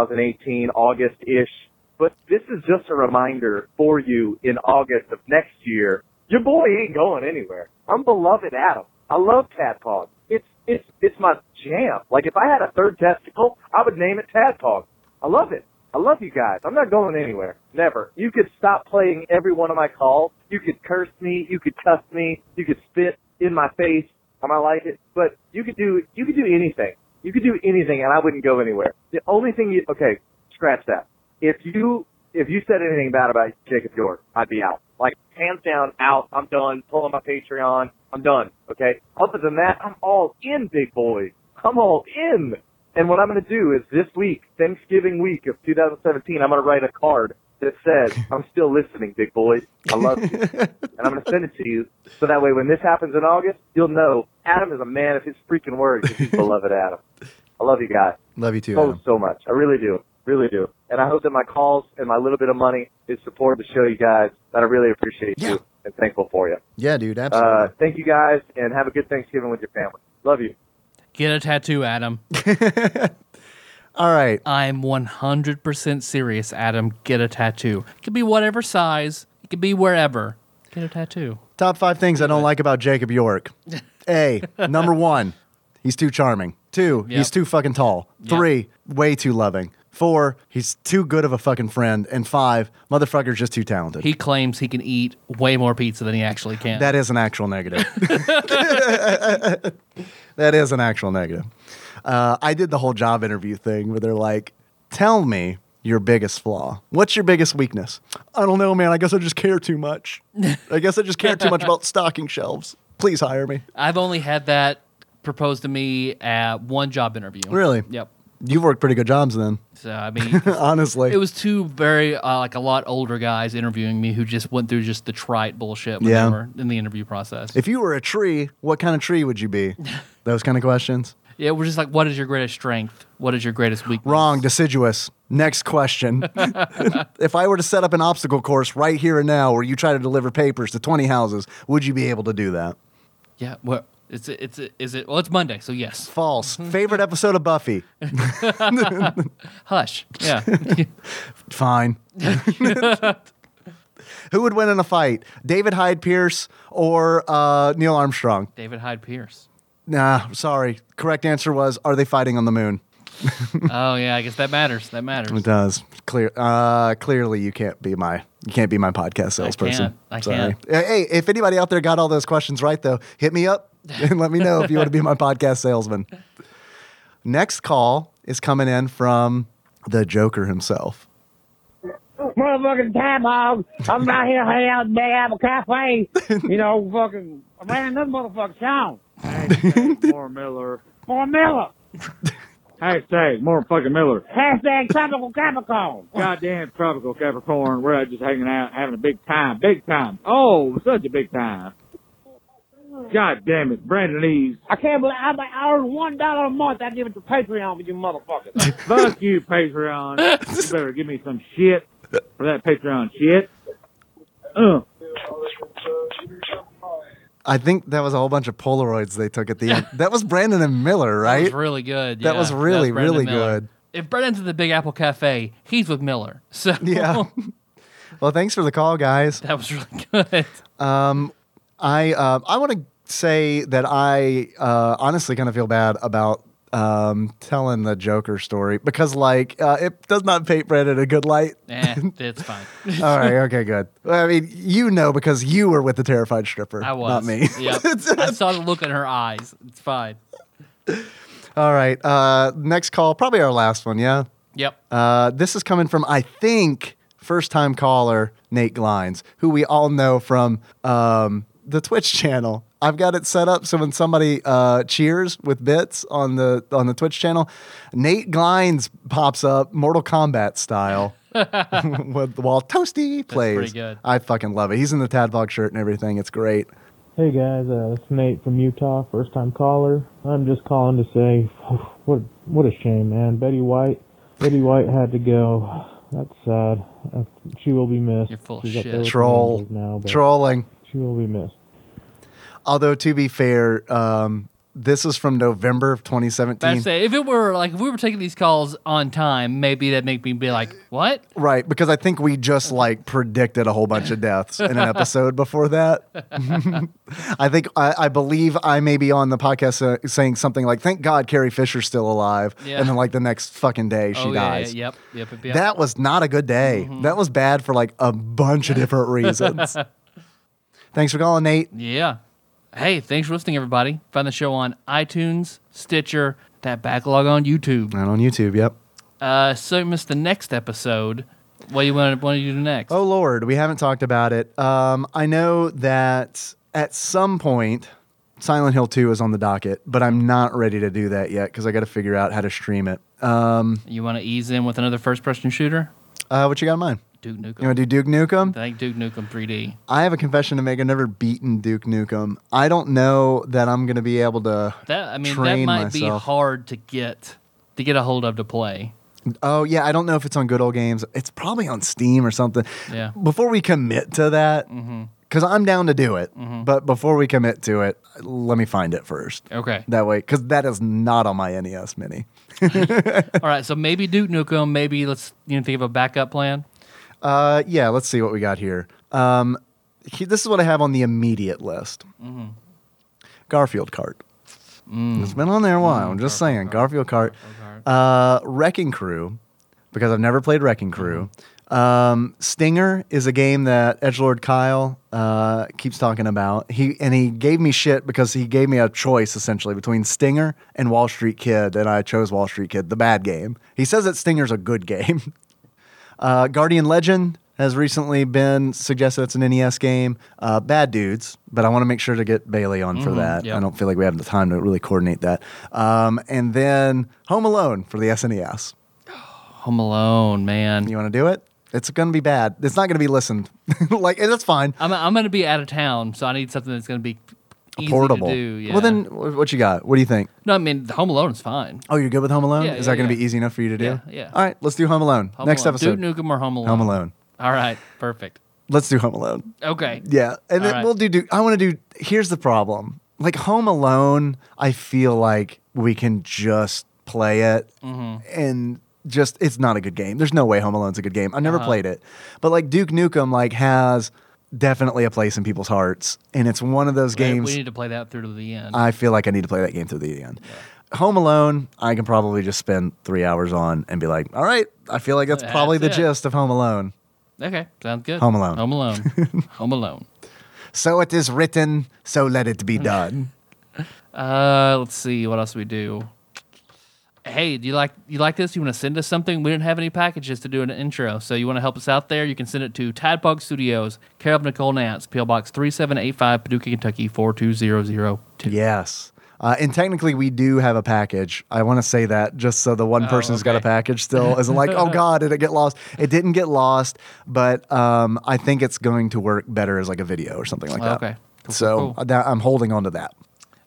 Speaker 6: 2018, August ish. But this is just a reminder for you in August of next year. Your boy ain't going anywhere. I'm beloved Adam. I love Tadpog. It's it's it's my jam. Like if I had a third testicle, I would name it Tadpog. I love it. I love you guys. I'm not going anywhere. Never. You could stop playing every one of my calls. You could curse me. You could cuss me. You could spit in my face. I might like it, but you could do you could do anything. You could do anything, and I wouldn't go anywhere. The only thing you okay, scratch that. If you if you said anything bad about Jacob York, I'd be out. Like hands down, out. I'm done. Pulling my Patreon. I'm done. Okay. Other than that, I'm all in, big boy. I'm all in. And what I'm going to do is this week, Thanksgiving week of 2017, I'm going to write a card that says, "I'm still listening, big boy. I love you," and I'm going to send it to you. So that way, when this happens in August, you'll know Adam is a man of his freaking word. 'cause He's beloved Adam. I love you guys
Speaker 4: Love you too,
Speaker 6: so
Speaker 4: Adam.
Speaker 6: Oh, so much. I really do, really do. And I hope that my calls and my little bit of money is supporting the show, you guys. That I really appreciate
Speaker 4: Yeah.
Speaker 6: you and thankful for you.
Speaker 4: Yeah, dude, absolutely.
Speaker 6: Uh, thank you guys, and have a good Thanksgiving with your family. Love you.
Speaker 1: Get a tattoo, Adam.
Speaker 4: all right.
Speaker 1: I'm 100% serious, Adam. Get a tattoo. It could be whatever size, it could be wherever. Get a tattoo.
Speaker 6: (laughs)
Speaker 4: Top five things I don't like about Jacob York. A, number one, he's too charming.
Speaker 2: Two,
Speaker 1: Yep.
Speaker 2: he's too fucking tall.
Speaker 1: Yep.
Speaker 2: Three, way too loving. Four, he's too good of a fucking friend. And five, motherfucker's just too talented.
Speaker 1: He claims he can eat way more pizza than he actually can.
Speaker 2: that is an actual negative. (laughs) that is an actual negative. Uh, I did the whole job interview thing where they're like, tell me your biggest flaw. What's your biggest weakness? I don't know, man. I guess I just care too much. I guess I just care too much about stocking shelves. Please hire me.
Speaker 1: I've only had that proposed to me at one job interview.
Speaker 2: Really?
Speaker 1: Yep.
Speaker 2: You've worked pretty good jobs then, (laughs)
Speaker 1: So I mean,
Speaker 2: honestly.
Speaker 1: it was two very uh, like a lot older guys interviewing me who just went through just the trite bullshit when
Speaker 2: Yeah.
Speaker 1: they were in the interview process.
Speaker 2: If you were a tree, what kind of tree would you be? Those kind of questions.
Speaker 1: yeah, we're just like, what is your greatest strength? What is your greatest weakness?
Speaker 2: Wrong, deciduous. Next question. (laughs) if I were to set up an obstacle course right here and now where you try to deliver papers to 20 houses, would you be able to do that?
Speaker 1: Yeah. What? It's it's is it? Well, it's Monday, so yes.
Speaker 2: False. Favorite episode of Buffy?
Speaker 1: Hush.
Speaker 2: (laughs)
Speaker 1: Yeah. (laughs)
Speaker 2: Fine. (laughs) Who would win in a fight? David Hyde Pierce or uh, Neil Armstrong?
Speaker 1: David Hyde Pierce.
Speaker 2: Nah, sorry. Correct answer was are they fighting on the moon?
Speaker 1: Oh yeah, I guess that matters. That matters.
Speaker 2: It does. Clear. Uh, clearly, you can't be my you can't be my podcast salesperson.
Speaker 1: I can't. I can't.
Speaker 2: uh, Hey, if anybody out there got all those questions right, though, hit me up and (laughs) let me know if you want to be
Speaker 6: (laughs)
Speaker 2: my podcast salesman. Next call is coming in from the Joker himself.
Speaker 7: motherfucking time hog. I'm out here hanging out in Big Apple Cafe. You know, fucking I'm playing this motherfucking song.
Speaker 8: More Miller.
Speaker 7: More Miller.
Speaker 8: Hashtag more fucking Miller.
Speaker 7: Hashtag tropical Capricorn.
Speaker 8: (laughs) Goddamn tropical Capricorn. We're out just hanging out, having a big time, big time. Oh, such a big time. God damn it, Brandon Lees.
Speaker 7: I can't believe I, I earn one dollar a month. I give it to Patreon for you motherfuckers.
Speaker 8: (laughs) Fuck you, Patreon. You better give me some shit for that Patreon shit. Uh,
Speaker 2: I think that was a whole bunch of Polaroids they took at the end. That was Brandon and Miller,
Speaker 1: That
Speaker 2: right?
Speaker 1: was really good.
Speaker 2: That
Speaker 1: yeah.
Speaker 2: was really,
Speaker 1: That's Brendan
Speaker 2: really
Speaker 1: Miller.
Speaker 2: good.
Speaker 1: If Brendan's at the Big Apple Cafe, he's with Miller. So
Speaker 2: (laughs) yeah. well, thanks for the call,
Speaker 1: (laughs)
Speaker 2: guys.
Speaker 1: that was really good. (laughs)
Speaker 2: I uh, I want to say that I uh, honestly kind of feel bad about um, telling the Joker story because like uh, it does not paint Brandon in a
Speaker 1: (laughs)
Speaker 2: good light.
Speaker 1: Eh, it's fine.
Speaker 2: All right, okay, good. I mean, you know because you were with the terrified stripper,
Speaker 1: I was.
Speaker 2: not me.
Speaker 1: Yep.
Speaker 2: (laughs)
Speaker 1: I saw the look in her eyes. It's fine.
Speaker 2: All right, uh, next call, probably our last one. Yeah,
Speaker 1: Yep.
Speaker 2: uh, this is coming from I think first time caller Nate Glines, who we all know from um, the Twitch channel. I've got it set up so when somebody uh, cheers with bits on the on the Twitch channel, Nate Glines pops up Mortal
Speaker 1: (laughs)
Speaker 2: Kombat style with, while Toasty plays.
Speaker 1: pretty good.
Speaker 2: I fucking love it. He's in the Tadvog shirt and everything. It's great.
Speaker 4: Hey guys, uh, it's Nate from Utah, first time caller. I'm just calling to say, (sighs) what what a shame, man. Betty White, Betty White had to go. That's sad. Uh, She will be missed.
Speaker 1: You're full of
Speaker 4: She's up
Speaker 1: shit.
Speaker 4: there with the
Speaker 2: Troll,
Speaker 4: Angels now, but
Speaker 2: trolling.
Speaker 4: Mm-hmm. She will be missed.
Speaker 2: Although to be fair, um, this is from November of 2017.
Speaker 1: That's it. If it were like if we were taking these calls on time, maybe that'd make me be like, "What?
Speaker 2: Right, because I think we just like predicted a whole bunch of deaths in an episode before that. (laughs) I think I, I believe I may be on the podcast uh, saying something like, "Thank God Carrie Fisher's still alive,"
Speaker 1: Yeah.
Speaker 2: and then like the next fucking day she
Speaker 1: oh yeah,
Speaker 2: dies.
Speaker 1: yeah, Mm-hmm. yep, yep, yep, yep.
Speaker 2: That was not a good day. That was bad for like a bunch of
Speaker 1: (laughs)
Speaker 2: different reasons. Thanks for calling, Nate.
Speaker 1: yeah." Hey, thanks for listening, everybody. Find the show on iTunes, Stitcher, that backlog on YouTube.
Speaker 2: And on YouTube, yep.
Speaker 1: Uh, so you missed the next episode. What do you want? What do you do next?
Speaker 2: Oh Lord, we haven't talked about it. Um, I know that at some point, Silent Hill Two is on the docket, but I'm not ready to do that yet because I got to figure out how to stream it.
Speaker 1: you want to ease in with another first-person shooter?
Speaker 2: Uh, what you got in mind?
Speaker 1: Duke Nukem.
Speaker 2: You want to do Duke Nukem?
Speaker 1: I think Duke Nukem 3D.
Speaker 2: I have a confession to make. I've never beaten Duke Nukem. I don't know that I'm going to be able to.
Speaker 1: That I mean, that
Speaker 2: Train
Speaker 1: might be
Speaker 2: myself.
Speaker 1: hard to get to get a hold of to play.
Speaker 2: Oh yeah, I don't know if it's on Good Old Games. It's probably on Steam or something.
Speaker 1: Yeah.
Speaker 2: Before we commit to that,
Speaker 1: Mm-hmm.
Speaker 2: because I'm down to do it, but before we commit to it, let me find it first.
Speaker 4: (laughs)
Speaker 1: Okay.
Speaker 2: That way, because that is not on my E NES Mini.
Speaker 1: All right. So maybe Duke Nukem. Maybe let's you know think of a backup plan.
Speaker 2: Uh, yeah, let's see what we got here. Um,
Speaker 1: Mm-hmm.
Speaker 2: he- this is what I have on the immediate list Garfield cart.
Speaker 4: It's been on there a while. I'm just saying. Garfield Kart. Uh, Wrecking Crew, because I've never played Wrecking Crew. Um, Stinger is a game that Edgelord Kyle uh, keeps talking about. He and he gave me shit because he gave me a choice essentially between Stinger and Wall Street Kid, and I chose Wall Street Kid, the bad game. He says that Stinger's a good game. (laughs) Uh, Guardian Legend has recently been suggested it's an
Speaker 2: E
Speaker 4: NES game. Uh, bad dudes, but I want to make sure to get Bailey on for that.
Speaker 1: yep.
Speaker 4: I don't feel like we have the time to really coordinate that. Um, and then Home Alone for the E SNES.
Speaker 1: Home Alone, man.
Speaker 4: You want to do it? It's going to be bad. It's not going to be listened. (laughs) like and that's fine.
Speaker 1: I'm, I'm going to be out of town, so I need something that's going to be easy
Speaker 4: Portable.
Speaker 1: to do. Yeah.
Speaker 4: Well, then wh- what you got? What do you think?
Speaker 1: no, I mean Home Alone's fine.
Speaker 4: Oh, you're good with Home Alone?
Speaker 1: Yeah,
Speaker 4: Is
Speaker 1: yeah,
Speaker 4: that going to
Speaker 1: yeah.
Speaker 4: be easy enough for you to do?
Speaker 1: Yeah, yeah.
Speaker 4: All right, let's do Home Alone.
Speaker 1: Home
Speaker 4: Next
Speaker 1: Alone.
Speaker 4: episode.
Speaker 1: Duke Nukem or Home Alone.
Speaker 4: Home Alone.
Speaker 1: All right, perfect.
Speaker 4: Let's do Home Alone.
Speaker 1: Okay.
Speaker 4: Yeah,
Speaker 1: All
Speaker 4: and then
Speaker 1: right.
Speaker 4: we'll do. do I want to do. Here's the problem. Like Home Alone, I feel like we can just play it,
Speaker 1: Mm-hmm.
Speaker 4: and just it's not a good game. There's no way Home Alone's a good game. I've never
Speaker 1: Uh-huh.
Speaker 4: played it, but like Duke Nukem, like has definitely a place in people's hearts, and it's one of those
Speaker 1: Games.
Speaker 4: games.
Speaker 1: We need to play that through to the end.
Speaker 4: I feel like I need to play that game through the end. Home Alone, I can probably just spend three hours on and be like, all right, I feel like that's,
Speaker 1: That's
Speaker 4: probably the
Speaker 1: it.
Speaker 4: gist of Home Alone.
Speaker 1: okay, sounds good.
Speaker 4: Home Alone.
Speaker 1: Home Alone.
Speaker 4: (laughs)
Speaker 1: Home Alone.
Speaker 4: So it is written, so let it be done.
Speaker 1: (laughs) Uh, let's see what else we do. Hey, do you like you like this? You want to send us something? We didn't have any packages to do an intro, so you want to help us out there? You can send it to Tadpog Studios, care of Nicole Nance, PO Box three seven eight five, Paducah, Kentucky four two zero zero two.
Speaker 4: Yes. Uh, and technically, we do have a package. I want to say that just so the one
Speaker 1: Oh,
Speaker 4: person who's got a
Speaker 1: okay.
Speaker 4: package
Speaker 1: (laughs)
Speaker 4: still isn't like, oh God, did it get lost? It didn't get lost, but um, I think it's going to work better as like a video or something like that.
Speaker 1: Okay. Cool,
Speaker 4: so
Speaker 1: cool, cool.
Speaker 4: that- I'm holding on to that.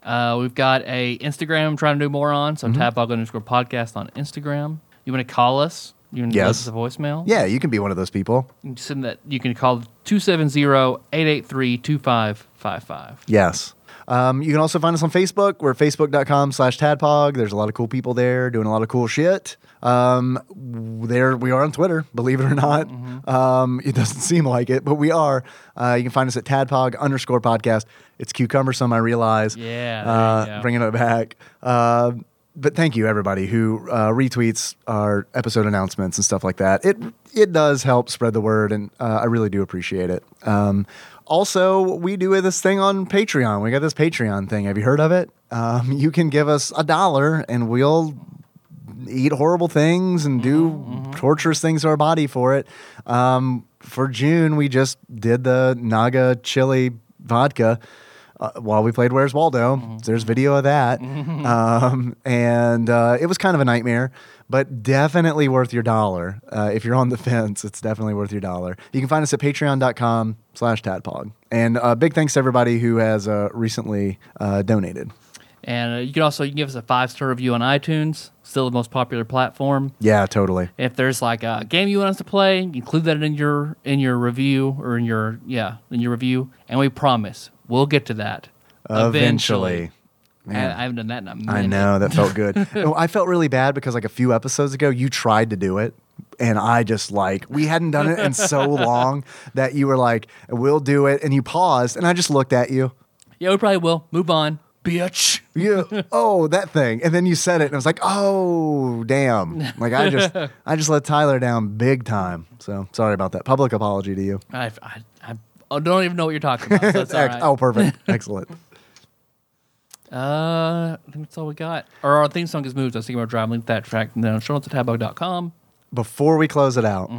Speaker 1: Uh, we've got a Instagram I'm trying to do more on,
Speaker 4: Mm-hmm.
Speaker 1: so Tadpog underscore podcast on Instagram. You want to call us? You want to
Speaker 4: Yes.
Speaker 1: leave us a voicemail?
Speaker 4: Yeah, you can be one of those people.
Speaker 1: You can send that. You can call 270-883-2555.
Speaker 4: Yes. Um, you can also find us on Facebook. We're facebook.com slash tadpog. There's a lot of cool people there doing a lot of cool shit. Um, w- there we are on Twitter, believe it or not. Um, it doesn't seem like it, but we are. Uh, you can find us at tadpog underscore podcast. It's cucumbersome, I realize.
Speaker 1: Yeah, there you
Speaker 4: Uh,
Speaker 1: go.
Speaker 4: bringing it back. Uh, but thank you everybody who uh, retweets our episode announcements and stuff like that. It it does help spread the word, and uh, I really do appreciate it. Um, also, we do this thing on Patreon. We got this Patreon thing. Have you heard of it? Um, you can give us a dollar, and we'll eat horrible things and do torturous things to our body for it. Um, for June, we just did the Naga chili vodka uh, while we played Where's Waldo. There's video of that. Um, and uh, it was kind of a nightmare, but definitely worth your dollar. Uh, if you're on the (laughs) fence, it's definitely worth your dollar. You can find us at patreon.com slash tadpog. And uh, big thanks to everybody who has uh, recently uh, donated.
Speaker 1: And uh, you can also you can give us a five star review on iTunes, still the most popular platform.
Speaker 4: Yeah, totally.
Speaker 1: If there's like a game you want us to play, include that in your in your review or in your yeah in your review, and we promise we'll get to that
Speaker 4: Eventually.
Speaker 1: I, I haven't done that in a minute.
Speaker 4: I know that
Speaker 1: (laughs)
Speaker 4: felt good. No, I felt really bad because like a few episodes ago, you tried to do it, and I just like we hadn't done it in so
Speaker 1: (laughs)
Speaker 4: long that you were like, "We'll do it," and you paused, and I just looked at you.
Speaker 1: Yeah, we probably will. Move on, bitch. (laughs)
Speaker 4: You, oh, that thing, and then you said it, and I was like, "Oh, damn!" Like I just, I just let Tyler down big time. So sorry about that. Public apology to you.
Speaker 1: I, I, I, I don't even know what you're talking about. So
Speaker 4: (laughs)
Speaker 1: that's all
Speaker 4: Ex-
Speaker 1: right. (laughs)
Speaker 4: Oh, perfect, excellent.
Speaker 1: Uh, I think that's all we got. Or our theme song is moved. I was thinking about driving Link that track. And then show notes at tabog.com.
Speaker 4: Before we close it out,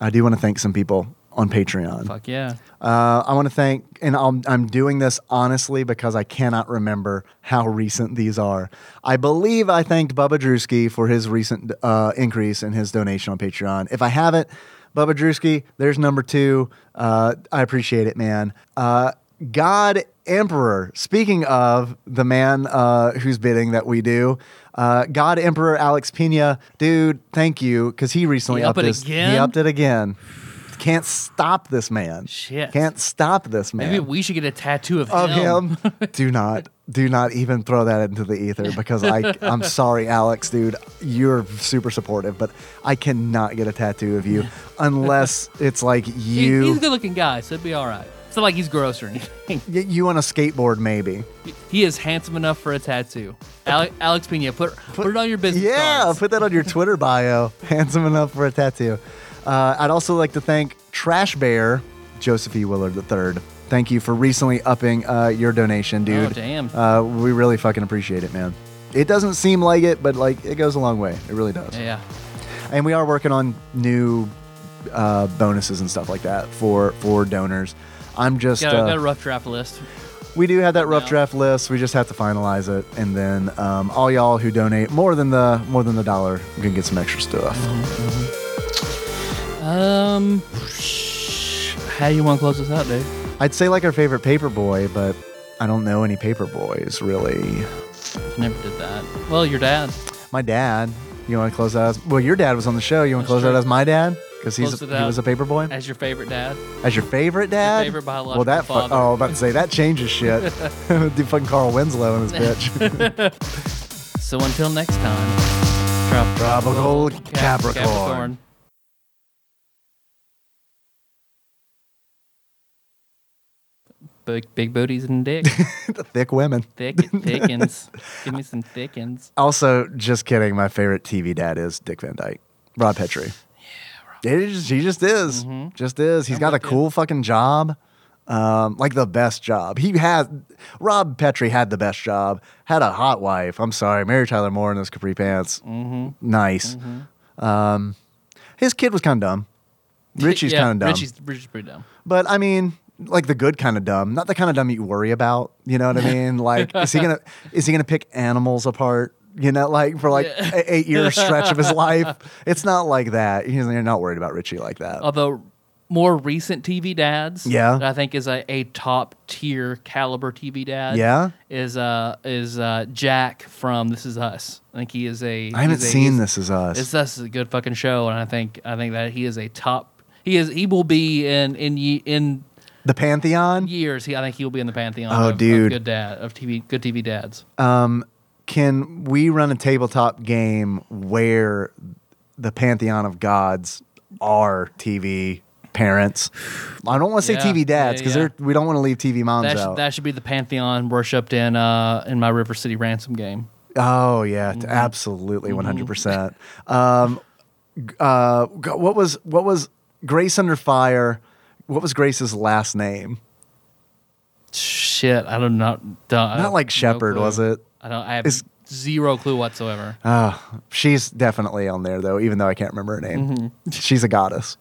Speaker 4: I do want to thank some people on Patreon.
Speaker 1: Fuck yeah.
Speaker 4: Uh, I want to thank, and I'll, I'm doing this honestly because I cannot remember how recent these are. I believe I thanked Bubba Drewski for his recent uh, increase in his donation on Patreon. If I haven't, Bubba Drewski, there's number two. Uh, I appreciate it, man. Uh, God Emperor, speaking of the man uh, who's bidding that we do, uh, God Emperor Alex Pena, dude, thank you because he recently
Speaker 1: He up
Speaker 4: upped
Speaker 1: it
Speaker 4: his-
Speaker 1: again?
Speaker 4: He upped it again. Can't stop this man.
Speaker 1: Shit.
Speaker 4: Can't stop this man.
Speaker 1: (laughs) Maybe we should get a tattoo of,
Speaker 4: of him. Do not.
Speaker 2: do not even throw that into the ether because I, I'm sorry, Alex, dude. You're super supportive, but I cannot get a tattoo of
Speaker 1: (laughs)
Speaker 2: you unless it's like
Speaker 1: He- he's a
Speaker 2: you,
Speaker 1: good looking guy, so it'd be all right. It's not like he's gross or anything. (laughs)
Speaker 2: y- you on a skateboard, maybe.
Speaker 1: He is handsome enough for a tattoo. Ale- Alex Pena, put, put it on your business.
Speaker 2: Yeah,
Speaker 1: cards.
Speaker 2: put that on your Twitter
Speaker 1: (laughs)
Speaker 2: bio. Handsome enough for a tattoo. Uh, I'd also like to thank Trash Bear, Joseph E. Willard III. Thank you for recently upping uh, your donation, dude.
Speaker 1: Oh, damn.
Speaker 2: Uh, we really fucking appreciate it, man. It doesn't seem like it, but like it goes a long way. It really does.
Speaker 1: yeah.
Speaker 2: And we are working on new uh, bonuses and stuff like that for for donors. I'm just
Speaker 1: Got, a-
Speaker 2: uh,
Speaker 1: got a rough draft list.
Speaker 2: we do have that rough
Speaker 1: Yeah.
Speaker 2: draft list. We just have to finalize it, and then um, all y'all who donate more than the more than the dollar can get some extra stuff.
Speaker 1: Mm-hmm. Um, how you want to close this out, dude?
Speaker 2: I'd say like our favorite paper boy, but I don't know any paper boys really.
Speaker 1: Never did that. Well, your dad.
Speaker 2: My dad, you want to close that? As, well, your dad was on the show. You want to
Speaker 1: That's
Speaker 2: close that
Speaker 1: true.
Speaker 2: as my dad because he's
Speaker 1: Close
Speaker 2: a,
Speaker 1: it
Speaker 2: he
Speaker 1: out.
Speaker 2: was a paper boy
Speaker 1: As your favorite dad.
Speaker 2: as your favorite dad.
Speaker 1: favorite biological
Speaker 2: well, that fu-
Speaker 1: father.
Speaker 2: oh, I'm about to say that
Speaker 1: (laughs)
Speaker 2: changes shit. (laughs) Do fucking Carl Winslow in this bitch.
Speaker 1: So until next time, drop,
Speaker 2: Tropical
Speaker 1: Cap-
Speaker 2: Capricorn.
Speaker 1: Big, big booties and
Speaker 2: (laughs)
Speaker 1: dick.
Speaker 2: The thick women.
Speaker 1: Thick, it thickens. Give me some thickens.
Speaker 2: Also, just kidding. My favorite TV dad is Dick Van Dyke, Rod Petrie. Yeah, He just, he just is,
Speaker 1: Mm-hmm.
Speaker 2: just is. He's got a cool fucking job, um, like the best job. He had Rob Petrie had the best job. Had a hot wife. I'm sorry, Mary Tyler Moore in those capri pants.
Speaker 1: Mm-hmm.
Speaker 2: Nice. Um, his kid was kind of dumb. Richie's
Speaker 1: Yeah,
Speaker 2: kind of dumb.
Speaker 1: Richie's, Richie's pretty dumb.
Speaker 2: But I mean, like the good kind of dumb, not the kind of dumb you worry about. You know what I
Speaker 1: (laughs)
Speaker 2: mean? Like, is he gonna is he gonna pick animals apart? You know, like for like an eight
Speaker 1: (laughs)
Speaker 2: year stretch of his life, it's not like that. He's- You're not worried about Richie like that.
Speaker 1: Although more recent TV dads,
Speaker 2: Yeah.
Speaker 1: that I think is a, a top tier caliber TV dad.
Speaker 2: Yeah?
Speaker 1: is uh is uh Jack from This Is Us. I think he is a.
Speaker 2: I haven't
Speaker 1: he's a-
Speaker 2: seen
Speaker 1: he's-
Speaker 2: This Is Us.
Speaker 1: This Is Us is a good fucking show, and I think I think that he is a top. He is he will be in in ye- in
Speaker 2: the Pantheon.
Speaker 1: years. He I think he will be in the pantheon.
Speaker 2: Oh,
Speaker 1: of, of
Speaker 2: dude.
Speaker 1: good dad of TV good TV dads.
Speaker 2: Can we run a tabletop game where the Pantheon of gods are TV parents? I don't want to say
Speaker 1: Yeah,
Speaker 2: TV dads
Speaker 1: yeah,
Speaker 2: because
Speaker 1: yeah.
Speaker 2: we don't want to leave TV moms
Speaker 1: that
Speaker 2: out.
Speaker 1: should, that should be the pantheon worshipped in uh in my River City ransom game.
Speaker 2: Oh yeah,
Speaker 1: Mm-hmm.
Speaker 2: t- absolutely, one hundred percent. Um, g- uh, g- what was what was Grace under fire? What was Grace's last name?
Speaker 1: Shit, I don't not
Speaker 2: Not like Shepherd, was it? Uh,
Speaker 1: I don't. I have
Speaker 2: It's-
Speaker 1: zero clue whatsoever.
Speaker 2: She's definitely on there though, even though I can't remember her name. She's a goddess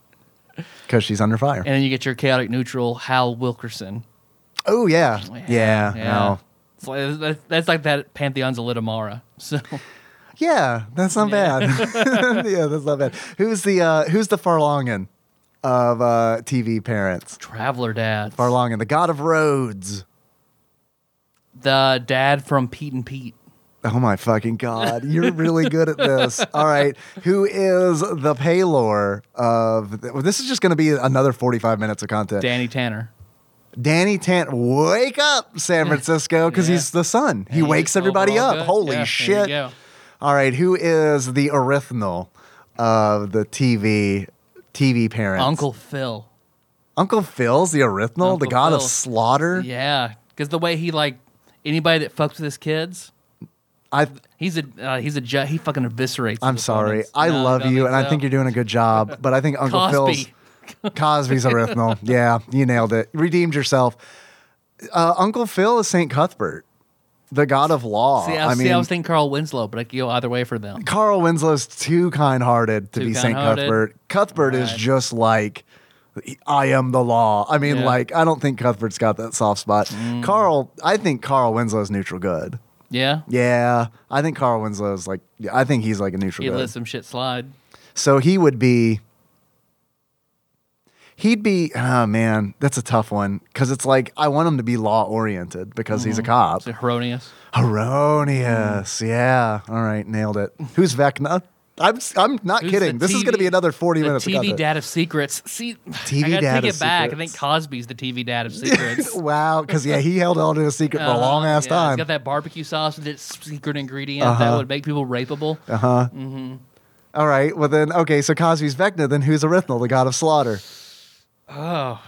Speaker 2: because she's under fire.
Speaker 1: Mm-hmm. and then you get your chaotic neutral Hal Wilkerson.
Speaker 2: oh yeah,
Speaker 1: yeah.
Speaker 2: yeah, no.
Speaker 1: It's like, that's, that's like that Pantheon's a Litamara. (laughs) So
Speaker 2: yeah, that's not bad. (laughs) yeah, that's not bad. Who's the uh, who's the Farlongan of uh, TV parents?
Speaker 1: Traveler Dad,
Speaker 2: Farlongan, the god of roads.
Speaker 1: the dad from Pete and Pete.
Speaker 2: Oh my fucking god! You're really good
Speaker 1: (laughs)
Speaker 2: at this. All right, who is the paylor of? Well, this is just going to be another 45 minutes of content.
Speaker 1: Danny Tanner.
Speaker 2: Danny Tant, wake up, San Francisco, because
Speaker 1: Yeah.
Speaker 2: he's the sun. He
Speaker 1: Yeah,
Speaker 2: wakes
Speaker 1: he's
Speaker 2: everybody
Speaker 1: overall
Speaker 2: up.
Speaker 1: good.
Speaker 2: Holy
Speaker 1: Yeah, there you
Speaker 2: shit!
Speaker 1: go.
Speaker 2: All right, who is the original of the TV TV parents?
Speaker 1: Uncle Phil.
Speaker 2: Uncle Phil's the original, the
Speaker 1: Uncle
Speaker 2: god of
Speaker 1: Phil.
Speaker 2: slaughter.
Speaker 1: Yeah, because the way he like anybody that fucks with his kids,
Speaker 2: I
Speaker 1: he's a uh, he's a ju- he fucking eviscerates.
Speaker 2: I'm
Speaker 1: his
Speaker 2: sorry.
Speaker 1: opponents.
Speaker 2: I
Speaker 1: No,
Speaker 2: love
Speaker 1: don't
Speaker 2: you, and I
Speaker 1: so.
Speaker 2: think you're doing a
Speaker 1: (laughs)
Speaker 2: good job. But I think Uncle
Speaker 1: Cosby. (laughs)
Speaker 2: Phil's Cosby's Arithmal. yeah, you nailed it. Redeemed yourself. Uh, Uncle Phil is Saint Cuthbert, the god of law.
Speaker 1: See, I,
Speaker 2: I
Speaker 1: see,
Speaker 2: mean,
Speaker 1: I was thinking Carl Winslow, but I could go either way for them.
Speaker 2: Carl Winslow's too kind-hearted to
Speaker 1: Too
Speaker 2: be Saint
Speaker 1: kind-hearted.
Speaker 2: Cuthbert. Cuthbert is
Speaker 1: Right.
Speaker 2: just like. I am the law. I mean,
Speaker 1: Yeah. Mm.
Speaker 2: like, I don't think Cuthbert's got that soft spot. Carl, I think Carl Winslow's neutral good.
Speaker 1: Yeah,
Speaker 2: Yeah, I think Carl Winslow's like, yeah, I think he's like a neutral
Speaker 1: he
Speaker 2: good.
Speaker 1: lets some shit slide.
Speaker 2: So he would be. He'd be. Oh man, that's a tough one because it's like I want him to be law oriented because he's a
Speaker 1: Mm-hmm.
Speaker 2: cop.
Speaker 1: It's erroneous. Mm.
Speaker 2: Erroneous. Yeah. All right, nailed it. Who's Vecna? I'm I'm not
Speaker 1: Who's
Speaker 2: kidding.
Speaker 1: the
Speaker 2: This is going to
Speaker 1: TV
Speaker 2: be another 40
Speaker 1: the
Speaker 2: minutes. of
Speaker 1: TV
Speaker 2: content.
Speaker 1: dad of secrets. See,
Speaker 2: TV
Speaker 1: I gotta
Speaker 2: dad
Speaker 1: take
Speaker 2: of
Speaker 1: it back. I
Speaker 2: secrets.
Speaker 1: think Cosby's the TV dad
Speaker 2: (laughs)
Speaker 1: of secrets.
Speaker 2: Wow, because yeah, he held on to a secret for a long
Speaker 1: Uh,
Speaker 2: ass
Speaker 1: yeah, He's
Speaker 2: time. Uh-huh.
Speaker 1: got that barbecue sauce with its secret ingredient that would make people rapeable.
Speaker 2: All right, well then, okay, so Cosby's Vecna, then who's Erythnal, the god of slaughter?
Speaker 1: Oh,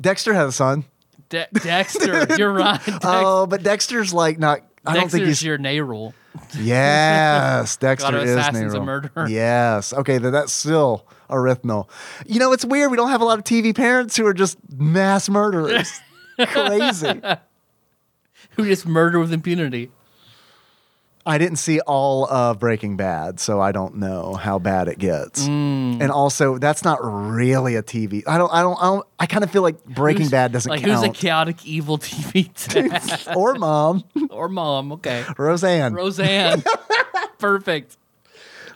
Speaker 2: Dexter has a son.
Speaker 1: De- Dexter,
Speaker 2: (laughs)
Speaker 1: you're right. Dex-
Speaker 2: Oh, but Dexter's like not. I don't
Speaker 1: Dexter's
Speaker 2: think he's.
Speaker 1: your Nayrol. (laughs)
Speaker 2: Yes, Dexter
Speaker 1: God,
Speaker 2: is
Speaker 1: assassin's a
Speaker 2: Nero.
Speaker 1: murderer.
Speaker 2: Yes, okay, then that's still Erythnal. You know, it's weird. We don't have a lot of TV parents who are just mass murderers.
Speaker 1: (laughs)
Speaker 2: Crazy.
Speaker 1: who just murder with impunity.
Speaker 2: I didn't see all of Breaking Bad, so I don't know how bad it gets.
Speaker 1: Mm.
Speaker 2: And also, that's not really a TV. I don't. I don't. I, don't, I kind of feel like Breaking
Speaker 1: Who's-
Speaker 2: Bad doesn't
Speaker 1: like who's a
Speaker 2: count.
Speaker 1: chaotic evil
Speaker 2: (laughs)
Speaker 1: TV dad (laughs)
Speaker 2: or Mom,
Speaker 1: or mom?
Speaker 2: (laughs)
Speaker 1: Okay,
Speaker 2: Roseanne. (laughs)
Speaker 1: Roseanne, perfect.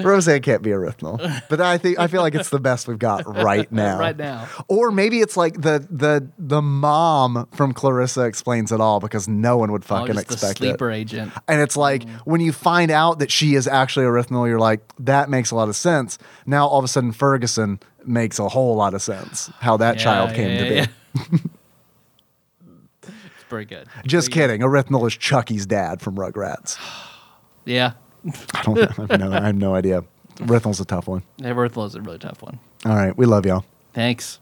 Speaker 2: Roseanne can't
Speaker 1: (laughs)
Speaker 2: be Erythnal, but I think I feel like it's the best we've got right now.
Speaker 1: Right now.
Speaker 2: Or maybe it's like the the the mom from Clarissa explains it all because no one would
Speaker 1: Oh,
Speaker 2: fucking
Speaker 1: just the
Speaker 2: expect it.
Speaker 1: sleeper Mm-hmm. agent.
Speaker 2: And it's like when you find out that she is actually erythnal, you're like, that makes a lot of sense. Now all of a sudden Ferguson makes a whole lot of sense how that
Speaker 1: Yeah,
Speaker 2: child came
Speaker 1: yeah,
Speaker 2: to be.
Speaker 1: yeah.
Speaker 2: (laughs)
Speaker 1: it's pretty good.
Speaker 2: Just kidding. Erythnal is Chucky's dad from Rugrats.
Speaker 1: Yeah,
Speaker 2: I don't know. I have no, I have no idea. Erythnal's a tough one.
Speaker 1: Everthlow's a really tough one.
Speaker 2: All right. We love y'all.
Speaker 1: Thanks.